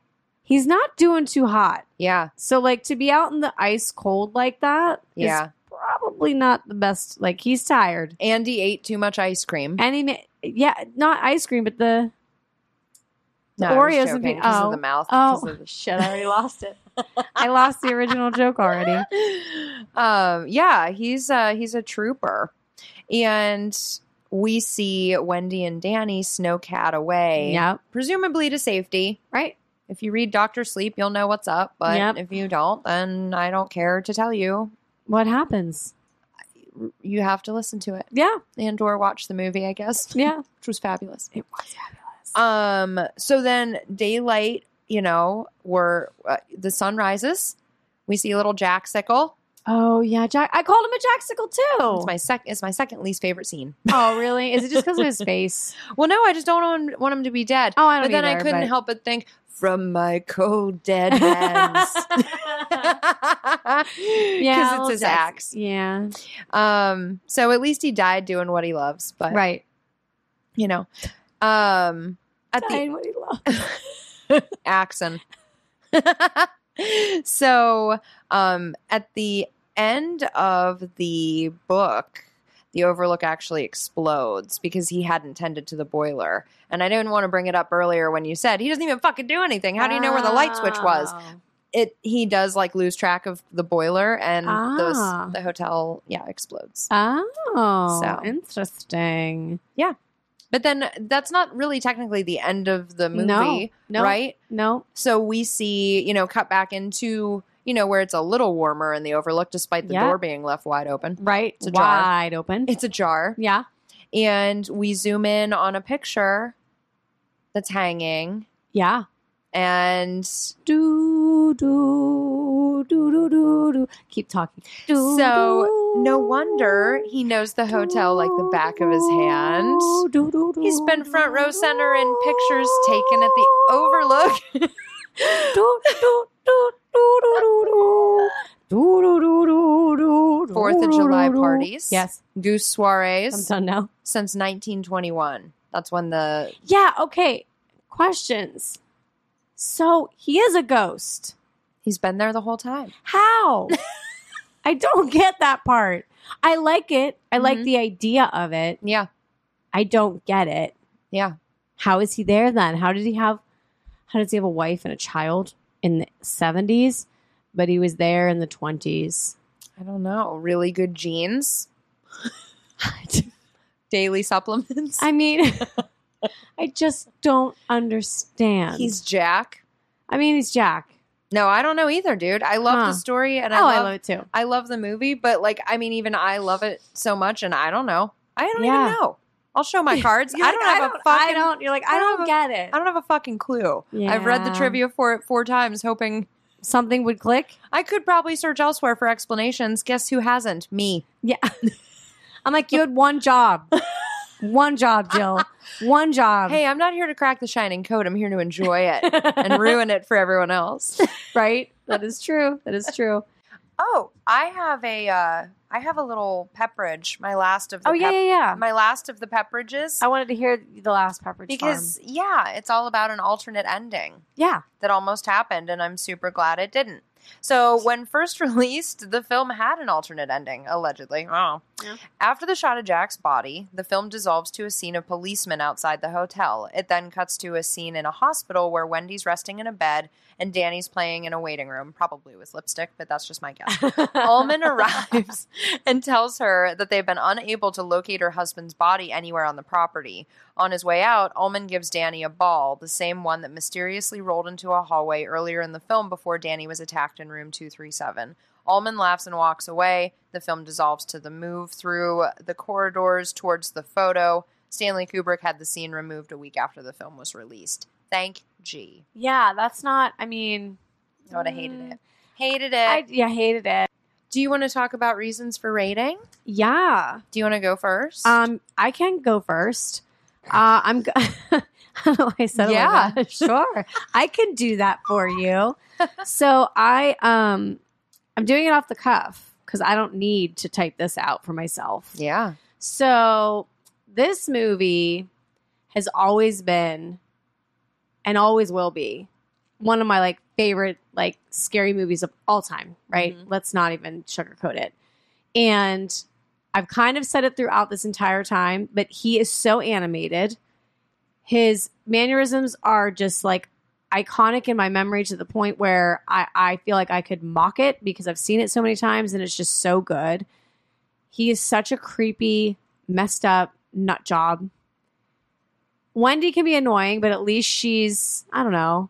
S2: He's not doing too hot.
S1: Yeah.
S2: So like to be out in the ice cold like that is
S1: Yeah.
S2: probably not the best. Like he's tired.
S1: Andy ate too much ice cream.
S2: And he ma- yeah, not ice cream, but the
S1: No,
S2: the
S1: I was
S2: Oreos
S1: joking,
S2: and pe-
S1: 'cause
S2: oh.
S1: of the mouth. 'cause
S2: oh
S1: of the-
S2: shit! I already lost it. I lost the original joke already.
S1: um, yeah, he's uh, he's a trooper, and we see Wendy and Danny snowcat away,
S2: Yep.
S1: presumably to safety.
S2: Right.
S1: If you read Doctor Sleep, you'll know what's up. But
S2: Yep.
S1: if you don't, then I don't care to tell you.
S2: What happens?
S1: You have to listen to it
S2: Yeah.
S1: and or watch the movie, I guess,
S2: Yeah.
S1: which was fabulous.
S2: It was fabulous.
S1: Um, so then daylight, you know, where uh, the sun rises, we see little Jack Sickle.
S2: oh yeah, Jack. I called him a Jacksicle too.
S1: It's my sec. It's my second least favorite scene.
S2: oh really? Is it just because of his face?
S1: Well, no, I just don't want him, want him to be dead.
S2: Oh, I don't.
S1: but then I
S2: either,
S1: couldn't
S2: but-
S1: help but think, from my cold dead hands.
S2: yeah,
S1: because
S2: little
S1: it's his
S2: Jacks-
S1: axe.
S2: Yeah.
S1: Um, so at least he died doing what he loves. But
S2: Right.
S1: you know, um, at the
S2: Died when he lost.
S1: Axon. so, um, at the end of the book, the Overlook actually explodes because he hadn't tended to the boiler. And I didn't want to bring it up earlier when you said he doesn't even fucking do anything. How do you know where the light switch was?
S2: Oh.
S1: It he does like lose track of the boiler and
S2: Ah.
S1: the the hotel yeah explodes.
S2: Oh,
S1: So.
S2: interesting.
S1: But then that's not really technically the end of the movie,
S2: No,
S1: right?
S2: No,
S1: So we see, you know, cut back into, you know, where it's a little warmer in the overlook despite the
S2: Yeah.
S1: door being left wide open.
S2: right.
S1: It's a jar.
S2: Wide open.
S1: It's ajar.
S2: yeah.
S1: And we zoom in on a picture that's hanging
S2: Yeah.
S1: and
S2: Do do do do do do. Keep talking. Do,
S1: So,
S2: do,
S1: no wonder he knows the hotel like the back of his hand.
S2: do, do, do, do,
S1: He's been front row
S2: do,
S1: center in pictures taken at the overlook.
S2: Do do do do do do do. Do, do, do, do, do, do,
S1: Fourth of
S2: do,
S1: July
S2: do, do.
S1: parties.
S2: Yes,
S1: Goose
S2: I'm
S1: soirees
S2: done now.
S1: since 1921. That's when the
S2: Yeah. Okay. Questions. So he is a ghost.
S1: he's been there the whole time.
S2: How? I don't get that part. I like it. I
S1: Mhm.
S2: like the idea of it.
S1: Yeah.
S2: I don't get it.
S1: Yeah.
S2: How is he there then? How did he have how does he have a wife and a child in the 70s but he was there in the 20s?
S1: I don't know. Really good genes, daily supplements.
S2: I mean, I just don't understand.
S1: He's Jack.
S2: I mean, he's Jack.
S1: No, I don't know either, dude. I love
S2: Huh.
S1: the story and
S2: oh,
S1: I love,
S2: I love it too.
S1: I love the movie, but like, I mean, even I love it so much, and I don't know. I don't
S2: Yeah.
S1: even know. I'll show my cards.
S2: You're
S1: I
S2: like,
S1: don't have a fucking.
S2: I don't. You're like,
S1: I
S2: I
S1: don't
S2: don't get it.
S1: I don't have a fucking clue. I've read the
S2: Yeah.
S1: trivia for it four times, hoping
S2: Something would click.
S1: I could probably search elsewhere for explanations. Guess who hasn't? Me.
S2: I'm like, you had one job. one job, Jill. One job.
S1: hey, I'm not here to crack the shining code. I'm here to enjoy it and ruin it for everyone else.
S2: right? That is true. That is true.
S1: Oh, I have a, uh, I have a little pepperidge. My last of the
S2: Oh yeah,
S1: pep-
S2: yeah, yeah.
S1: my last of the pepperages
S2: I wanted to hear the last Pepperidge
S1: because yeah, it's all about an alternate ending.
S2: yeah,
S1: that almost happened, and I'm super glad it didn't. So, when first released, the film had an alternate ending, allegedly. Oh.
S2: Yeah.
S1: After the shot of Jack's body, the film dissolves to a scene of policemen outside the hotel. It then cuts to a scene in a hospital where Wendy's resting in a bed and Danny's playing in a waiting room, probably with lipstick, but that's just my guess.
S2: Oh,
S1: Ullman arrives and tells her that they've been unable to locate her husband's body anywhere on the property. On his way out, Ullman gives Danny a ball, the same one that mysteriously rolled into a hallway earlier in the film before Danny was attacked in room 237. Ullman laughs and walks away. The film dissolves to the move through the corridors towards the photo. Stanley Kubrick had the scene removed a week after the film was released. Thank G.
S2: yeah, that's not. I mean,
S1: I would have hated
S2: mm,
S1: it. Hated it.
S2: I yeah hated it.
S1: Do you want to talk about reasons for rating?
S2: Yeah.
S1: Do you want to go first?
S2: Um, I can go first. Uh, I'm. Go- I don't know why I said.
S1: Yeah.
S2: Yeah, sure. I can do that for you. So I um, I'm doing it off the cuff because I don't need to type this out for myself.
S1: yeah.
S2: So this movie has always been and always will be one of my like favorite like scary movies of all time, right?
S1: Mhm.
S2: Let's not even sugarcoat it. And I've kind of said it throughout this entire time, but he is so animated. His mannerisms are just like iconic in my memory to the point where I, I feel like I could mock it because I've seen it so many times and it's just so good. He is such a creepy, messed up nut job. Wendy can be annoying, but at least she's I don't know.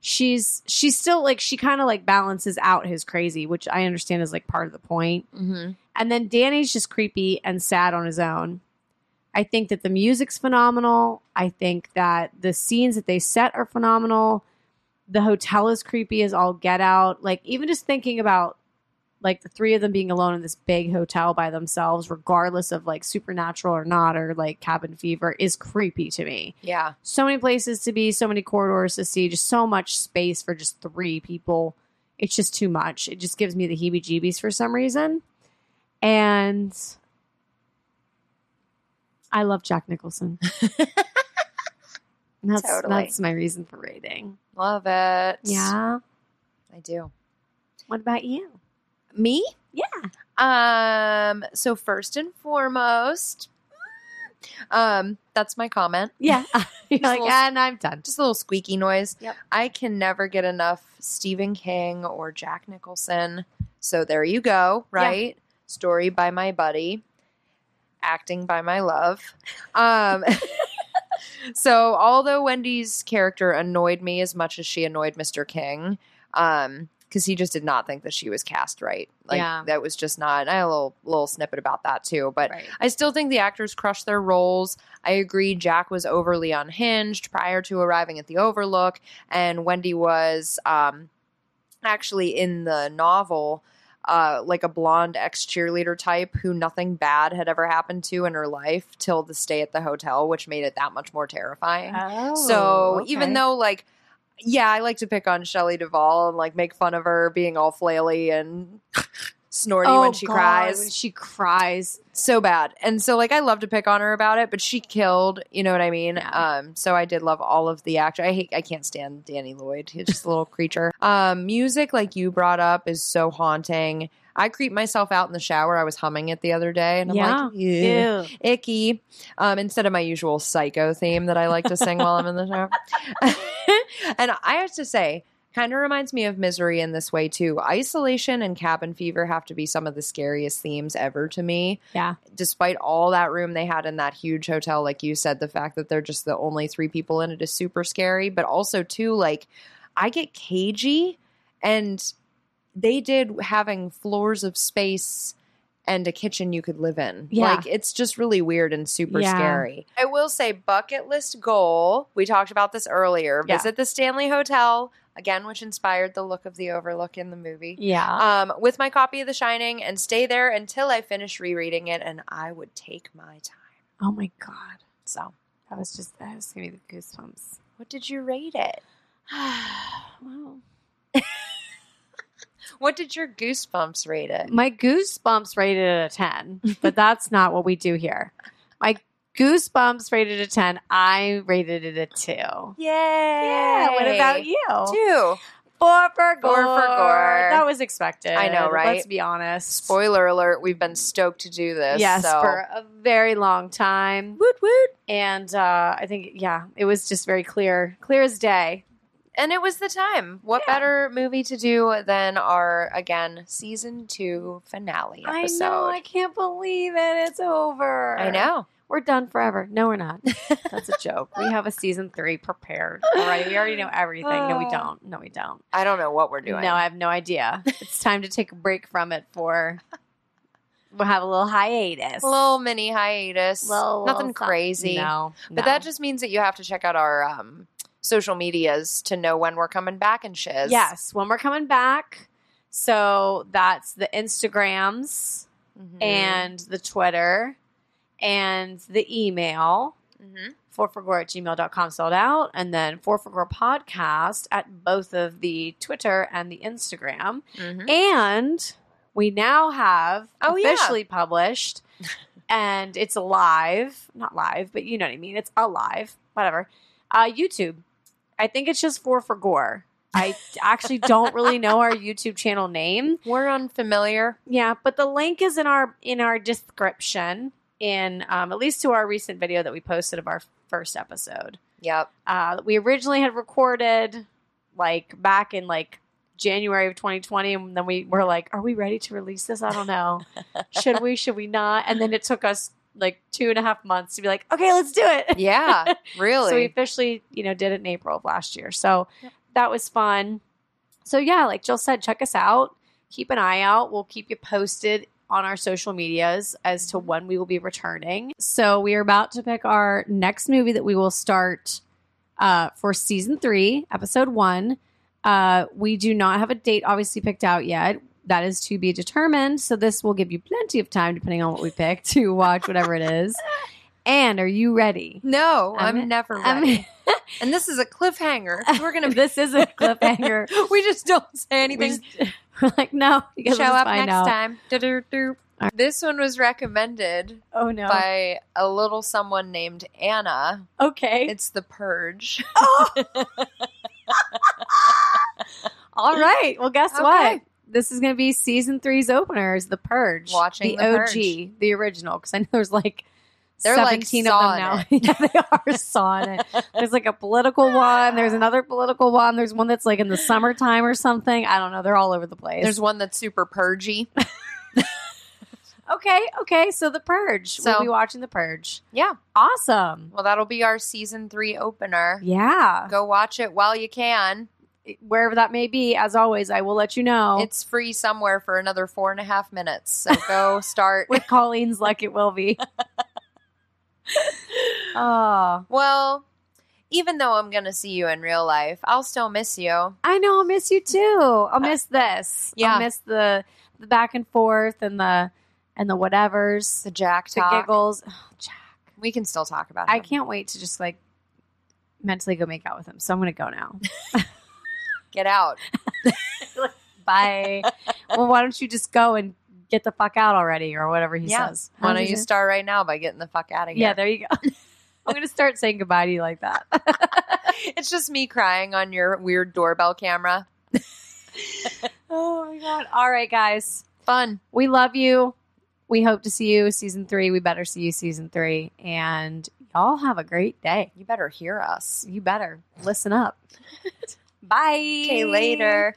S2: She's she's still like she kind of like balances out his crazy, which I understand is like part of the point.
S1: Mm-hmm.
S2: And then Danny's just creepy and sad on his own. I think that the music's phenomenal. I think that the scenes that they set are phenomenal. The hotel is creepy as all get out. Like even just thinking about like the three of them being alone in this big hotel by themselves, regardless of like supernatural or not, or like cabin fever, is creepy to me.
S1: Yeah.
S2: So many places to be, so many corridors to see, just so much space for just three people. It's just too much. It just gives me the heebie jeebies for some reason. And I love Jack Nicholson. And that's
S1: Totally.
S2: that's my reason for rating.
S1: Love it.
S2: Yeah.
S1: I do.
S2: What about you?
S1: Me?
S2: Yeah.
S1: Um, so first and foremost, um, that's my comment.
S2: Yeah. You're
S1: Just a
S2: like, "Ah,
S1: little-
S2: and I'm done.
S1: Just a little squeaky noise.
S2: Yep.
S1: I can never get enough Stephen King or Jack Nicholson. So there you go,
S2: Yeah.
S1: right? Story by my buddy, acting by my love. Um So although Wendy's character annoyed me as much as she annoyed Mr. King, um, because he just did not think that she was cast right. Like
S2: Yeah.
S1: that was just not. I had a little little snippet about that too, but
S2: Right.
S1: I still think the actors crushed their roles. I agree, Jack was overly unhinged prior to arriving at the Overlook, and Wendy was um, actually in the novel. Uh, like a blonde ex cheerleader type who nothing bad had ever happened to in her life till the stay at the hotel, which made it that much more terrifying.
S2: Oh,
S1: so even though like yeah, I like to pick on Shelley Duvall and like make fun of her being all flaily and snorty when she cries
S2: Oh, when she cries.
S1: so bad. And so like I love to pick on her about it, but she killed, you know what I mean?
S2: Yeah.
S1: Um so I did love all of the actor. I hate I can't stand Danny Lloyd. He's just a little creature. Um music like you brought up is so haunting. I creep myself out in the shower. I was humming it the other day, and I'm like, "Ew,
S2: Ew.
S1: icky. Um, instead of my usual psycho theme that I like to sing while I'm in the shower. and I have to say, kind of reminds me of misery in this way too. Isolation and cabin fever have to be some of the scariest themes ever to me.
S2: Yeah.
S1: Despite all that room they had in that huge hotel, like you said, the fact that they're just the only three people in it is super scary. But also too, like I get cagey and they did having floors of space and a kitchen you could live in.
S2: Yeah.
S1: Like it's just really weird and super
S2: Yeah.
S1: scary. I will say bucket list goal. We talked about this earlier.
S2: Yeah.
S1: Visit the Stanley Hotel again, which inspired the look of the overlook in the movie.
S2: Yeah.
S1: Um, with my copy of The Shining and stay there until I finish rereading it and I would take my time.
S2: Oh my god.
S1: So
S2: That was just that was giving me the goosebumps.
S1: what did you rate it?
S2: wow.
S1: What did your goosebumps rate it?
S2: My goosebumps rated it a 10, but that's not what we do here. My goosebumps rated a 10. I rated it a 2.
S1: Yay.
S2: Yeah. What about you?
S1: Two.
S2: Four for
S1: Four for gore.
S2: That was expected.
S1: I know, right?
S2: Let's be honest.
S1: Spoiler alert, we've been stoked to do this.
S2: Yes,
S1: so.
S2: for a very long time.
S1: woot woot.
S2: And uh, I think, yeah, it was just very clear, clear as day.
S1: And it was the time. What
S2: Yeah.
S1: better movie to do than our again season two finale episode?
S2: I know. I can't believe it. It's over.
S1: I know.
S2: We're done forever. No, we're not. That's a joke. We have a season three prepared. All right. We already know everything. No, we
S1: Uh,
S2: don't. No, we don't.
S1: I don't know what we're doing.
S2: No, I have no idea. It's time to take a break from it for. We'll have a little hiatus.
S1: a little mini hiatus.
S2: Little-
S1: Nothing
S2: little something.
S1: crazy.
S2: No,
S1: But that just means that you have to check out our um, social medias to know when we're coming back and shiz.
S2: yes, when we're coming back. So that's the Instagrams
S1: Mhm.
S2: and the Twitter and the email.
S1: Mhm.
S2: fourforgore at gmail.com sold out and then fourforgore podcast at both of the twitter and the instagram
S1: Mhm.
S2: and we now have
S1: Oh, yeah.
S2: officially published and it's live not live but you know what i mean it's alive whatever uh youtube i think it's just four for gore i actually don't really know our youtube channel name
S1: We're unfamiliar.
S2: yeah, but the link is in our in our description in um, at least to our recent video that we posted of our first episode.
S1: Yep.
S2: Uh, we originally had recorded like back in like January of 2020, and then we were like, "Are we ready to release this? I don't know. should we? Should we not?" And then it took us like two and a half months to be like, "Okay, let's do it."
S1: Yeah. Really.
S2: So we officially, you know, did it in April of last year. So that was fun. So yeah, like Jill said, check us out. Keep an eye out. We'll keep you posted on our social medias as to when we will be returning. So we are about to pick our next movie that we will start uh, for season three, episode one. Uh, we do not have a date obviously picked out yet. That is to be determined. So this will give you plenty of time, depending on what we pick, to watch whatever it is. And are you ready?
S1: no, I'm,
S2: I'm-
S1: never ready.
S2: I mean,
S1: and this is a cliffhanger. We're gonna.
S2: this is a cliffhanger.
S1: we just don't say
S2: We
S1: anything.
S2: just- we're like, no, you guys
S1: show
S2: just
S1: up
S2: find
S1: next
S2: out.
S1: time. Do-do-do. This one was recommended
S2: Oh no.
S1: by a little someone named Anna.
S2: Okay.
S1: It's The Purge.
S2: All right. Well, guess
S1: Okay.
S2: what? This is going to be season three's openers, The Purge.
S1: Watching
S2: the,
S1: The
S2: OG, the original, because I know there's like
S1: They're, like,
S2: 17
S1: sawing
S2: of them now. yeah, they are sawing it. There's like a political one. There's another political one. There's one that's like in the summertime or something. I don't know. They're all over the place.
S1: There's one that's super purgy.
S2: okay. Okay. So, The Purge.
S1: So-
S2: we'll be watching The Purge.
S1: Yeah.
S2: Awesome.
S1: Well, that'll be our season three opener.
S2: Yeah.
S1: Go watch it while you can.
S2: wherever that may be, as always, I will let you know.
S1: It's free somewhere for another four and a half minutes. So go start.
S2: with Colleen's luck, it will be. oh,
S1: well, even though I'm going to see you in real life, I'll still miss you.
S2: I know. I'll miss you too. I'll miss this.
S1: Yeah.
S2: I'll miss the the back and forth and the and the whatevers,
S1: The Jack
S2: the
S1: talk.
S2: giggles. Oh, Jack.
S1: We can still talk about it.
S2: I can't wait to just like mentally go make out with him. So I'm gonna go now.
S1: get out.
S2: Bye. well, why don't you just go and get the fuck out already, or whatever he
S1: Yeah.
S2: says.
S1: Why don't you start right now by getting the fuck out of here?
S2: Yeah, there you go. I'm gonna start saying goodbye to you like that.
S1: it's just me crying on your weird doorbell camera.
S2: Oh my god. All right, guys.
S1: Fun.
S2: We love you. We hope to see you season three. We better see you season three. And y'all have a great day.
S1: You better hear us.
S2: You better listen up. Bye.
S1: Okay, later.